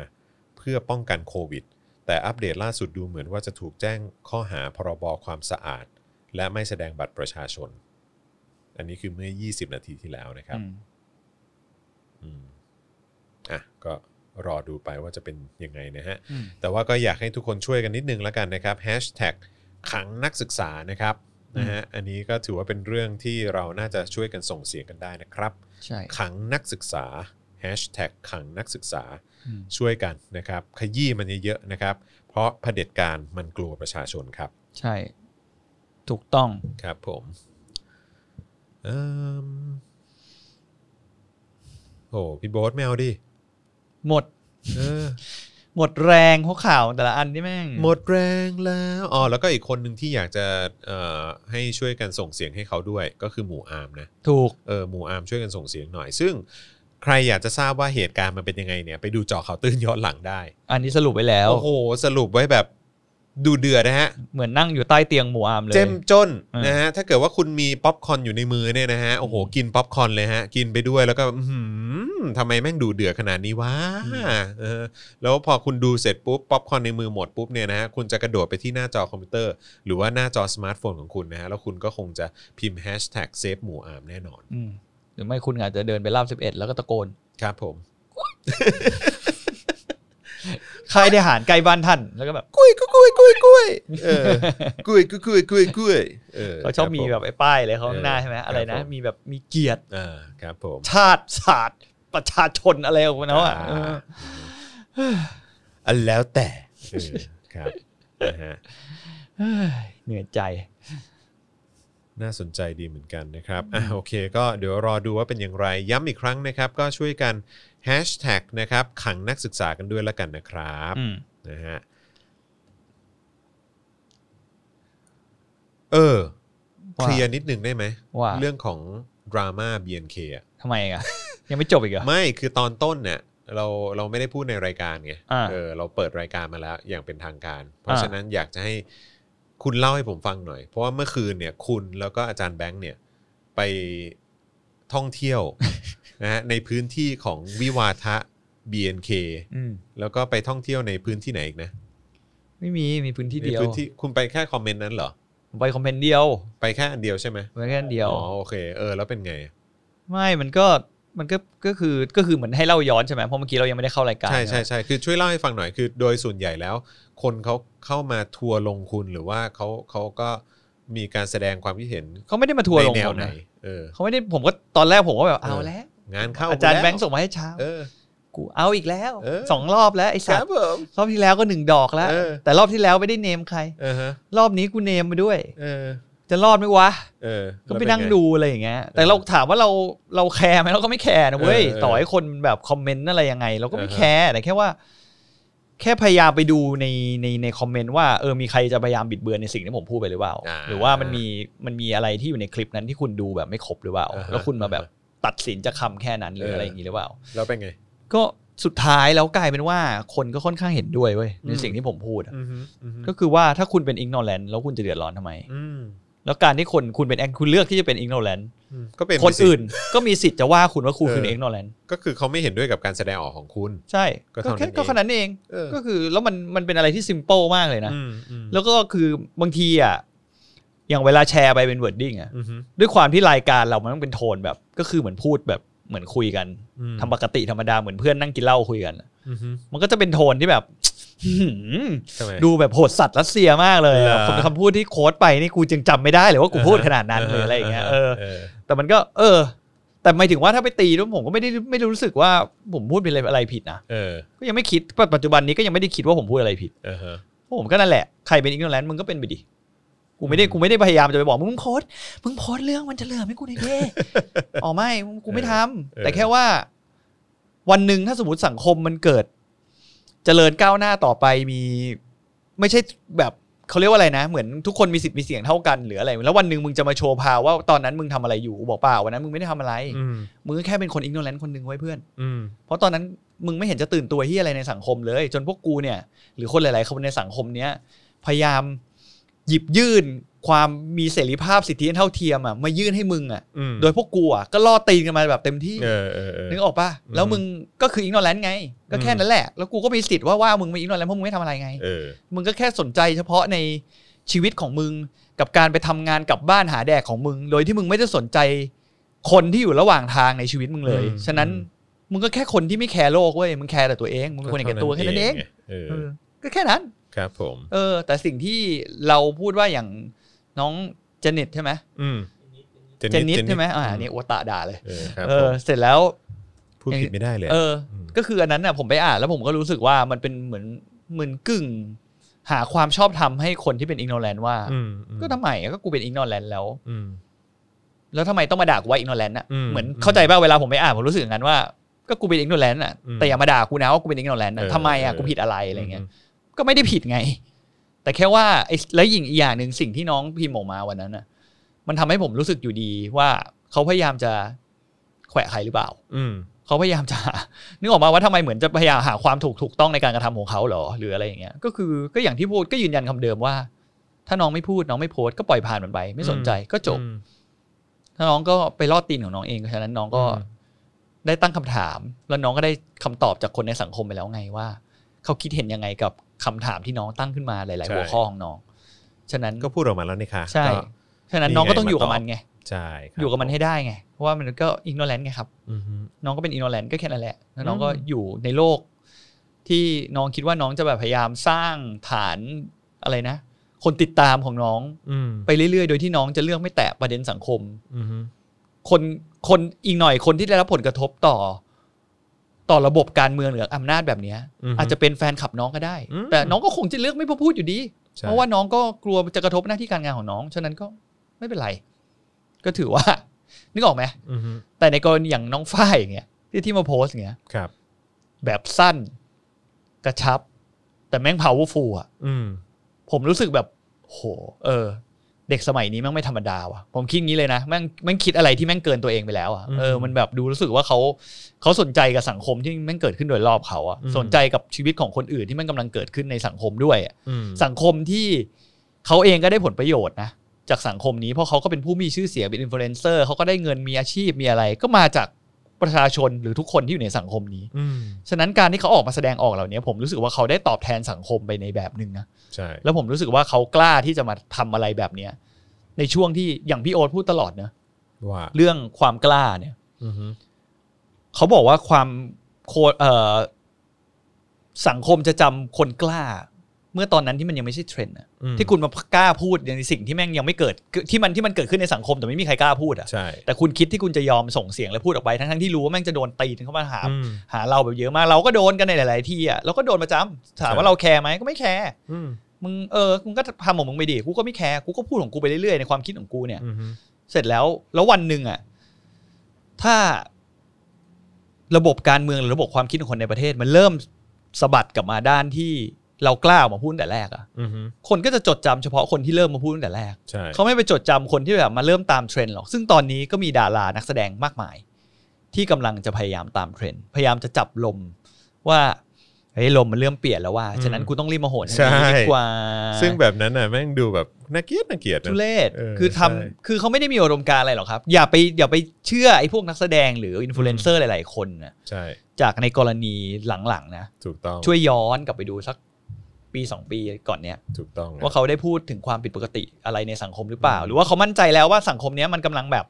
S1: เพื่อป้องกันโควิด แต่อัปเดตล่าสุดดูเหมือนว่าจะถูกแจ้งข้อหาพรบความสะอาด และไม่แสดงบัตรประชาชน อันนี้คือเมื่อ 20 นาทีที่แล้วนะครับ
S2: อืม
S1: อืมอ่ะก็รอดูไปว่าจะเป็นยังไงนะฮะ
S2: อืม
S1: แต่ว่าก็อยากให้ทุกคนช่วยกันนิดนึงแล้วกันนะครับแฮชแท็กขังนักศึกษานะครับนะฮะอันนี้ก็ถือว่าเป็นเรื่องที่เราน่าจะช่วยกันส่งเสียงกันได้นะครับ
S2: ใช่
S1: ขังนักศึกษาแฮชแท็กขังนักศึกษา
S2: อืม
S1: ช่วยกันนะครับ ขยี้มันเยอะๆนะครับ เพราะเผด็จการมันกลัวประชาชนครับ
S2: ใช่ ถูกต้อง
S1: ครับผมเอิ่มโอ้พี่โบ๊ทไม่เอาดิ
S2: หมด
S1: เออ
S2: หมดแรงหัวข่าวแต่ละอันนี่แม่ง
S1: หมดแรงแล้วอ๋อแล้วก็อีกคนหนึ่งที่อยากจะเอ่อให้ช่วยกันส่งเสียงให้เขาด้วย ก็คือหมู่อาร์มนะ
S2: ถูก
S1: เออหมู่อาร์มช่วยกันส่งเสียงหน่อย ซึ่งใครอยากจะทราบว่าเหตุการณ์มันเป็นยังไงเนี่ยไปดูเจอข่าวตื้นย้อนหลังได้
S2: อันนี้สรุปไว้แล้ว
S1: โอ้โหสรุปไว้แบบดูเดือดนะฮะ
S2: เหมือนนั่งอยู่ใต้เตียงหมูอามเลย
S1: เจ้มจน
S2: เออ
S1: นะฮะถ้าเกิดว่าคุณมีป๊อปคอร์นอยู่ในมือเนี่ยนะฮะโอ้โหกินป๊อปคอร์นเลยฮะกินไปด้วยแล้วก็อื้อหือทำไมแม่งดูเดือดขนาดนี้วะเออแล้วพอคุณดูเสร็จปุ๊บป๊อปคอร์นในมือหมดปุ๊บเนี่ยนะฮะคุณจะกระโดดไปที่หน้าจอคอมพิวเตอร์ หรือว่าหน้าจอสมาร์ทโฟนของคุณนะฮะแล้วคุณก็คงจะพิมพ์แฮชแท็กเซฟหมูอามแน่นอน
S2: อืมหรือไม่คุณอาจจะเดินไปลาบสิบเอ็ดแล้วก็ตะโกน
S1: ครับผม
S2: ใครได้หารไกลบ้านท่านแล้วก็แบบ
S1: กุยกุยกุยกุยกุยเออกุยกุยกุยกุยกุย
S2: เขาชอบมีแบบไอ้ป้ายเลยเขาข้างหน้าใช่ไหมอะไรนะ มีแบบมีเกียรติ
S1: อ่าครับผม
S2: ชาติศาสตร์ประชาชนอะไรของเขาอ่ะเออ
S1: อันแล้วแต่ครับนะฮะ
S2: เฮ้ยเหนื่อยใจ
S1: น่าสนใจดีเหมือนกันนะครับอ่ะโอเค ก็เดี๋ยวรอดูว่าเป็นอย่างไร ย้ำอีกครั้งนะครับ ก็ช่วยกันแฮชแท็กนะครับขังนักศึกษากันด้วยละกันนะครับ
S2: อืม
S1: นะฮะเออเค
S2: ว่า
S1: ลียร์นิดนึงได้ไหม
S2: ว่า
S1: เรื่องของดราม่า BNK อะ
S2: ทำไมอ่ะ ยังไม่จบอีกเหรอ
S1: ไม่คือตอนต้นเนี่ยเราเราไม่ได้พูดในรายการไง
S2: อ่า
S1: เออเราเปิดรายการมาแล้วอย่างเป็นทางการ เพราะฉะนั้นอยากจะให้คุณเล่าให้ผมฟังหน่อย เพราะว่าเมื่อคืนเนี่ยคุณแล้วก็อาจารย์แบงค์เนี่ยไปท่องเที่ยว (laughs) นะฮะในพื้นที่ของวิวาทะ BNK
S2: อืม
S1: แล้วก็ไปท่องเที่ยวในพื้นที่ไหนอีกนะ
S2: ไม่มีมีพื้นที่เดีย
S1: ใน
S2: ว
S1: พื้นที่คุณไปแค่คอมเมนต์นั้นเหรอ
S2: ผมไปคอมเพนต์เดียว
S1: ไปแค่อันเดียวใช่ไหม
S2: ไปแค่อันเดียว
S1: อ๋อโอเคเออแล้วเป็นไง
S2: ไม่มันก็มันก็ก็คือก็คือเหมือนให้เล่าย้อนใช่ไหมเพราะเมื่อกี้เรายังไม่ได้เข้ารายการ
S1: ใช่ใช่
S2: ไหม
S1: ใช่คือช่วยเล่าให้ฟังหน่อยคือโดยส่วนใหญ่แล้ว คนเขาเข้ามาทัวร์ลงคุณหรือว่าเขาเขาก็มีการแสดงความคิดเห็น
S2: เขาไม่ได้มาทัวร์
S1: ใน
S2: ลง
S1: แน
S2: ผ
S1: ว
S2: ม
S1: ไหน
S2: นะ
S1: เออ
S2: เขาไม่ได้ผมก็ตอนแรกผมก็แบบ
S1: เออ
S2: เอาแล้ว
S1: งานเข้า
S2: อาจารย์
S1: ล้ว
S2: แบงค์ส่งมาให้เช้า
S1: เออ
S2: กูเอาอีกแล้ว
S1: เออ
S2: สองรอบแล้วไอ้
S1: ค
S2: สั
S1: รับ
S2: ตว์
S1: ผม
S2: รอบที่แล้วก็หนึ่งดอกแล้ว
S1: เออ
S2: แต่รอบที่แล้วไม่ได้เนมใคร
S1: เออฮะ
S2: รอบนี้กูเนมมาด้วย
S1: เออ
S2: จะรอดไหมวะ
S1: เออ
S2: ก็
S1: แล้ว
S2: ไป
S1: เ
S2: นั่งดูอะไรอย่างเงี้ย แต่เราถามว่าเราเราแคร์ไหมเราก็ไม่แคร์นะเว้ย
S1: เออเออ
S2: ต่อให้คนแบบคอมเมนต์อะไรยังไง เราก็ไม่
S1: อ่าฮะ
S2: แคร์แต่แค่ว่า แค่พยายามไปดูในในในคอมเมนต์ว่าเออมีใครจะพยายามบิดเบือนในสิ่งที่ผมพูดไปหรือเปล่า
S1: อ่า
S2: หรือว่ามันมีมันมีอะไรที่อยู่ในคลิปนั้นที่คุณดูแบบไม่ครบหรือเปล่า
S1: อ่าฮะ
S2: แล้วคุณมาแบบตัดสินจากคำแค่นั้นหรือ
S1: เอออ
S2: อะไรอย่างงี้หรือเปล่า
S1: แล้วเป็นไง
S2: ก็สุดท้ายแล้วกลายเป็นว่าคนก็ค่อนข้างเห็นด้วยเว้ยใน
S1: อืม
S2: สิ่งที่ผมพูดอะ
S1: อือฮึอือฮึ
S2: ก็คือว่าถ้าคุณเป็นอิงโนแลนแล้วคุณจะเดือดร้อนทำไม
S1: อืม
S2: แล้วการที่คนคุณเป็น act- คุณเลือกที่จะเป็นอิงโนแลน
S1: อืมก็เป็น
S2: คน
S1: สิทธิ์
S2: อื่นก็มีสิทธิ์จะว่าคุณว่าคุณ
S1: เออ
S2: คือเอ็กโนแลน
S1: ก็คือเขาไม่เห็นด้วยกับการแสดงออกของคุณ
S2: ใช่
S1: ก็เท่านั้นเอง
S2: ก็ขนาดนั้นเอง
S1: เออ
S2: ก็คือแล้วมันมันเป็นอะไรที่ s ิม p ป e มากเลยนะ
S1: อืมอืม
S2: แล้วก็คือบางทีอ่ะอย่างเวลาแชร์ไปเป็นเวิร์ดดิ้งอ่ะ
S1: อือฮึ
S2: ด้วยความที่รายการเรามันต้องเป็นโทนแบบ ก็คือเหมือนพูดแบบเหมือนคุยกัน
S1: อืม
S2: ทำปกติธรรมดาเหมือนเพื่อนนั่งกินเหล้าคุยกันอะ
S1: อือฮึ
S2: มันก็จะเป็นโทนที่แบบ หืม
S1: ทำไม
S2: ดูแบบโหดสัตว์รัสเซียมากเลยอะ
S1: เหรอ
S2: คำคำพูดที่โค้ดไปนี่กูจึงจำไม่ได้เลยว่ากูพูดขนาดนั้นหรืออะไรอย่างเงี้ยเออ
S1: เออ
S2: แต่มันก็ เออ แต่หมายถึงว่าถ้าไปตีด้วยผมก็ไม่ได้ไม่ได้รู้สึกว่าผมพูดเป็นอะไรอะไรผิดนะ
S1: เออ
S2: ก็ยังไม่คิดปัจปัจจุบันนี้ก็ยังไม่ได้คิดว่าผมพูดอะไรผิด
S1: เออฮะ
S2: เพราะผมก็นั่นแหละใครเป็นอิงโนแลนมึงก็เป็นไปดิกูไม่ได้กูไม่ได้พยายามจะไปบอกมึงมึงโพสต์มึงโพสต์เรื่องมันจะเหลือไหม่กูในเด้
S1: (laughs)
S2: อ๋อไม่มึงกูไม่ทำ
S1: เออ
S2: แต่แค่ว่า วันหนึ่งถ้าสมมติสังคมมันเกิด เจริญก้าวหน้าต่อไปมี ไม่ใช่แบบเขาเรียกว่าอะไรนะ เหมือนทุกคนมีสิทธิ์มีเสียงเท่ากันหรืออะไร แล้ววันหนึ่งมึงจะมาโชว์พาวว่าตอนนั้นมึงทำอะไรอยู่กูบอกเปล่าวันนั้นมึงไม่ได้ทำอะไร
S1: อืม
S2: มึงก็แค่เป็นคนอิงโนแลนต์คนหนึ่งไว้เพื่อน
S1: อืม
S2: เพราะตอนนั้นมึงไม่เห็นจะตื่นตัวที่อะไรในสังคมเลย จนพวกกูเนี่ย หรือคนหลาย ๆ คนในสังคมเนี้ยพยายามหยิบยื่นความมีเสรีภาพสิทธิเท่าเทียมอ่ะมายื่นให้มึงอ่ะ
S1: อืม
S2: โดยพวกกูอ่ะก็ล่อตีนกันมาแบบเต็มที่
S1: เออเออเออ
S2: นึกออกปะ
S1: อืม
S2: แล้วมึงก็คืออิงโนแลนต์ไง ก็แค่
S1: อืม
S2: นั้นแหละ แล้วกูก็มีสิทธิ์ว่าว่ามึงไม่อิงโนแลนต์เพราะมึงไม่ทำอะไรไง
S1: เออ
S2: มึงก็แค่สนใจเฉพาะในชีวิตของมึงกับการไปทำงานกลับบ้านหาแดกของมึง โดยที่มึงไม่ได้สนใจคนที่อยู่ระหว่างทางในชีวิตมึงเลย
S1: อืม
S2: ฉะนั้นมึงก็แค่คนที่ไม่แคร์โลกเว้ยมึงแคร์แต่ตัวเองมึงเป็นคนอย่างแก่ตัวแค่นั้นเอง
S1: เออ
S2: เออก็แค่นั้น
S1: ครับผม
S2: เออ แต่สิ่งที่เราพูดว่าอย่างน้องเจเน็ตใช่ไหม
S1: อืม
S3: อย่างนี้อย่างนี้
S2: เจนิตใช่ไหมอ่าเนี่ยอวตารด่าเลย
S1: เออครับ
S2: เอ
S1: ผ
S2: อ
S1: ม
S2: เสร็จแล้ว
S1: พูดผิดไม่ได้เลย
S2: เออ
S1: ม
S2: ก็คืออันนั้นน่ะผมไปอ่านแล้วผมก็รู้สึกว่ามันเป็นเหมือนเหมือนกึ่ง หาความชอบธรรมให้คนที่เป็นอิงโนแลนว่า
S1: มอืม
S2: ก็ทำไมอ่ะก็กูเป็นอิงโนแลนแล้ว
S1: อืม
S2: แล้วทำไมต้องมาด่ากูว่าอิงโนแลนอ่ะ
S1: อืม
S2: เหมือน
S1: อืม
S2: เข้าใจป่ะเวลาผมไปอ่านผมรู้สึกอย่างนั้นว่า ก็กูเป็นอิงโนแลนด์อ่ะ
S1: อืม
S2: แต่อย่ามาด่ากูนะว่ากูเป็นอิงโนแลนด์
S1: เออ
S2: ทำไมอ่ะ
S1: เออ
S2: กูผิดอะไรอะไรเงี้ยก็ไม่ได้ผิดไง แต่แค่ว่าไอ้แล้วยิ่งอีกอย่างหนึ่งสิ่งที่น้องพิมพ์ออกมาวันนั้นอ่ะ มันทำให้ผมรู้สึกอยู่ดีว่าเขาพยายามจะแขวะใครหรือเปล่า
S1: อืม
S2: เขาพยายามจะ (laughs) นึกออกมาว่าทำไมเหมือนจะพยายามหาความถูกถูกต้องในการกระทำของเขาเหรอหรืออะไรอย่างเงี้ยก็คือก็อย่างที่พูดก็ยืนยันคำเดิมว่า ถ้าน้องไม่พูดน้องไม่โพสต์ก็ปล่อยผ่านมันไป ไม่สนใจก็จบ
S1: อืม
S2: ถ้าน้องก็ไปลอดตีนของน้องเองฉะนั้นน้องก็
S1: อืม
S2: ได้ตั้งคำถาม แล้วน้องก็ได้คำตอบจากคนในสังคมไปแล้วไงว่า เขาคิดเห็นยังไงกับคำถามที่น้องตั้งขึ้นมาหลาย ๆ หัวข้อของน้อง ฉะนั้น
S1: ก็พูดออกมาแล้วนี่ค่ะ
S2: ใช่
S1: ก็
S2: ฉะนั้นน้องก็ต้อง
S1: มีไง
S2: อยู่กับ
S1: มาตอบ
S2: มันไง
S1: ใช่ครับ
S2: อยู่กับมันให้ได้ไงเพราะว่ามันก็อิงโนแลนไงครับ
S1: อือฮึ
S2: น้องก็เป็นอินโนแลนก็แค่นั้นแหละแล้วน้อง
S1: อืม
S2: ก็อยู่ในโลก ที่น้องคิดว่าน้องจะแบบพยายามสร้างฐานอะไรนะ คนติดตามของน้อง
S1: อืม
S2: ไปเรื่อยๆ โดยที่น้องจะเลือกไม่แตะประเด็นสังคม
S1: อือฮึ
S2: คนคนอีกหน่อยคนที่ได้รับผลกระทบต่อ ต่อระบบการเมืองหรืออำนาจแบบเนี้ย
S1: ฮึ
S2: อาจจะเป็นแฟนคลับน้องก็ได้
S1: อืม
S2: แต่น้องก็คงจะเลือกไม่พูดอยู่ดี
S1: ใช่
S2: เพราะว่าน้องก็กลัวจะกระทบหน้าที่การงานของน้อง ฉะนั้นก็ไม่เป็นไร ก็ถือว่า นึกออกไหม
S1: อือฮึ
S2: แต่ในกรณีอย่างน้องฝ้ายอย่างเงี้ยที่ที่มาโพสต์อย่างเงี้ย
S1: ครับ
S2: แบบสั้นกระชับ แต่แม่ง powerful อะ
S1: อืม
S2: ผมรู้สึกแบบโหเออ เด็กสมัยนี้แม่งไม่ธรรมดาว่ะ ผมคิดงี้เลยนะแม่งแม่งคิดอะไรที่แม่งเกินตัวเองไปแล้วอะเออมันแบบดูรู้สึกว่าเขาเขาสนใจกับสังคมที่แม่งเกิดขึ้นโดยรอบเขาอะสนใจกับชีวิตของคนอื่นที่แม่งกำลังเกิดขึ้นในสังคมด้วยอะ
S1: อืม
S2: สังคมที่เขาเองก็ได้ผลประโยชน์นะจากสังคมนี้เพราะเขาก็เป็นผู้มีชื่อเสียงเป็นอินฟลูเอนเซอร์เขาก็ได้เงินมีอาชีพมีอะไร ก็มาจากประชาชนหรือทุกคนที่อยู่ในสังคมนี้
S1: อืม
S2: ฉะนั้นการที่เขาออกมาแสดงออกเหล่านี้ผมรู้สึกว่าเขาได้ตอบแทนสังคมไปในแบบหนึ่งนะ
S1: ใช่
S2: แล้วผมรู้สึกว่าเขากล้าที่จะมาทำอะไรแบบเนี้ยในช่วงที่อย่างพี่โอ๊ตพูดตลอดนะ
S1: ว่า
S2: เรื่องความกล้าเนี่ย
S1: อือฮึ
S2: เขาบอกว่าความโคเอ่อสังคมจะจำคนกล้า เมื่อตอนนั้นที่มันยังไม่ใช่เทรนด์อะ
S1: อืม
S2: ที่คุณมากล้าพูดในสิ่งที่แม่งยังไม่เกิดคือที่มันที่มันเกิดขึ้นในสังคมแต่ไม่มีใครกล้าพูดอะ
S1: ใช่
S2: แต่คุณคิดที่คุณจะยอมส่งเสียงและพูดออกไปทั้งๆที่รู้ว่าแม่งจะโดนตีนเข้ามาหา
S1: อืม
S2: หาเราแบบเยอะมากเราก็โดนกันในหลาย ๆ ที่อ่ะเราก็โดนประจำถาม
S1: ใช่
S2: ว่าเราแคร์ไหมก็ไม่แคร์
S1: อืม
S2: มึงเออมึงก็ทำของมึงไปดิกูก็ไม่แคร์กูก็พูดของกูไปเรื่อย ๆ ในความคิดของกูเนี่ย
S1: อือฮึ
S2: เสร็จแล้วแล้ววันหนึ่งอ่ะถ้าระบบการเมืองหรือระบบความคิดของคนในประเทศ มันเริ่มสะบัดกลับมาด้านที่เรากล้าออกมาพูดตั้งแต่แรกอ่ะ
S1: อือฮึ
S2: คนก็จะจดจำเฉพาะคนที่เริ่มมาพูดตั้งแต่แรก
S1: ใช่
S2: เขาไม่ไปจดจำคนที่แบบมาเริ่มตามเทรนด์หรอก ซึ่งตอนนี้ก็มีดารานักแสดงมากมาย ที่กำลังจะพยายามตามเทรนด์พยายามจะจับลมว่าเฮ้ยลมมันเริ่มเปลี่ยนแล้วว่า ฉะนั้นกูต้องรีบมาโหนทางนี้ดีกว่า
S1: ซึ่งแบบนั้นน่ะแม่งดูแบบน่าเกลียดน่าเกลียดนะ
S2: ทุเรศ
S1: เออ
S2: คือทำ
S1: ใช่
S2: คือเขาไม่ได้มีอุดมการณ์อะไรหรอกครับ อย่าไปอย่าไปเชื่อไอ้พวกนักแสดงหรืออินฟลูเอนเซอร์หลาย ๆ คนนะ
S1: ใช่
S2: จากในกรณีหลัง ๆ นะ
S1: ถูกต้อง
S2: ช่วยย้อนกลับไปดูสักปีสองปีก่อนเนี้ย
S1: ถูกต้อง
S2: ว่าเขาได้พูดถึงความผิดปกติอะไรในสังคมหรือเปล่า หรือว่าเขามั่นใจแล้วว่าสังคมเนี้ยมันกำลังแบบ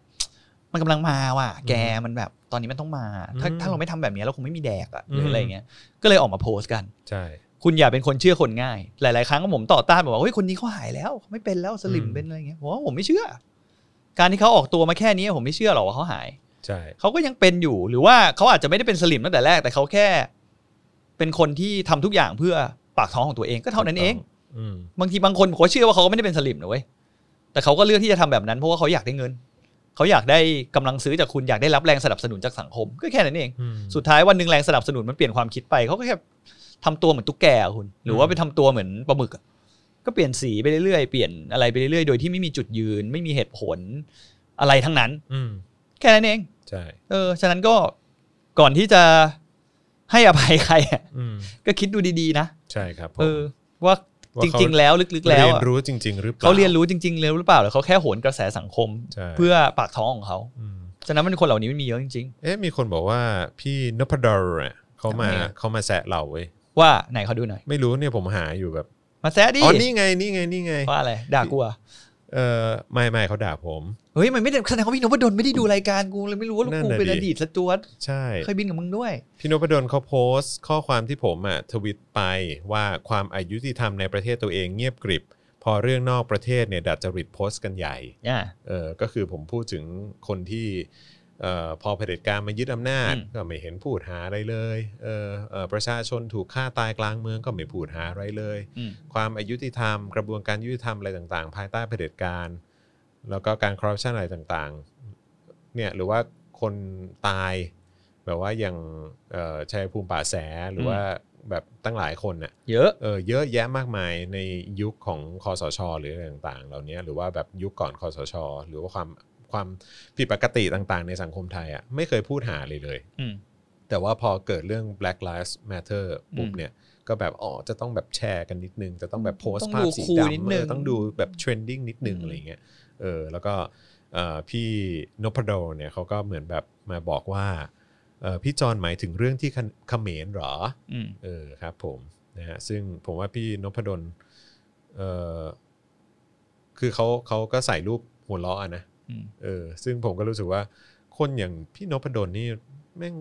S2: มันกำลังมาว่ะแกมันแบบตอนนี้มันต้องมา ถ้าถ้าเราไม่ทำแบบเนี้ยเราคงไม่มีแดกอะหรืออะไรเงี้ยก็เลยออกมาโพสต์กัน
S1: ใช่
S2: คุณอย่าเป็นคนเชื่อคนง่าย หลาย ๆ ครั้งผมต่อต้านบอกว่าเฮ้ยคนนี้เขาหายแล้วเขาไม่เป็นแล้วสลิม
S1: อืม
S2: เป็นอะไรเงี้ยผมว่าผมไม่เชื่อ การที่เขาออกตัวมาแค่นี้ผมไม่เชื่อหรอกว่าเขาหาย
S1: ใช่
S2: เขาก็ยังเป็นอยู่หรือว่าเขาอาจจะไม่ได้เป็นสลิมตั้งแต่แรก แต่เขาแค่ เป็นคนที่ทำทุกอย่างเพื่อปากท้องของตัวเองก็เท่านั้นเอง
S1: อืม
S2: บางทีบางคนผมก็เชื่อว่าเขาก็ไม่ได้เป็นสลิมนะเว้ย แต่เขาก็เลือกที่จะทำแบบนั้นเพราะว่าเขาอยากได้เงิน เขาอยากได้กำลังซื้อจากคุณอยากได้รับแรงสนับสนุนจากสังคม ก็แค่นั้นเอง
S1: อืม
S2: สุดท้ายวันหนึ่งแรงสนับสนุนมันเปลี่ยนความคิดไปเขาก็แค่ทำตัวเหมือนตุ๊กแกอะคุณ หรือว่าไปทำตัวเหมือนปลาหมึกอะก็เปลี่ยนสีไปเรื่อยๆเปลี่ยนอะไรไปเรื่อยๆโดยที่ไม่มีจุดยืน ไม่มีเหตุผลอะไรทั้งนั้น
S1: อืม
S2: แค่นั้นเอง
S1: ใช่
S2: เออฉะนั้นก็ก่อนที่จะให้อภัยใครอะ
S1: อืม
S2: ก็คิดดูดีๆนะ
S1: ใช่ครับผม
S2: เออ ว่า
S1: ว่า
S2: จ
S1: เขา
S2: ริง ๆ แล้วลึกๆ แล้ว
S1: เรียน
S2: อะ
S1: รู้จริง ๆ หรือเปล่า
S2: เขาเรียนรู้จริงๆแล้วหรือเปล่าหรือเขาแค่โหนกระแสสังคม
S1: ใช่
S2: เพื่อปากท้องของเขา
S1: อืม
S2: ฉะนั้นมันคนเหล่านี้มันมีเยอะจริง
S1: เอ๊ะมีคนบอกว่าพี่นพดลอะเขามา
S2: ทำไมอะ
S1: เขามาแซะเราเว้ย
S2: ๆ ว่าไหนเขาดูหน่อย
S1: ไม่รู้เนี่ยผมหาอยู่แบบ
S2: มาแซะดิ
S1: อ๋อนี่ไงนี่ไงนี่ไง
S2: ว่าอะไร ด่ากูเหรอ่ะ
S1: เออไม่ไม่เขาด่าผม
S2: เฮ้ยมันไม่ได้แสดงว่าพี่นพดลไม่ได้ดูรายการกูเลยไม่รู้ว่า
S1: นั่น
S2: กู
S1: น่ะ
S2: เป็น
S1: ดิ
S2: อดีตสจวต
S1: ใช่
S2: เคยบินกับมึงด้วย
S1: พี่นพดลเขาโพสต์ ข้อความที่ผมอ่ะทวิตไปว่าความอายุติธรรมในประเทศตัวเองเงียบกริบ พอเรื่องนอกประเทศเนี่ยดัดจริตโพสต์กันใหญ่
S2: อ่า
S1: เออก็คือผมพูดถึงคนที่เอ่อพอเผด็จการมายึดอำนาจ
S2: อืม
S1: ก็ไม่เห็นพูดหาอะไรเลยเออเอ่อประชาชนถูกฆ่าตายกลางเมืองก็ไม่พูดหาอะไรเลย
S2: อืม
S1: ความอายุติธรรม กระบวนการยุติธรรมอะไรต่างๆ ภายใต้เผด็จการ แล้วก็การคอร์รัปชันอะไรต่างๆเนี่ยหรือว่าคนตาย แบบว่าอย่างเอ่อชัยภูมิป่าแสหรือว่าแบบตั้งหลายคนน่ะ
S2: เยอะ
S1: เออเยอะแยะมากมายในยุคของคอสช หรืออะไรต่างๆ เหล่านี้หรือว่าแบบยุคก่อนคอสช หรือว่าความความผิดปกติต่างๆ ในสังคมไทยอ่ะไม่เคยพูดหาเลยเลย
S2: อืม
S1: แต่ว่าพอเกิดเรื่อง Black Lives Matter ปุ๊บ
S2: อืม
S1: เนี่ย ก็แบบอ๋อจะต้องแบบแชร์กันนิดนึง จะต้องแบบโพสต์
S2: ต้อง
S1: ภา
S2: ดู
S1: พสี
S2: คูล
S1: ด
S2: นิด
S1: ำ
S2: นึ
S1: เอง อต้องดูแบบเทรนดิ้งนิดนึง
S2: อืม
S1: อะไรอย่างเงี้ยเออแล้วก็เอ่อพี่นพดลเนี่ยเขาก็เหมือนแบบมาบอกว่าเอ่อพี่จอนหมายถึงเรื่องที่เขเขมรเหรอ
S2: อืม
S1: เออครับผมนะฮะซึ่งผมว่าพี่นพดลเออคือเขาเขาก็ใส่รูปหัวล้ออะนะ
S2: อืม
S1: เออซึ่งผมก็รู้สึกว่า คนอย่างพี่นพดลนี่แม่ง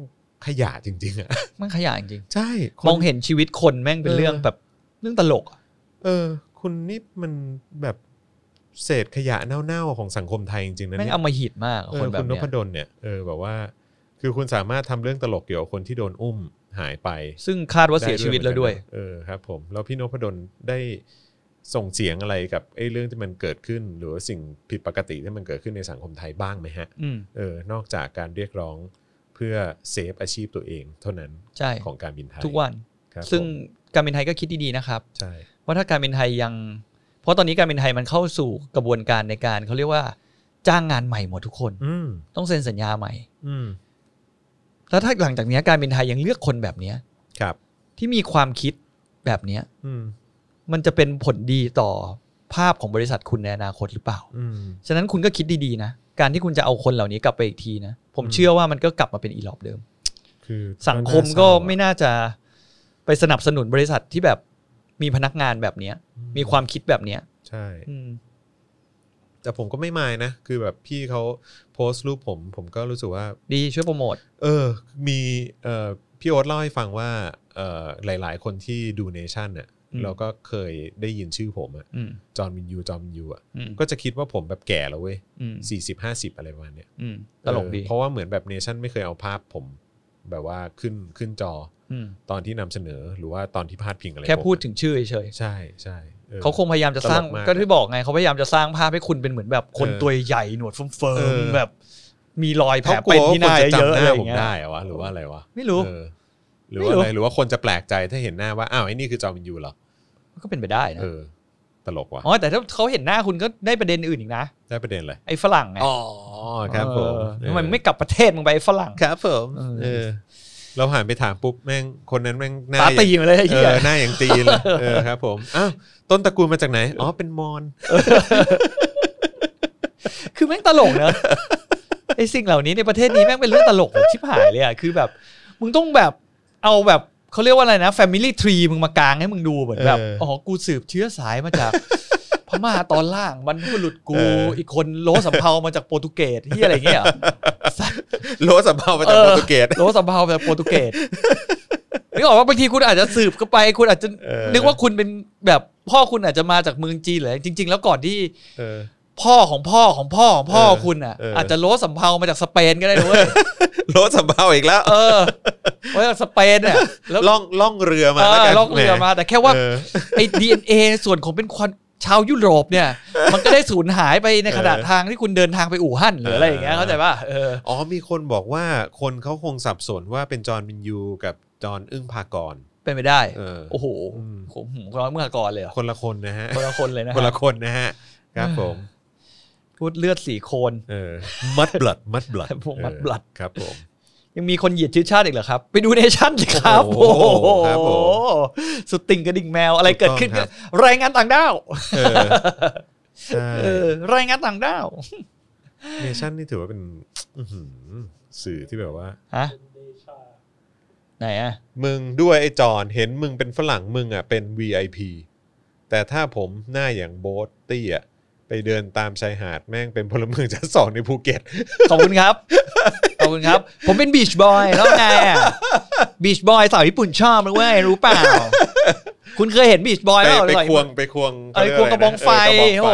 S1: ขยะจริง ๆ อ่ะ (laughs)
S2: มันขยะจริง
S1: ใช่ค
S2: ๆมองเห็นชีวิตคนแม่งเป็นเรื่องแบบเรื่องตลกอะ
S1: เออ คุณนี่มันแบบเศษขยะเน่าๆของสังคมไทยจริงๆนะ
S2: แม่ง
S1: เนี่ย
S2: เอามาหิดมากอะ
S1: เอ
S2: ค
S1: อน
S2: แบ
S1: คุ
S2: บ
S1: ณน
S2: เนี้ย
S1: พดลเนี่ยเออแบบว่า คือคุณสามารถทำเรื่องตลกเกี่ยวกับคนที่โดนอุ้มหายไป
S2: ซึ่งคาดว่าเสียชีวิตแล้วด้วย
S1: เออครับผมแล้วพี่นพดลได้ส่งเสียงอะไรกับไอ้เรื่องที่มันเกิดขึ้น หรือว่าสิ่งผิดปกติที่มันเกิดขึ้นในสังคมไทยบ้างไหมฮะ
S2: อืม
S1: เออนอกจากการเรียกร้องเพื่อเซฟอาชีพตัวเองเท่านั้น
S2: ใช่
S1: ของการบินไทย
S2: ทุกวัน
S1: ครับ
S2: ซึ่ง
S1: ผม
S2: การบินไทยก็คิดดีๆนะครับ
S1: ใช่
S2: ว่าถ้าการบินไทยยัง เพราะตอนนี้การบินไทยมันเข้าสู่กระบวนการในการเขาเรียกว่า จ้างงานใหม่หมดทุกคน
S1: อืม
S2: ต้องเซ็นสัญญาใหม่
S1: อืม
S2: แล้วถ้าหลังจากเนี้ยการบินไทยยังเลือกคนแบบเนี้ย
S1: ครับ
S2: ที่มีความคิดแบบเนี้ย
S1: อืม
S2: มันจะเป็นผลดีต่อภาพของบริษัทคุณในอนาคตหรือเปล่า
S1: อืม
S2: ฉะนั้นคุณก็คิดดีๆนะ การที่คุณจะเอาคนเหล่านี้กลับไปอีกทีนะ ผม
S1: อืม
S2: เชื่อว่ามันก็กลับมาเป็นอีลอบเดิม
S1: คือ
S2: สังคมก็ไม่น่าจะไปสนับสนุนบริษัทที่แบบมีพนักงานแบบเนี้ย มีความคิดแบบเนี้ย
S1: ใช่
S2: อืม
S1: แต่ผมก็ไม่มายนะ คือแบบพี่เขาโพสต์รูปผม ผมก็รู้สึกว่า
S2: ดีช่วยโปรโมท
S1: เออ มีเออพี่โอ๊ตเล่าให้ฟังว่าเออหลาย ๆ คนที่ดูเนชั่นเนี่ย
S2: อืม
S1: เราก็เคยได้ยินชื่อผมอะ
S2: อืม
S1: จอห์นวินยู จอห์นวินยูอะ
S2: อืม
S1: ก็จะคิดว่าผมแบบแก่แล้วเว้ย
S2: อืม
S1: สี่สิบห้าสิบอะไรประมาณเนี้ย
S2: อืมตลกดี
S1: เออเพราะว่าเหมือนแบบเนชั่นไม่เคยเอาภาพผม แบบว่าขึ้นขึ้นจอ
S2: อืม
S1: ตอนที่นำเสนอหรือว่าตอนที่พาดพิงอะไร
S2: แค่
S1: ผม
S2: พูดถึงชื่อเฉย
S1: ใช่ใช่ออ
S2: ๆเขาคงพยายามจะสร้าง
S1: ตลกมาก
S2: ก็ที่บอกไงเขาพยายามจะสร้างภาพให้คุณเป็นเหมือนแบบคน
S1: เออ
S2: ตัวใหญ่หนวดเฟิ
S1: เอ
S2: ร์ม
S1: อ
S2: ๆแบบ มีรอยแผล
S1: เขากลั
S2: เป็น
S1: วว่า
S2: ที่ห
S1: คน
S2: น้า
S1: จะ
S2: เยอะ
S1: จำห
S2: ๆอะไร
S1: น้าผ
S2: อย่า
S1: ม
S2: งเงี้ย
S1: ได้เหรอวะหรือว่าอะไรวะ
S2: ไม่รู้
S1: เออหรือว่าอะไร
S2: ไม่
S1: ห
S2: รู้
S1: รือว่าคนจะแปลกใจถ้าเห็นหน้าว่าอ้าวไอ้นี่คือจอห์นวินยูเหรอ
S2: ก็เป็นไปได้นะ
S1: เออ ตลกว่ะ
S2: อ๋อแต่ถ้าเขาเห็นหน้าคุณก็ได้ประเด็นอื่นอีกนะ
S1: ได้ประเด็นเลย
S2: ไอ้ฝรั่งไง
S1: อ๋อครับผม
S2: เออทำไมไม่กลับประเทศมึงไปไอ้ฝรั่ง
S1: ครับผม
S2: เออ
S1: เออเราหันไปถามปุ๊บแม่งคนนั้นแม่งหน้า
S2: ตาตี
S1: อย่าง
S2: มาเลยไอ้
S1: เอ
S2: เหี้ย
S1: อหน้าอย่างจี (laughs) นเลยเออครับผมอ้าวต้นตระกูลมาจากไหนอ๋อเป็นมอญ
S2: คือแม่งตล (laughs) กเนอะไอ้สิ่งเหล่านี้ในประเทศนี้แม่งเป็นเรื่องตลกแบบชิบหายเลยอ่ะคือแบบ มึงต้องแบบเอาแบบเขาเรียกว่าอะไรนะ Family Tree มึงมากางให้มึงดูเหมือนแบบอ๋อกูสืบเชื้อสายมา (laughs) จาก พม่าตอนล่างบรรพบุรุษกู อีกคนโลสำเภามาจากโปรตุเกสที่อะไรเงี้ยเหร (laughs) อ
S1: (laughs) โลสัมเภามาจากโปรตุเกส
S2: โรสัมเภาแบบโปรตุเกสนึกออกว่าบางทีคุณอาจจะสืบเข้าไป คุณอาจจะ
S1: เออ
S2: นึกว่าคุณเป็นแบบพ่อคุณอาจจะมาจากเมืองจีนเหรอจริง ๆ แล้วก่อนที่
S1: เออ
S2: พ่อของพ่อของพ่อของพ่อ
S1: เออ
S2: คุณอ่ะ
S1: เอออ
S2: อาจจะโรสัมเภามาจากสเปนก็ได้นะเว้ย
S1: (laughs) โลสัมเภาอีกแล้ว
S2: เออมาจากสเปนเนี่ยแล้ว
S1: ล่องล่องเรือมา
S2: เอ
S1: แล้ว
S2: อ
S1: กัน
S2: ล่องเรือมาแต่แค่ว่า
S1: เออ
S2: ไอ้ดีเอส่วนของเป็นคนชาวยุโรปเนี่ย มันก็ได้สูญหายไปในขณะ
S1: เออ
S2: ทางที่คุณเดินทางไปอู่ฮั่นหรืออะไรอย่างเงี้ย
S1: เออ
S2: เข้าใจป่ะเออ
S1: (laughs) อ๋อมีคนบอกว่าคนเขาคงสับสนว่าเป็นจอห์นวินยูกับจอห์นอึ้งพากร
S2: เป็นไปได้
S1: เออ
S2: โอ้โห
S1: อืม
S2: ผมผมก็เมื่อก่อนเลยเหรอ
S1: คนละคนนะฮะ
S2: คนละคนเลยนะ
S1: คน
S2: ฮะ
S1: ละคนนะฮะครับผม
S2: พูดเลือดสี่โคน
S1: เอ (laughs) อมัดบลัดมัดบลัด
S2: พวกมัดบลัด
S1: ครับผม
S2: ยังมีคนเหยียดชื่อชาติอีกเหรอครับ ไปดูเนชั่นสิครับ
S1: โอ้
S2: โอ้
S1: โห
S2: โห
S1: ครับผม
S2: สุดติ่งกระดิ่งแมวอะไรเกิดขึ้น
S1: ถูกต้องครับ
S2: แรงงานต่างด้าว
S1: เออใช่
S2: เออแรงงานต่างด้าว
S1: เนชั่นนี่ถือว่าเป็นอื้อหือสื่อที่แบบว่า
S2: ฮะ
S3: เป็นเดชา
S2: ไหนอะ
S1: มึงด้วยไอ้จอนเห็นมึงเป็นฝรั่งมึงอ่ะเป็น VIP แต่ถ้าผมหน้าอย่างโบ๊ทเตี้ยไปเดินตามชายหาดแม่งเป็นพลเมืองชั้นสองในภูเก็ต
S2: ขอบคุณครับ ขอบคุณครับ ผมเป็นบีชบอยแล้วไงอะบีชบอยสาวญี่ปุ่นชอบนะเว้ยรู้เปล่า คุณเคยเห็นบีชบอย
S1: ไป
S2: เปล่า
S1: ไป
S2: สาวญี่
S1: คว
S2: ปุ่
S1: ง
S2: น
S1: ไปควง
S2: เออ
S1: ขา
S2: ควงกระบองไฟ
S1: เกระบง
S2: โอ้โห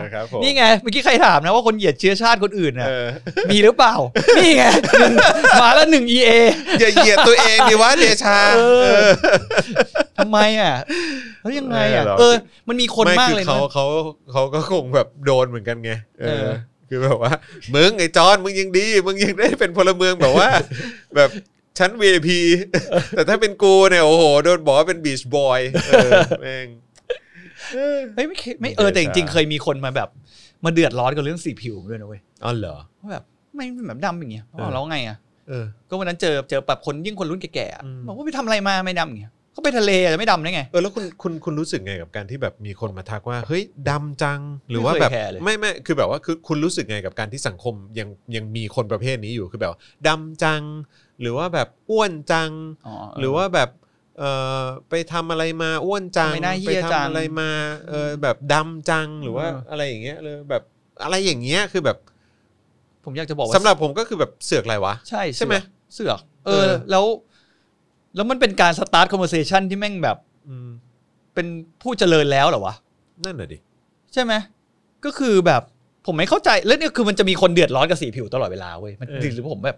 S1: เออครับผม
S2: นี่ไงเมื่อกี้ใครถามนะว่าคนเหยียดเชื้อชาติคนอื่นน่ะ
S1: เออ
S2: มีหรือเปล่า นี่ไงหนึ่งมาแล้วหนึ่ง EA
S1: อย่าเหยียดตัวเองดิวะเดชา
S2: เออ ทำไมอ่ะแล้วยังไงอ่ะ
S1: เออเรา
S2: เออ มันมีคนมาก
S1: ไคือ
S2: เลย
S1: เขา
S2: นะ
S1: เขาเขาก็คงแบบโดนเหมือนกันไงเอ
S2: เอ
S1: อ
S2: อ
S1: คือแบบว่า มึงไอ้จอนมึงยังดี มึงยังได้เป็นพลเมืองแบบว่า (laughs) แบบชั้น VIP (laughs) แต่ถ้าเป็นกูเนี่ย โอ้โห โดนบอกว่าเป็นบีชบอยเออ (laughs) แม่ง
S2: เฮ้ยไม่เคยไม่เออแต่จริงๆเคยมีคนมาแบบ มาเดือดร้อนกับเรื่องสีผิวผมด้วยนะเว้ย
S1: อ๋อเหรอ
S2: ว่าแบบทำไม่แบบดำอย่างเงี้ย
S1: เออ
S2: แล้วไงอ่ะ
S1: เออ
S2: ก็วันนั้นเจอเจอแบบคนยิ่งคนรุ่นแก่ๆอะ
S1: อืม
S2: บอกว่าไปทำอะไรมาไม่ดำอย่างเงี้ยก็ไปทะเลอะไม่ดำได้ไง
S1: เออแล้วคุณคุณคุณรู้สึกไงกับการที่แบบมีคนมาทักว่าเฮ้ยดำจังหรือว่าแบบ
S2: ไม่เคยแคร์เลย
S1: ไม่ไม่คือแบบว่าคือคุณรู้สึกไงกับการที่สังคมยังยังมีคนประเภทนี้อยู่คือแบบว่าดำจัง หรือว่าแบบอ้วนจัง
S2: อ๋อเห
S1: รือว่าแบบเออไปทำอะไรมาอ้วนจัง
S2: ทำไมหน้าเหี้
S1: ไป
S2: ยจั
S1: ทำ
S2: ง
S1: อะไรมาเออแบบดำจังหรือว่า
S2: เอออ
S1: อะไรอย่างเงี้ยเลยแบบอะไรอย่างเงี้ยคือแบบ
S2: ผมอยากจะบอกว่า
S1: สำหรับผมก็คือแบบเสือกอะไรวะ
S2: ใช่
S1: ใช่ไหม
S2: เสือกเอ
S1: เอ
S2: อ
S1: อ
S2: แล้ว แล้วมันเป็นการสตาร์ทคอมเมอร์เซชันที่แม่งแบบ
S1: อืม
S2: เป็นผู้เจริญแล้วเหรอวะ
S1: นั่นแหละดิ
S2: ใช่ไหมก็คือแบบผมไม่เข้าใจแล้วเนี่ยคือมันจะมีคนเดือดร้อนกับสีผิวตลอดเวลาเว้ยมันหรือผมแบบ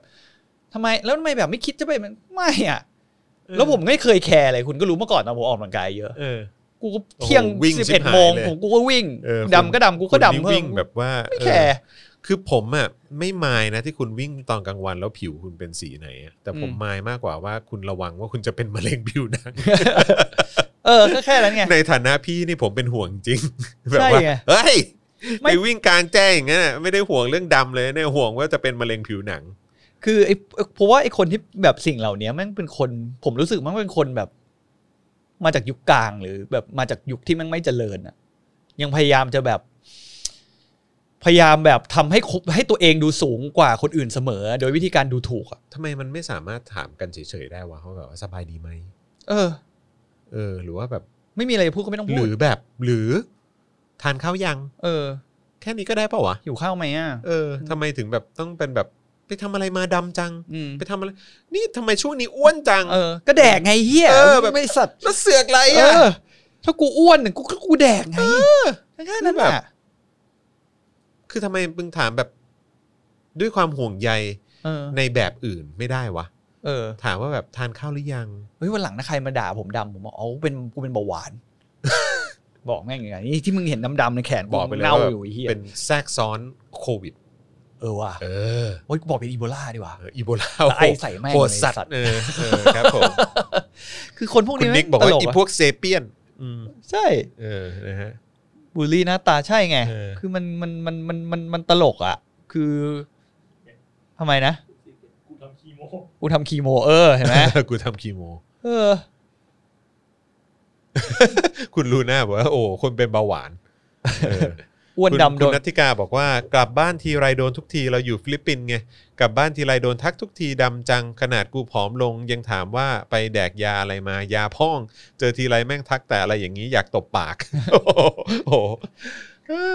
S2: ทำไมแล้วทำไมแบบไม่คิดจะไปมันไม่อ่ะ แล้วผมไม่เคยแคร์อะไรคุณก็รู้มาก่อนตอนผมออกกำลังกายเยอะ
S1: เออ
S2: กูก็เที่ยง
S1: โอ้โหวิ่ง
S2: สิบ
S1: ชิบ
S2: เอ็ด
S1: หาย
S2: โมง
S1: เลย
S2: ผมกูก็วิ่ง
S1: เออคุณ
S2: ดำก็ดำกูก็
S1: คุ
S2: ดำ
S1: ณนี่
S2: เพิ่
S1: วิ่
S2: ม
S1: งแบบว่า
S2: ไม่
S1: เอ
S2: แค
S1: อ
S2: ร์
S1: คือผมอ่ะไม่มายนะที่คุณวิ่งตอนกลางวันแล้วผิวคุณเป็นสีไหนอะแต่ผม
S2: อืม
S1: มายมากกว่าว่าคุณระวังว่าคุณจะเป็นมะเร็งผิวหนัง
S2: เออก็แค่นั้นไง
S1: ในฐานะพี่นี่ผมเป็นห่วงจริง (laughs) แบบ
S2: ใช่
S1: ว่า
S2: ไง
S1: เฮ้ย
S2: ไม่
S1: ไปวิ่งกลางแจ้งอย่างนั้นน่ะไม่ได้ห่วงเรื่องดำเลยเนี่ยห่วงว่าจะเป็นมะเร็งผิวหนัง
S2: คือไอ้เพราะว่าไอ้คนที่แบบสิ่งเหล่านี้แม่งเป็นคน ผมรู้สึกแมันเป็นคนแบบ มาจากยุคกลางหรือแบบมาจากยุคที่แม่งไม่เจริญอะยังพยายามจะแบบ พยายามแบบทำให้คบให้ตัวเองดูสูงกว่าคนอื่นเสมอ โดยวิธีการดูถูกอะ
S1: ทำไมมันไม่สามารถถามกันเฉยๆได้วะเขาแบบว่าสบายดีไหม
S2: เออ
S1: เออ หรือว่าแบบ
S2: ไม่มีอะไรพูดก็ไม่ต้อง
S1: ห
S2: พู
S1: รื
S2: ด
S1: อแบบหรือ ทานข้าวยัง
S2: เออ
S1: แค่นี้ก็ได้เปล่าวะ
S2: หิวข้าวไหมอ่ะ
S1: เออทำไมถึงแบบต้องเป็นแบบไปทำอะไรมาดำจัง
S2: อืม
S1: ไปทำอะไร นี่ทำไมช่วงนี้อ้วนจัง
S2: เออ ก็แดกไงเฮีย
S1: เออแบบ
S2: ไม่สัตว์
S1: แล้วเสือกอะไร
S2: เอ
S1: อ่ะ
S2: อ ถ้ากูอ้วนเนี่ยกูก็กูแดกไงแค่นั้นแห
S1: แบบ
S2: ละ
S1: คือทำไมมึงถามแบบด้วยความห่วงใย
S2: เออ
S1: ในแบบอื่นไม่ได้วะ
S2: เออ
S1: ถามว่าแบบทานข้าวหรือยัง
S2: เฮ้ยวันหลังนะใครมาด่าผมดำผมบอกเอาเป็นกูเป็นเบาหวาน (laughs) บอกแม่งอย่างนี้ที่มึงเห็นดำๆในแขนกู
S1: บอกไปเลย
S2: เน่า
S1: ว่า
S2: อยู่ไอ้เฮีย
S1: เป็นแทรกซ้อนโควิด
S2: เออว่ะ
S1: เออ
S2: โอ้ยกูบอกเป็นอีโบลาดีกว่า
S1: เอออีโบลา
S2: แล้วไอใส่แม่ง
S1: โหด
S2: เลย
S1: สัตว์เออเออครับผม
S2: คือคนพวก
S1: คุณ
S2: นี้
S1: นิกบอก
S2: แม่ง
S1: ว่า
S2: ตล
S1: อี
S2: อะ
S1: พวกเซเปียน อืม
S2: ใช่
S1: เออนะฮะ
S2: บูลลี่หน้าตาใช่ไง
S1: เออ
S2: คือมันมันมันมันมันมันตลกอ่ะ คือทำไมนะ
S3: กูทำคีโม
S2: กูทำคีโมเออเห็นไหม
S1: (laughs) กูทำคีโม
S2: เออ
S1: คุณลูน่าบอกว่าโอ้คนเป็นเบาหวานเออ
S2: อ้วน
S1: คุณ
S2: ดำโด
S1: คุ
S2: น
S1: ณนัทธิกาบอกว่ากลับบ้านทีไรโดนทุกทีเราอยู่ฟิลิปปินส์ไงกลับบ้านทีไรโดนทักทุกทีดำจังขนาดกูผอมลงยังถามว่าไปแดกยาอะไรมายาพ่อง เจอทีไรแม่งทักแต่อะไรอย่างนี้อยากตบปาก (laughs) โอ้โห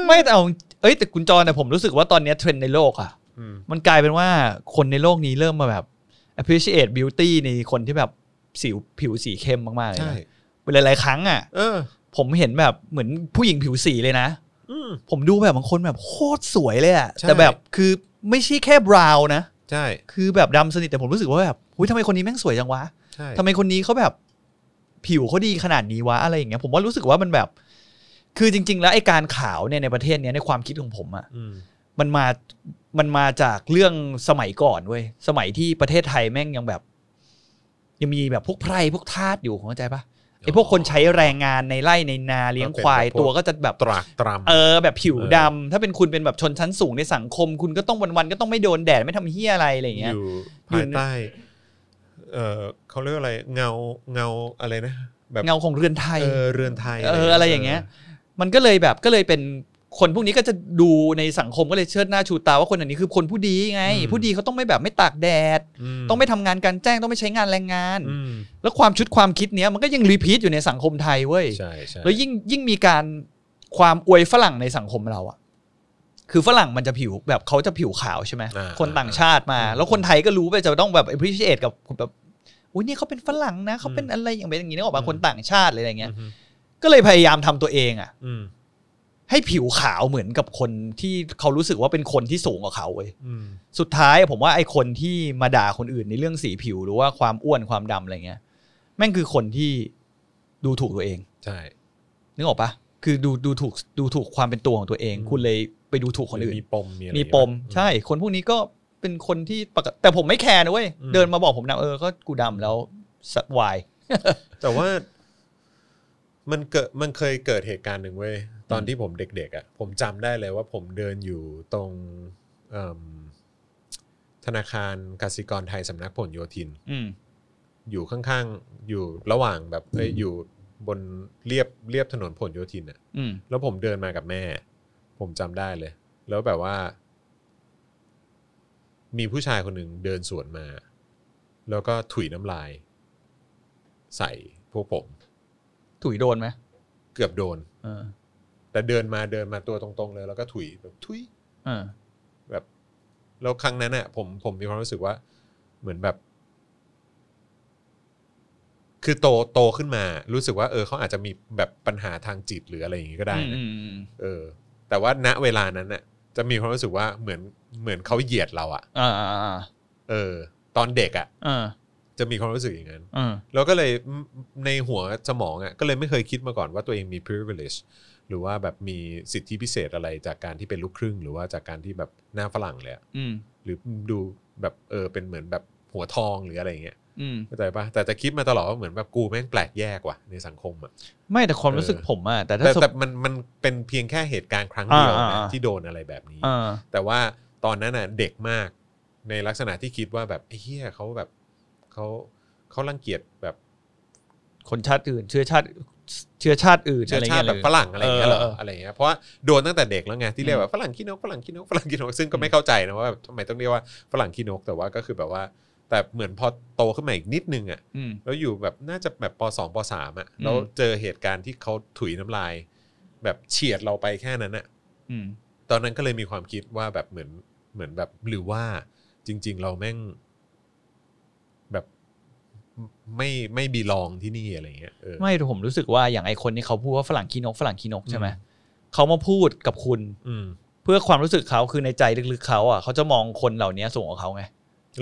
S2: ไม่แต่เอาเอ้ยแต่คุณจอเนี่ยผมรู้สึกว่าตอนเนี้ยเทรนด์ในโลกอ่ะ
S1: อืม
S2: มันกลายเป็นว่าคนในโลกนี้เริ่มมาแบบ appreciate beauty ในคนที่แบบสิวผิวสีเข้มมากๆเลย
S1: ใช่
S2: นะเป็นหลายๆครั้งอ่ะ
S1: เออ
S2: ผมเห็นแบบเหมือนผู้หญิงผิวสีเลยนะ
S1: อืม
S2: ผมดูแบบบางคนแบบโคตรสวยเลยอ่ะ
S1: ใช่
S2: แต่แบบคือไม่ใช่แค่บราวน์นะ
S1: ใช่
S2: คือแบบดำสนิทแต่ผมรู้สึกว่าแบบหุ้ยทำไมคนนี้แม่งสวยจังวะ
S1: ใช่
S2: ทำไมคนนี้เขาแบบ ผิวเขาดีขนาดนี้วะอะไรอย่างเงี้ยผมว่ารู้สึกว่ามันแบบ คือจริง ๆ แล้วไอ้การขาวเนี่ยในประเทศเนี้ยในความคิดของผมอ่ะ
S1: อืม
S2: มันมา มันมาจากเรื่องสมัยก่อนเว้ย สมัยที่ประเทศไทยแม่งยังแบบ ยังมีแบบพวกไพร่พวกทาสอยู่เข้าใจปะไอพวกคนใช้แรงงานในไร่ในนาเลี้ยงควายตัวก็จะแบบ
S1: ตรากตรำ
S2: เออแบบผิว
S1: เออ
S2: ดำถ้าเป็นคุณเป็นแบบชนชั้นสูงในสังคม คุณก็ต้องวันๆก็ต้องไม่โดนแดดไม่ทำเฮียอะไรอะไรอย่างเงี้ย
S1: อยู่
S2: อ
S1: ภา
S2: ยู่
S1: ย
S2: ใน
S1: ใต้ เออเขาเรียกว่าอะไรเงาเงาอะไรนะ แบบ
S2: เงาของเรือนไทย
S1: เออเรือนไทย
S2: เอออะไรอย่างเงี้ย มันก็เลยแบบก็เลยเป็นคนพวกนี้ก็จะดูในสังคมก็เลยเชิดหน้าชูตาว่าคนอันนี้คือคนผู้ดีไง ผู้ดีเขาต้องไม่แบบไม่ตากแดด ต้องไม่ทำงานกลารแจ้งต้องไม่ใช้งานแรงงาน
S1: อืม
S2: แล้วความชุดความคิดเนี้ยมันก็ยังรีพีทอยู่ในสังคมไทยเว้ย
S1: ใช่ใช่
S2: แล้วยิ่งยิ่งมีการความอวยฝรั่งในสังคมเราอะคือฝรั่งมันจะผิวแบบเขาจะผิวขาวใช่ไหม
S1: อ่า
S2: คนต่างชาติมา
S1: อ่า
S2: แล้วคนไทยก็รู้ไปจะต้องแบบ appreciate กับแบบอุ้ยนี่เขาเป็นฝรั่งนะเขาเป็นอะไรอย่างเป็นอย่างนี้นึกออกมาคนต่างชาติอะไรอย่างเงี้ย
S1: อืม
S2: ก็เลยพยายามทำตัวเองอะ
S1: อืม
S2: ให้ผิวขาวเหมือนกับคนที่เขารู้สึกว่าเป็นคนที่สูงกว่าเขาเว้ย
S1: อืม
S2: สุดท้ายผมว่าไอ้คนที่มาด่าคนอื่นในเรื่องสีผิวหรือว่าความอ้วนความดำอะไรเงี้ยแม่งคือคนที่ดูถูกตัวเอง
S1: ใช่
S2: นึกออกปะคือดูดูถูกดูถูกความเป็นตัวของตัวเอง
S1: อืม
S2: คุณเลย ไปดูถูกคนอื่น
S1: มีปมมีอะไร
S2: มีปม ใช่ คนพวกนี้ก็เป็นคนที่ปกติแต่ผมไม่แคร์นะเว้ย เดินมาบอกผมดำเออ ก็กูดำแล้วสัตว์วาย
S1: แต่ว่ามันเกิดมันเคยเกิดเหตุการณ์หนึ่งเว้ยตอนที่ผมเด็กๆอ่ะผมจำได้เลยว่าผมเดินอยู่ตรงเอิ่มธนาคารกสิกรไทยสำนักผลโยธิน
S2: อืม
S1: อยู่ข้างๆ อยู่ระหว่างแบบเอ้ยอยู่บนเรียบเรียบถนนผลโยธินอ่ะ
S2: อืม
S1: แล้วผมเดินมากับแม่ ผมจำได้เลย แล้วแบบว่า มีผู้ชายคนหนึ่งเดินสวนมา แล้วก็ถุยน้ำลาย ใส่พวกผม
S2: ถุยโดนไหม
S1: เกือบโดน
S2: เออ
S1: แต่เดินมาเดินมาตัวตรงๆเลย แล้วก็ถุยแบบถุย
S2: เออ
S1: แบบแล้วครั้งนั้นอ่ะผมผมมีความรู้สึกว่า เหมือนแบบ คือโตโตขึ้นมา รู้สึกว่า เออเขาอาจจะมีแบบปัญหาทางจิตหรืออะไรอย่างงี้ก็ได้นะ
S2: อืมอืมอืม
S1: เออแต่ว่าณเวลานั้นน่ะจะมีความรู้สึกว่าเหมือนเหมือนเขาเหยียดเราอะ
S2: อ่าอ่าอ่า
S1: เออ ตอนเด็กอะ
S2: อ่า
S1: จะมีความรู้สึกอย่างนั้น
S2: อ่า
S1: แล้วก็เลยในหัวสมองอะก็เลยไม่เคยคิดมาก่อนว่าตัวเองมี privilege หรือว่าแบบมีสิทธิพิเศษอะไรจากการที่เป็นลูกครึ่ง หรือว่าจากการที่แบบหน้าฝรั่งเลยอะ
S2: อืม
S1: หรือดูแบบเออเป็นเหมือนแบบหัวทองหรืออะไรอย่างเงี้ย
S2: อืม
S1: เข้าใจปะแต่จะคิดมาตลอดว่าเหมือนแบบกูแม่งแปลกแยกว่ะในสังคมอะ
S2: ไม่แต่ความรู้สึก
S1: เออ
S2: ผมอะแต่ถ้า
S1: แต่
S2: สม
S1: แต่มันมันเป็นเพียงแค่เหตุการณ์ครั้งเดียว
S2: อ่า
S1: นะ
S2: อ่า
S1: ที่โดนอะไรแบบนี้
S2: อ่า
S1: แต่ว่าตอนนั้นน่ะเด็กมากในลักษณะที่คิดว่าแบบไอ้เฮียเขาแบบเขาเขารังเกียจแบบ
S2: คนชาติอื่น เชื้อชาติ เชื้อชาติอื่น
S1: เชื้
S2: อะ
S1: อ
S2: ไร
S1: ชา
S2: เงี้
S1: ติ
S2: ย
S1: แบบฝรั่งอะไรอย่างเงี้ยเหรอ
S2: เออ
S1: อะไรอย่างเงี้ยเพราะว่าโดนตั้งแต่เด็กแล้วไงที่เรียกว่าฝรั่งขี้นกฝรั่งขี้นกฝรั่งขี้นกซึ่งก็ไม่เข้าใจนะว่าแบบทำไมต้องเรียกว่าฝรั่งขี้นกแต่ว่าก็คือแบบว่า แต่เหมือนพอโตขึ้นมาอีกนิดนึงอ่ะ
S2: อืม
S1: แล้วอยู่แบบน่าจะแบบปสองปสามอ่ะแล้ว
S2: อืม
S1: เจอเหตุการณ์ที่เขาถุยน้ำลาย แบบเฉียดเราไปแค่นั้นอ่ะ
S2: อืม
S1: ตอนนั้นก็เลยมีความคิดว่าแบบเหมือนเหมือนแบบหรือว่าจริง ๆ เราแม่ง แบบไม่ไม่บีลองที่นี่อะไรเงี้ยเออ
S2: ไม่แต่ผมรู้สึกว่าอย่างไอคนที่เขาพูดว่าฝรั่งขี้นกฝรั่งขี้นกใช่ไหม
S1: อืม
S2: เขามาพูดกับคุณ
S1: อืม
S2: เพื่อความรู้สึกเขาคือในใจลึกๆเขาอ่ะเขาจะมองคนเหล่านี้สูงกว่าเขาไง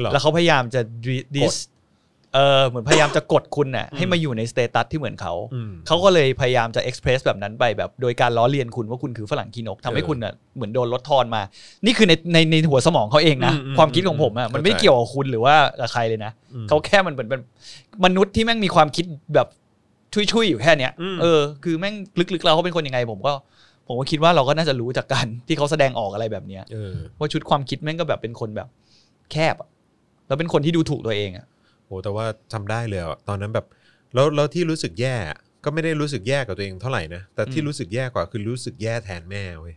S1: หรอ
S2: แล้วเขาพยายามจะดิ
S1: ก
S2: ส
S1: ด
S2: เออเหมือนพยายามจะกดคุณน่ะ
S1: อืม
S2: ให้มาอยู่ในสเตตัสที่เหมือนเขา
S1: อืม
S2: เขาก็เลยพยายามจะเอ็กซ์เพรสแบบนั้นไปแบบโดยการล้อเลียนคุณว่าคุณคือฝรั่งกีนกทำให้
S1: เออ
S2: คุณน่ะเหมือนโดนลดทอนมา นี่คือในในในหัวสมองเขาเองนะ
S1: อืมอืม
S2: ความคิดของผมอ่ะมันไม่
S1: เข้าใจ
S2: เกี่ยวกับคุณหรือว่ากับใครเลยนะ
S1: อืม
S2: เขาแค่มันเหมือนเป็นมนุษย์ที่แม่งมีความคิดแบบชุยๆอยู่แค่เนี้ย
S1: อืม
S2: เออคือแม่งลึกๆเราเขาเป็นคนยังไงผมก็ ผมก็คิดว่าเราก็น่าจะรู้จากการที่เขาแสดงออกอะไรแบบเนี้ย
S1: เออ
S2: ว่าชุดความคิดแม่งก็แบบเป็นคนแบบ แคบอะแล้วเป็นคนที่ดูถูกตัวเองอะ
S1: โหแต่ว่าทำได้เลยอะตอนนั้นแบบ แล้วแล้วที่รู้สึกแย่อะก็ไม่ได้รู้สึกแย่กับตัวเองเท่าไหร่นะแต่ที่รู้สึกแย่กว่าคือรู้สึกแย่แทนแม่เว้ย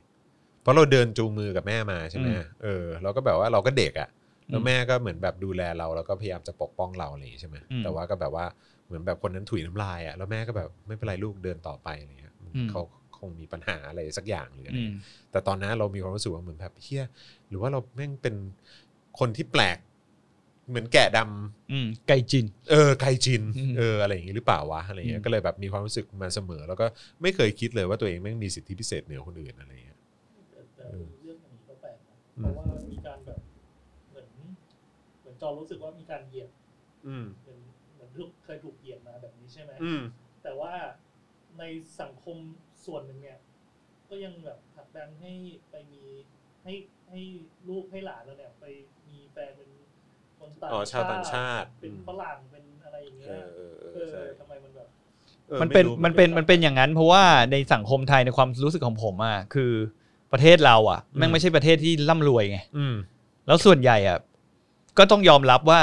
S1: เพราะเราเดินจูงมือกับแม่มาใช่ไหมเออเราก็แบบว่าเราก็เด็กอะ แล้วแม่ก็เหมือนแบบดูแลเราแล้วก็พยายามจะปกป้องเราอะไรอย่างงี้ใช่ไหม
S2: อืม
S1: แต่ว่าก็แบบว่าเหมือนแบบคนนั้นถุยน้ำลายอ่ะแล้วแม่ก็แบบไม่เป็นไรลูกเดินต่อไปอะไรเงี้ย
S2: อืม
S1: เขาคงมีปัญหาอะไรสักอย่างหรืออะไร
S2: อื
S1: เงี้
S2: ม
S1: ยแต่ตอนนั้นเรามีความรู้สึกว่าเหมือนแบบเฮียหรือว่าเราแม่งเป็นคนที่แปลก เหมือนแกะดำ
S2: อืมไกจิน
S1: เออไกจิน
S2: อืม
S1: เอออะไรอย่างงี้หรือเปล่าวะอะไรเงี้
S2: อื
S1: ย
S2: ม
S1: ก็เลยแบบมีความรู้สึกมาเสมอ แล้วก็ไม่เคยคิดเลยว่าตัวเองแม่งมีสิทธิพิเศษเหนือคนอื่นอะไรเงี้ย
S3: แต่แต่เรื่องอย่างนี้ก็แปลกนะ
S1: อืม
S3: เพราะว่ามีการแบบเหมือนเหมือนจอรู้สึกว่ามีการเหยียด
S1: อืม
S3: เหมือนเหมือนถูกเคยถูกเหยียดมาแบบนี้ใช่ไหม
S1: อืม
S3: แต่ว่าในสังคมส่วนหนึ่งเนี่ย ก็ยังแบบผลักดันให้ไปมีให้ให้ลูกให้หลานเราเนี่ย ไปมีแฟนเป็นคนต่าง
S1: อ๋อชาวต่างชาติ
S3: เป็นฝรั่งเป็นอะไรอย่างเงี้
S1: เอย อเออเอ
S3: เอ
S1: อใช่
S3: อทำไมมันแบบ
S1: ออ
S2: มันเป็น
S1: ไรู้หอกั
S2: มันเป็นมันเป็นอย่างนั้น เพราะว่าในสังคมไทยในความรู้สึกของผมอ่ะคือประเทศเราอ่ะแม่ง
S1: อืม
S2: ไม่ใช่ประเทศที่ร่ำรวยไง
S1: อืม
S2: แล้วส่วนใหญ่อะก็ต้องยอมรับว่า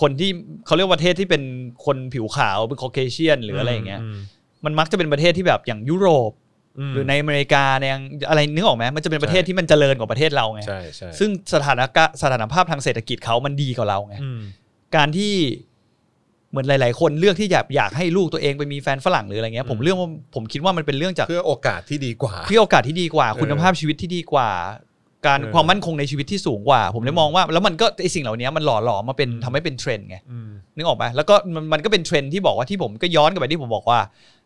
S2: คนที่เขาเรียกว่าประเทศที่เป็นคนผิวขาวเป็นคอเคเชียนหรืออะไรอย่างเงี้ย
S1: ม
S2: มันมักจะเป็นประเทศที่แบบอย่างยุโรป
S1: ม
S2: หรือในอเมริกาในอังอะไรนึกออกไหมมันจะเป็นประเทศที่มันเจริญกว่าประเทศเราไง
S1: ใช่ใช่
S2: ซึ่งสถานกะสถานภาพทางเศรษฐกิจเขามันดีกว่าเราไง
S1: อืม
S2: การที่เหมือนหลาย ๆ คนเลือกที่อยากอยากให้ลูกตัวเองไปมีแฟนฝรั่งหรืออะไรเงี้ยผมเรื่องว่าผมคิดว่ามันเป็นเรื่องจาก
S1: เพื่อโอกาสที่ดีกว่า
S2: เพื่อโอกาสที่ดีกว่า
S1: เออ
S2: คุณภาพชีวิตที่ดีกว่า การ
S1: เออ
S2: ความมั่นคงในชีวิตที่สูงกว่า ผมเลย
S1: อืม
S2: มองว่า แล้วมันก็ไอสิ่งเหล่านี้มันหล่อหลอมมาเป็น
S1: อืม
S2: ทำให้เป็นเทรนด์ไง
S1: อืม
S2: นึกออกไหมแล้วก็มันมันก็เป็นเทรนด์ที่บอกว่าที่ผมก็ย้อนกลับไปที่ผมบอกว่า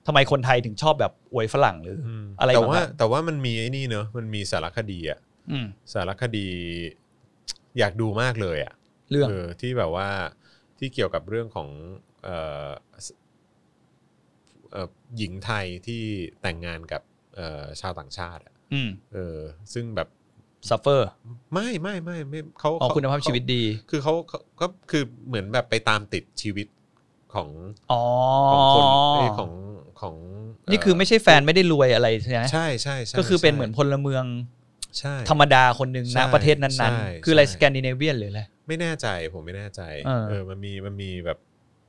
S2: ทำไมคนไทยถึงชอบแบบอวยฝรั่งหรือ
S1: อืม
S2: อะไร
S1: แต่
S2: แบบ
S1: ว่า
S2: นั้น
S1: แต่ว่ามันมีไอ้นี่เนอะมันมีสารคดีอะ
S2: อืม
S1: สารคดี อยากดูมากเลยอะ
S2: เรื่อง
S1: เออที่แบบว่าที่เกี่ยวกับเรื่องของเอ่อเอ่อหญิงไทยที่แต่งงานกับเอ่อชาวต่างชาติอะ
S2: อืม
S1: เออซึ่งแบบ
S2: ซัฟเฟอร์
S1: ไม่ไม่ไม่ไม่เขา
S2: อ๋อ
S1: เข
S2: คุณภาพชีวิตดี
S1: คือเขาเขาก็คือเหมือนแบบไปตามติดชีวิตของ
S2: อ๋อ
S1: ของคนเอ้ยของของเ
S2: นี่คือไม่ใช่แฟนไม่ได้รวยอะไรใช่ไหม
S1: ใช่ใช่ใช่
S2: ก็คือเป็นเหมือนพลเมือง
S1: ใช่
S2: ธรรมดาคนหนึ่ง
S1: ใช่
S2: ณประเทศนั้
S1: ใช่
S2: นๆ คืออะไร
S1: ใช่
S2: สแกนดิเนเวียนหรืออะไร
S1: ไม่แน่ใจผมไม่แน่ใจ
S2: เออ
S1: มันมีมันมีแบบ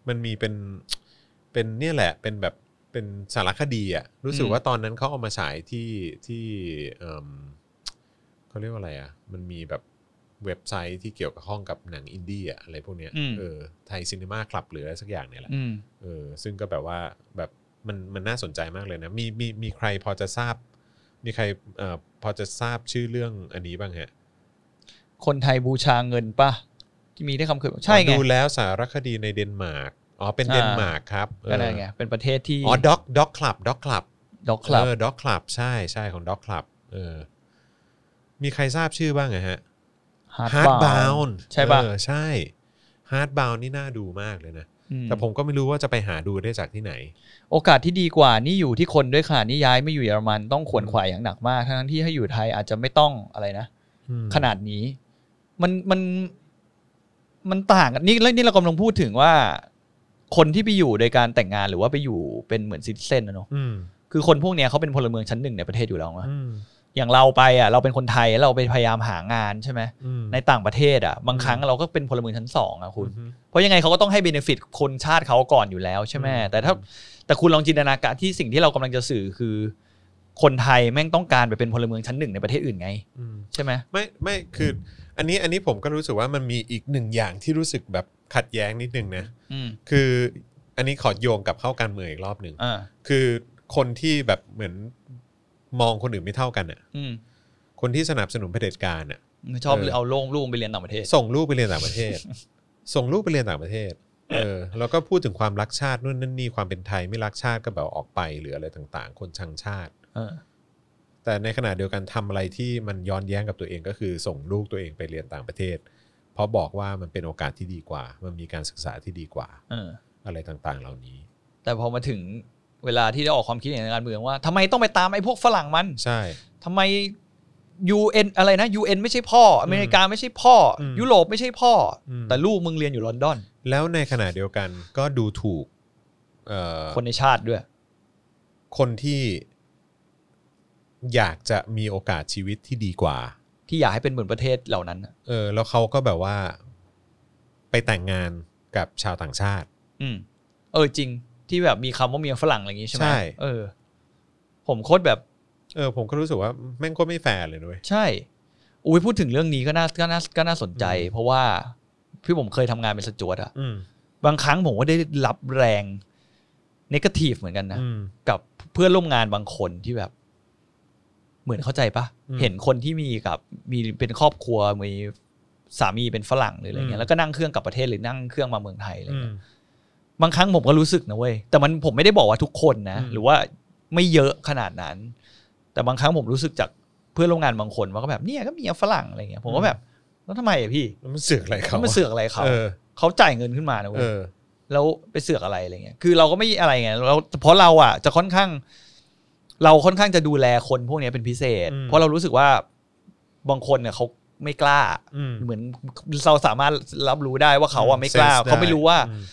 S1: มันมีเป็นเป็นเนี่ยแหละเป็นแบบเป็นสารคดีอะรู้สึกว่าตอนนั้นเขาเอามาฉายที่ที่เอิ่มเขาเรียกว่าอะไรอะมันมีแบบเว็บไซต์ที่เกี่ยวกับข้องกับหนังอินเดียอะไรพวกเนี้ย
S2: อืม
S1: เออไทยซีนีมาคลับหรืออะไรสักอย่างเนี่ยแหละ
S2: อืม
S1: เออซึ่งก็แบบว่าแบบมันมันน่าสนใจมากเลยนะ มีมีมีใครพอจะทราบ มีใครเอ่อพอจะทราบชื่อเรื่องอันนี้บ้างฮะ
S2: คนไทยบูชาเงินป่ะที่มีได้คำเคยบอกใช่ไง
S1: ดูแล้วสารคดีในเดนมาร์ก อ๋อ เป็น
S2: อ่า
S1: เดนมาร์กครับเออ
S2: ก็ได้ไงเป็นประเทศที่
S1: อ๋อ ด็อก ด็อกคลับ ด็อกคลับ
S2: ด็อกคลับ
S1: เออ ด็อกคลับ ใช่ ใช่ของด็อกคลับ เออ มีใครทราบชื่อบ้างอะฮะ
S2: ฮาร์
S1: Hard
S2: ดบาว
S1: Bound
S2: น์ใช่ป่ะ
S1: เออใช่ Hard Bound นี่น่าดูมากเลยนะ
S2: อืม
S1: แต่ผมก็ไม่รู้ว่าจะไปหาดูได้จากที่ไหน
S2: โอกาสที่ดีกว่านี่อยู่ที่คนด้วยค่ะนี่ย้ายไม่อยู่เยอรมันต้องขวนขวายอย่างหนักมากทั้งๆที่ให้อยู่ไทยอาจจะไม่ต้องอะไรนะ
S1: อืม
S2: ขนาดนี้ มันมันมันต่างกันนี่แล้วนี่เรากำลังพูดถึงว่า คนที่ไปอยู่โดยการแต่งงานหรือว่าไปอยู่เป็นเหมือนซิตเซนนะเนาะ
S1: อืม
S2: คือคนพวกเนี้ยเขาเป็นพลเมืองชั้นหนึ่งในประเทศอยู่แล้วอะ
S1: อืม
S2: อย่างเราไปอ่ะเราเป็นคนไทยแล้วเราไปพยายามหางานใช่ไหม
S1: อืม
S2: ในต่างประเทศอ่ะบางครั้งเราก็เป็นพลเมืองชั้นสองอ่ะคุณ
S1: อืม
S2: เพราะยังไงเขาก็ต้องให้เบเนฟิตคนชาติเขาก่อนอยู่แล้วใช่ไหม
S1: อืม
S2: แต่ถ้าแต่คุณลองจินตนาการที่สิ่งที่เรากำลังจะสื่อคือ คนไทยแม่งต้องการไปเป็นพลเมืองชั้นหนึ่งในประเทศอื่นไง
S1: อืม
S2: ใช่ไหม
S1: ไม่ไม่คือออันนี้อันนี้ผมก็รู้สึกว่ามันมีอีกหนึ่งอย่างที่รู้สึกแบบขัดแย้งนิดนึงนะ
S2: อืม
S1: คืออันนี้ขอโยงกลับเข้าการเมืองอีกรอบหนึ่ง
S2: อ่า
S1: คือคนที่แบบเหมือนมองคนอื่นไม่เท่ากันอ่ะ
S2: อืม
S1: คนที่สนับสนุนเผด็จการอ่ะ
S2: ชอบ
S1: เออ
S2: เอาโล่งลูกไปเรียนต่างประเทศ
S1: ส่งลูกไปเรียนต่างประเท (laughs) ศ ส่งลูกไปเรียนต่างประเทศ เออ แล้วก็พูดถึงความรักชาตินู่นนั่นนี่ความเป็นไทยไม่รักชาติก็แบบออกไปหรืออะไรต่าง ๆ คนชังชาติ
S2: เออ
S1: แต่ในขณะเดียวกันทำอะไรที่มันย้อนแย้งกับตัวเองก็คือส่งลูกตัวเองไปเรียนต่างประเทศ เพราะบอกว่ามันเป็นโอกาสที่ดีกว่า มันมีการศึกษาที่ดีกว่า
S2: เออ
S1: อะไรต่างๆ เหล่านี้
S2: แต่พอมาถึงเวลาที่ได้ออกความคิดเห็นทางการเมืองว่าทำไมต้องไปตามไอ้พวกฝรั่งมัน
S1: ใช่
S2: ทำไม UN อะไรนะ UN ไม่ใช่พ่อ อเมริกาไม่ใช่พ่ออ
S1: ม
S2: ยุโรปไม่ใช่พ่ออ
S1: ม
S2: แต่ลูกมึงเรียนอยู่ลอนดอน
S1: แล้วในขณะเดียวกันก็ดูถูกเอ่อ
S2: คนในชาติด้วย
S1: คนที่อยากจะมีโอกาสชีวิตที่ดีกว่า
S2: ที่อยากให้เป็นเหมือนประเทศเหล่านั้นน่ะ
S1: เออ แล้วเขาก็แบบว่าไปแต่งงานกับชาวต่างชาติ
S2: อืม เออจริงที่แบบมีคำว่าเมียฝรั่งอะไรอย่างงี้ใช่ไหม
S1: ใช่
S2: เออ ผมโคตรแบบ
S1: เออ ผมก็รู้สึกว่าแม่งก็ไม่แฟร์เลยด้วย
S2: ใช่ อุ้ยพูดถึงเรื่องนี้ก็น่าก็น่าก็น่าสนใจ
S1: อืม
S2: เพราะว่าพี่ผมเคยทำงานเป็นสจวตอะ
S1: อืม
S2: บางครั้งผมก็ได้รับแรงนกาทีฟเหมือนกันนะ
S1: อืม
S2: กับเพื่อนร่วมงานบางคนที่แบบ เหมือนเข้าใจปะ
S1: อืม
S2: เห็นคนที่มีกับมีเป็นครอบครัวมีสามีเป็นฝรั่งหรืออะไรเงี้
S1: อื
S2: ย
S1: ม
S2: แล้วก็นั่งเครื่องกลับประเทศหรือนั่งเครื่องมาเมืองไทยอะไร
S1: อืม
S2: เงี้ยบางครั้งผมก็รู้สึกนะเว้ยแต่มันผมไม่ได้บอกว่าทุกคนนะ
S1: อืม
S2: หรือว่าไม่เยอะขนาดนั้น แต่บางครั้งผมรู้สึกจากเพื่อนร่วมงานบางคนว่าก็แบบเนี่ยก็มีฝรั่งอะไรเงี้ยผมก็แบบแล้วทำไมอะพี่
S1: แล้วมันเสือกอะไรเขา
S2: มันเสือกอะไรเขา
S1: เออ
S2: เขาจ่ายเงินขึ้นมานะ
S1: เอ
S2: เว้ย
S1: อ
S2: แล้วไปเสือกอะไรอะไรเงี้ย คือเราก็ไม่อะไรไงเราเพราะเราอ่ะจะค่อนข้าง เราค่อนข้างจะดูแลคนพวกเนี้ยเป็นพิเศษ
S1: อืม
S2: เพราะเรารู้สึกว่าบางคนเนี่ยเขาไม่กล้า
S1: อืม
S2: เหมือนเราสามารถรับรู้ได้ว่าเขาอ่ะไม่กล้า
S1: ซนส์ด้
S2: เขาไม่รู้ว่า
S1: อืม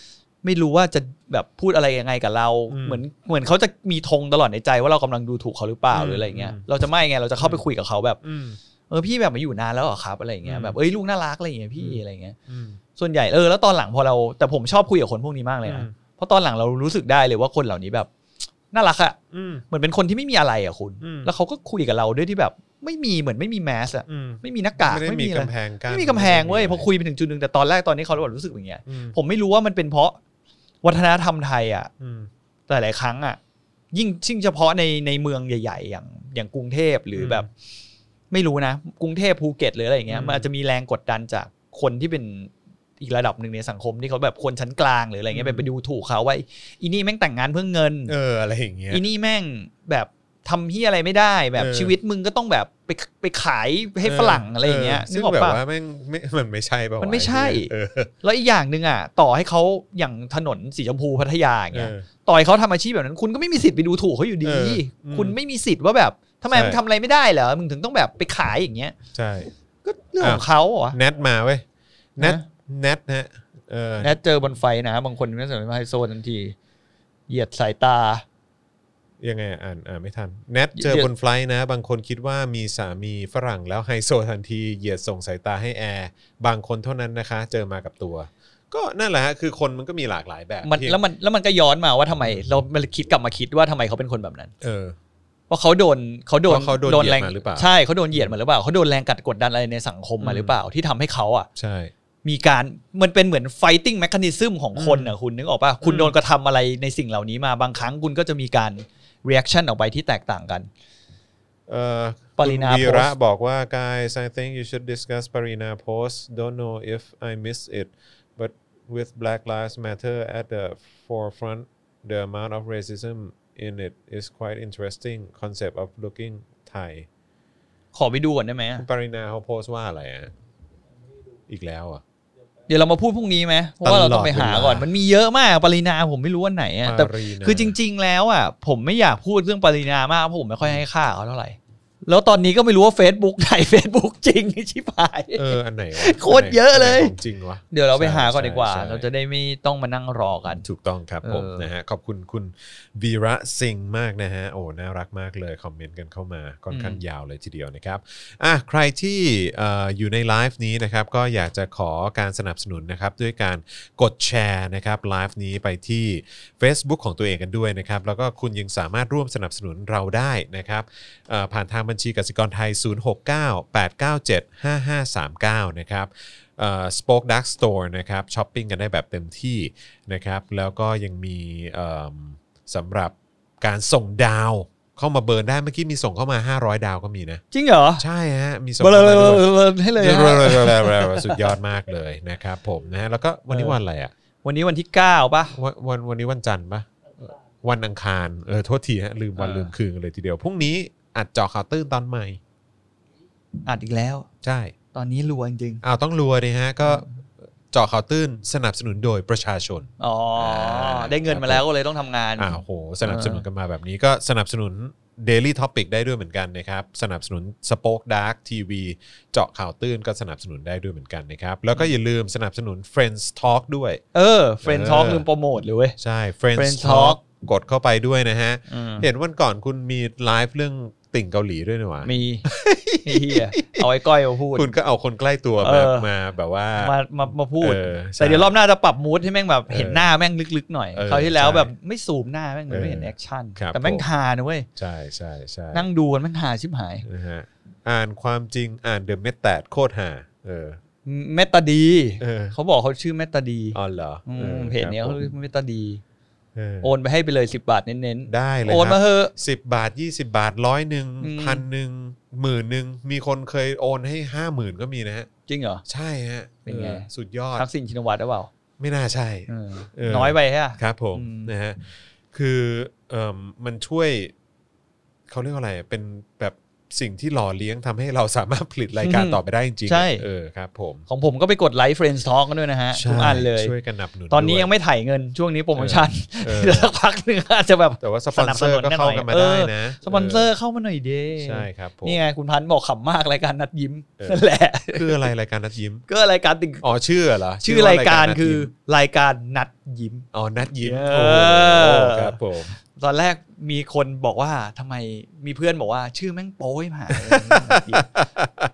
S2: ไม่รู้ว่าจะแบบพูดอะไรยังไงกับเรา
S1: อืม
S2: เหมือนเหมือนเขาจะมีธงตลอดในใจว่าเรากำลังดูถูกเขาหรือเปล่า
S1: อืม
S2: หรืออะไรเงี้ย
S1: อืม
S2: เราจะไม่ไงเราจะเข้าไปคุยกับเขาแบบ
S1: อืม
S2: เออพี่แบบมาอยู่นานแล้วเหรอครับอะไรเงี้ย
S1: อืม
S2: แบบเอ้ยลูกน่ารักอะไรเงี้ยพี่
S1: อืม
S2: อะไรเงี้ย
S1: อืม
S2: ส่วนใหญ่เออแล้วตอนหลังพอเราแต่ผมชอบคุยกับคนพวกนี้มากเลย
S1: อื
S2: นะ
S1: ม
S2: เพราะตอนหลังเรารู้สึกได้เลยว่าคนเหล่านี้แบบ น่ารักอะ
S1: อืม
S2: เหมือนเป็นคนที่ไม่มีอะไรอะคุณ
S1: อืม
S2: แล้วเขาก็คุยกับเราด้วยที่แบบ ไม่มีเหมือนไม่มีแมสอะ
S1: อืม
S2: ไม่มีหน้ากาก
S1: ไม่ได้
S2: ไม่
S1: มี
S2: มีอะไร
S1: กำแพงกั้น
S2: ไม่มีกำแพงเว้ย
S1: ไม่
S2: พ
S1: ได้
S2: อคุยไปถึงจุดหนึ่งแต่ตอนแรกตอนนี้เขาแบบรู้สึกอย่างเงี้ย
S1: อืม
S2: ผมไม่รู้ว่ามันเป็นเพราะวัฒนธรรมไทยอะ
S1: อืม
S2: แต่หลายครั้งอะยิ่งชิ่งเฉพาะในในเมืองใหญ่ ๆ อย่างอย่างกรุงเทพหรืออ
S1: ม
S2: แบบ ไม่รู้นะ กรุงเทพภูเก็ตหรืออะไรอย่างเงี้ย
S1: อืม
S2: มันอาจจะมีแรงกดดันจากคนที่เป็นอีกระดับหนึ่งในสังคมที่เขาแบบคนชั้นกลางหรืออะไรเงี้ยไปไปดูถูกเขาว่าอีนี่แม่งแต่งงานเพื่อเงิน
S1: เออ อะไรอย่างเงี้ย
S2: อีนี่แม่งแบบทำที่อะไรไม่ได้แบบ
S1: เออ
S2: ชีวิตมึงก็ต้องแบบไปไปขายให้ฝรั่งอะไรอย่างเงี้ยนึ
S1: ซึ่ง
S2: กออก
S1: แบบ
S2: ปะ
S1: ว่าแม่งไม่มันไม่ใช่ป่าวะ
S2: มันไม่ใช่
S1: เออ
S2: แล้วอีกอย่างหนึ่งอ่ะ ต่อให้เขาอย่างถนนสีชมพูพัทยาอย่าง
S1: เอ
S2: เงี้ย
S1: อ
S2: ต่อให้เขาทำอาชีพแบบนั้น คุณก็ไม่มีสิทธิ์ไปดูถูกเขาอยู่ดี
S1: เอออืม
S2: คุณไม่มีสิทธิ์ว่าแบบ ทำไม
S1: ใช่
S2: มึงทำอะไรไม่ได้เหรอมึงถึงต้องแบบไปขายอย่างเงี้ย
S1: ใช่
S2: ก็เรื่องข
S1: อ่ะ
S2: องเขาเหรอวะ
S1: แนทมาเว้ยแนท
S2: นะ
S1: แนทนะฮะเออ
S2: แนทเจอบนไฟนะบางคนไม่สนใจไฮโซทันที เหยียดสายตา
S1: ยังไงอ่ะอ่านอ่านไม่ทันแนทเจอบนไฟลท์นะ บางคนคิดว่ามีสามีฝรั่งแล้วไฮโซทันทีเหยียดส่งสายตาให้แอร์บางคนเท่านั้นนะคะ เจอมากับตัว ก็นั่นแหละฮะคือคนมันก็มีหลากหลายแบบ
S2: มัน
S1: เพียง
S2: แล้วมันแล้วมันก็ย้อนมาว่าทำไม เรามันคิดกลับมาคิดว่าทำไมเขาเป็นคนแบบนั้น
S1: เออ
S2: ว่าเขาโดนเขาโดน
S1: ว่าเขาโดนเหยียด
S2: แรง
S1: มาหรือเปล่า
S2: ใช่เขาโดนเหยียดมาหรือเปล่าเขาโดนแรงกัดกดดันอะไรในสังคมมาหรือเปล่าที่ทำให้เขาอ่ะ
S1: ใช่
S2: มีการมันเป็นเหมือน fighting mechanism ของคนนะคุณนึกออกป่ะคุณ
S1: อืม
S2: โดนกระทำอะไรในสิ่งเหล่านี้มาบางครั้งคุณก็จะมีการ reaction ออกไปที่แตกต่างกัน
S1: เอ่อ
S2: ปรินา
S1: คุณวีระ
S2: โพสต์
S1: บอกว่า guys I think you should discuss ปรินา post don't know if I miss it but with Black Lives Matter at the forefront the amount of racism in it is quite interesting concept of looking Thai
S2: ขอไปดูก่อนได้ไหมอะ
S1: ปรินาเขาโพสต์ว่าอะไรอ่ะ อีกแล้วอ่ะ
S2: เดี๋ยวเรามาพูดพรุ่งนี้ไหมเพราะว่าเราต้องไปหาก่อน
S1: ตลอดเวลามั
S2: มันมีเยอะมากปรินาผมไม่รู้ว่าไหนอะแต่
S1: ปรินา
S2: คือจริง ๆ แล้วอ่ะผมไม่อยากพูดเรื่องปรินามากเพราะผมไม่ค่อยให้ค่าเขาเท่าไหร่ แล้วตอนนี้ก็ไม่รู้ว่า Facebook ไหน Facebook จริง ชิบหาย
S1: เอออันไหนวะ
S2: โคตรเยอะเลย
S1: นไหนของจริงวะ
S2: เดี๋ยวเราไปหาก่อนดีกว่า
S1: ใช่ใช่
S2: เราจะได้ไม่ต้องมานั่งรอกัน
S1: ถูกต้องครับผม
S2: เออ
S1: นะฮะขอบคุณคุณวีระสิงห์มากนะฮะโอ้น่ารักมากเลย คอมเมนต์กันเข้ามาค่อนข้างยาวเลยทีเดียวนะครับอ่ะใครที่เอ่ออยู่ในไลฟ์นี้นะครับก็อยากจะขอการสนับสนุนนะครับด้วยการกดแชร์นะครับไลฟ์นี้ไปที่ Facebook ของตัวเองกันด้วยนะครับแล้วก็คุณยังสามารถร่วมสนับสนุนเราได้นะครับเอ่อผ่านทางบัญชีกสิกรไทย 0698975539 นะครับ สป็อคดักสโตร์นะครับช้อปปิ้งกันได้แบบเต็มที่นะครับ แล้วก็ยังมีเอิ่มสำหรับการส่งดาวเข้ามาเบิร์นได้เมื่อกี้มีส่งเข้ามา 500 ดาวก็มีนะ
S2: จริงเหรอ
S1: ใช่ฮะ มีส่ง
S2: เบล
S1: เข้า
S2: อ
S1: มาด้วย
S2: ๆให้เลย
S1: เบลอ
S2: นะ
S1: เบลอเบลอเบลอสุดยอดมากเลยนะครับผมนะฮะแล้วก็วันนี้วันอะไรอ่ะ
S2: วันนี้วันที่ 9 ป่ะ
S1: วันวันวันนี้วันจันทร์ปะวันอังคารเออโทษทีฮะลืมวัน
S2: เออ
S1: ลืมคืนกันเลยทีเดียวพรุ่งนี้อัดเจอข่าวตื้นตอนใหม่
S2: อัดอีกแล้ว
S1: ใช่
S2: ตอนนี้รัวจริง
S1: อ้าวต้องรัวดิฮะก็เจาะข่าวตื้นสนับสนุนโดยประชาชน
S2: ๆอ๋อได้เงินมาแล้วก็เลยต้องทำงาน
S1: อ้าวโหสนับสนุนกันมาแบบนี้ก็สนับสนุน Daily Topic ได้ด้วยเหมือนกันนะครับ สนับสนุน Spoke Dark TV เจาะข่าวตื้นก็สนับสนุนได้ด้วยเหมือนกันนะครับ แล้วก็อย่าลืมสนับสนุน Friends Talk ด้วย
S2: เออเฟรนท็อกลืมโปรโมทเลยเว้ย
S1: ใช่ Friends,
S2: Friends
S1: Talk
S2: Talk
S1: กดเข้าไปด้วยนะฮะ
S2: อืม
S1: เห็นวันก่อนคุณมีไลฟ์เรื่องติ่งเกาหลีด้วยนี่หว่า
S2: มีไอ้เฮียเอาไอ้ก้อยมาพูด
S1: คุณก็เอาคนใกล้ตัว
S2: เอ
S1: มา
S2: อ
S1: มาแบบว่า
S2: มามามาพูด
S1: เออใช่
S2: แต่เดี๋ยวรอบหน้าจะปรับมูดให้แม่งแบบ
S1: เออ
S2: เห็นหน้าแม่งลึกๆหน่อย
S1: เออ
S2: คราวที่แล้ว
S1: ใช่
S2: แบบไม่ซูมหน้าแม่งเลยไม่เห็น
S1: เออ
S2: แอคชั่น
S1: ครับ
S2: แต่แม่ง
S1: ผม
S2: หานะเว้ย
S1: ใช่ใช่ใช่
S2: นั่งดูกันแม่งหาชิบหาย
S1: นะฮะอ่านความจริงอ่านเดอะเมตแตดโคตรหาเออ
S2: เมตตาดี
S1: เออ
S2: เขาบอกเขาชื่อเมตตาดี
S1: อ๋อเหรอ
S2: ม
S1: ออ
S2: เพจเนี้ย
S1: ค
S2: เขา
S1: รับผม
S2: เรียกเมตตาดี
S1: เออ
S2: โอนไปให้ไปเลยสิบาทเน้น
S1: ได้เล
S2: ๆ
S1: ย
S2: โอน
S1: ค
S2: มา
S1: รับ
S2: เถอะ
S1: สิบบาทยี่สิบาทร้อยหนึ่ง
S2: อืม
S1: พันหนึ่งหมื่นหนึ่งมีคนเคยโอนให้ห้าหมื่นก็มีนะฮะ
S2: จริงเหรอ
S1: ใช่ฮะ
S2: เป็นไง
S1: ออสุดยอด
S2: ทักษิณชินวัตรหรือเปล่า
S1: ไม่น่าใช่
S2: เออ
S1: เออ
S2: น้อยไปฮะ
S1: ครับผม
S2: อืม
S1: นะฮะคือเอ่มมันช่วย เขาเรียกว่าอะไร เป็นแบบสิ่งที่หล่อเลี้ยงทำให้เราสามารถผลิตรายการต่อไปได้จริงๆ
S2: ใช่
S1: เออครับผม
S2: ของผมก็ไปกดไลค์เฟรนด์ท็อกกันด้วยนะฮะทุกอันเลย
S1: ช่วยกันหนับหนุน
S2: ตอนนี้ยั
S1: ด้ว
S2: ง
S1: ย
S2: ไม่ถ่ายเงินช่วงนี้โปรโมชั่น
S1: เออ
S2: เดี๋ยวสักพักหนึ่งอาจจะแบบ
S1: แต่ว่าสปอนเซอ
S2: ส
S1: ร์
S2: นับสนุน
S1: ก็เข้า
S2: กั
S1: กัน
S2: นหน่อย
S1: มาได้
S2: เออ
S1: นะ
S2: สปอนเซอร์เข้ามาหน่อยเด้
S1: เออใช่ครับผม
S2: นี่ไงคุณพันธ์บอกขำมากรายการนัดยิ้ม
S1: เออ
S2: นั่นแหละ
S1: คืออะไรรายการนัดยิ้ม
S2: ก็รายการติ่ง
S1: อ๋อชื่อเหรอ
S2: ชื่อ
S1: ว่
S2: รายการ
S1: นัด
S2: คือ
S1: ยิ้ม
S2: รายการนัดยิ้ม
S1: อ๋อ นัดยิ้ม
S2: เอ
S1: โอ้
S2: อ
S1: ครับผม
S2: ตอนแรกมีคนบอกว่าทำไมมีเพื่อนบอกว่าชื่อแม่งโป้ยหมา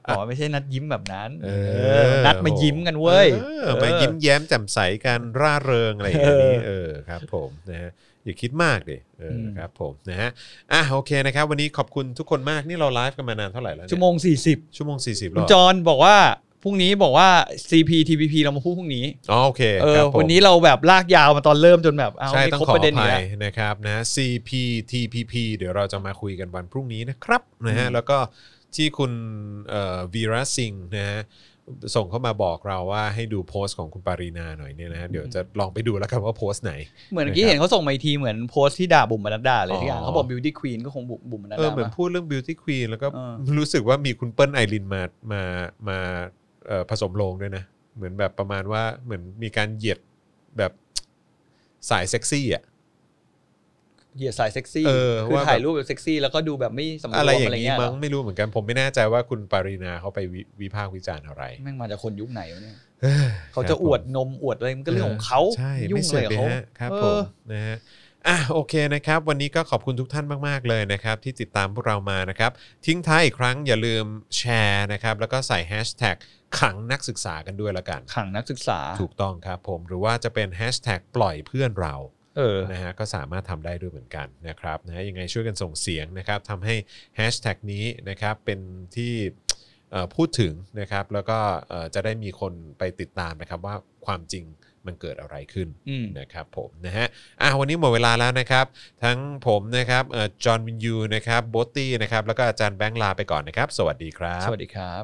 S2: บอกว่าไม่ใช่นัดยิ้มแบบนั้น
S1: เอ
S2: เออนัดมายิ้มกันเว้ย
S1: ออมายิ้มแย้มแจ่มใสกันร่าเริงอะไรอย่างนี้เออครับผมนะฮะอย่าคิดมากดิเอออครับผมนะฮะอ่ะโอเคนะครับ วันนี้ขอบคุณทุกคนมากนี่เราไลฟ์กันมานานเท่าไหร่แล้วเนี่ย
S2: ชั่วโมง 40
S1: ชั่วโมง 40
S2: คุณ
S1: แล้ว
S2: จอนบอกว่าพรุ่งนี้บอกว่า CP TPP เรามาพูดพรุ่งนี้
S1: อ๋อโอเค
S2: เอ
S1: ค
S2: อ
S1: รับผม
S2: วันนี้เราแบบลากยาวมาตอนเริ่มจนแบบเอา
S1: ใช่
S2: ไม่
S1: ต้อง
S2: ครบ
S1: ขอ
S2: ประเด็น
S1: อภั
S2: เนี่ย ย
S1: นะครับนะ CPTPP เดี๋ยวเราจะมาคุยกันวันพรุ่งนี้นะครับนะฮะแล้วก็ที่คุณเอ่อวีระสิงห์นะฮะ ส่งเข้ามาบอกเราว่าให้ดูโพสต์ของคุณปารีนาหน่อยเนี่ยนะฮะเดี๋ยวจะลองไปดูแล้วกันว่าโพสต์ไหน
S2: เหมือนเมื่อกี้
S1: นะครับ
S2: เห็นเขาส่งมาอีกทีเหมือนโพสต์ที่ด่าบุ๋มบรรดาเลยทุกอย่าง
S1: อ๋อ
S2: เขาบอก beauty queen ก็คงบุบุ๋มบรรดา
S1: เออเหมือน
S2: ปะ
S1: พูดเรื่อง beauty queen แล้วก็
S2: เออ
S1: รู้สึกว่ามีคุณเปิ้ลไอรินมามามาเอ่อผสมโลงด้วยนะ เหมือนแบบประมาณว่าเหมือนมีการเหยียดแบบสายเซ็กซี่อ่ะ
S2: เหยียดสายเซ็กซี่
S1: เออ
S2: คือ
S1: ว่าแบบ
S2: ถ่ายรูปแบบเซ็กซี่แล้วก็ดูแบบไม่สำรวม
S1: อะ
S2: อะไร ไรอย่
S1: อา
S2: ย่าง ง
S1: นี้
S2: เงี้ย
S1: มั้งไม่รู้เหมือนกันผมไม่แน่ใจว่าคุณปารีนาเขาไปวิวิพากษ์วิจารณ์อะไร
S2: แม่งมาจากคนยุคไหนวะเนี่ย
S1: อ้ย
S2: เขาจะ
S1: ครับ
S2: อ
S1: ผม
S2: วดนมอวดอะไรมันก็เรื่องของเขา
S1: ใช่
S2: ยุ่
S1: ไม่
S2: ง
S1: เส
S2: เล
S1: ร็จ
S2: ยกับ
S1: เลย
S2: เขา
S1: ฮะครับ
S2: เอ
S1: ผม
S2: อ
S1: นะฮะอ่ะโอเคนะครับ วันนี้ก็ขอบคุณทุกท่านมากๆเลยนะครับ ที่ติดตามพวกเรามานะครับ ทิ้งท้ายอีกครั้งอย่าลืมแชร์นะครับ แล้วก็ใส่แฮชแท็กขังนักศึกษากันด้วยละกัน
S2: ขังนักศึกษา
S1: ถูกต้องครับผมหรือว่าจะเป็นแฮชแท็กปล่อยเพื่อนเรา
S2: เออ
S1: นะฮะก็สามารถทำได้ด้วยเหมือนกันนะครับนะฮะยังไงช่วยกันส่งเสียงนะครับทำให้แฮชแท็กนี้นะครับเป็นที่เอ่อพูดถึงนะครับแล้วก็เอ่อจะได้มีคนไปติดตามนะครับว่าความจริงมันเกิดอะไรขึ้น
S2: อืม
S1: นะครับผมนะฮะอ่ะวันนี้หมดเวลาแล้วนะครับ ทั้งผมนะครับจอห์นวินยูนะครับโบตตี้นะครับแล้วก็อาจารย์แบงค์ลาไปก่อนนะครับ สวัสดีครับ
S2: สวัสดีครับ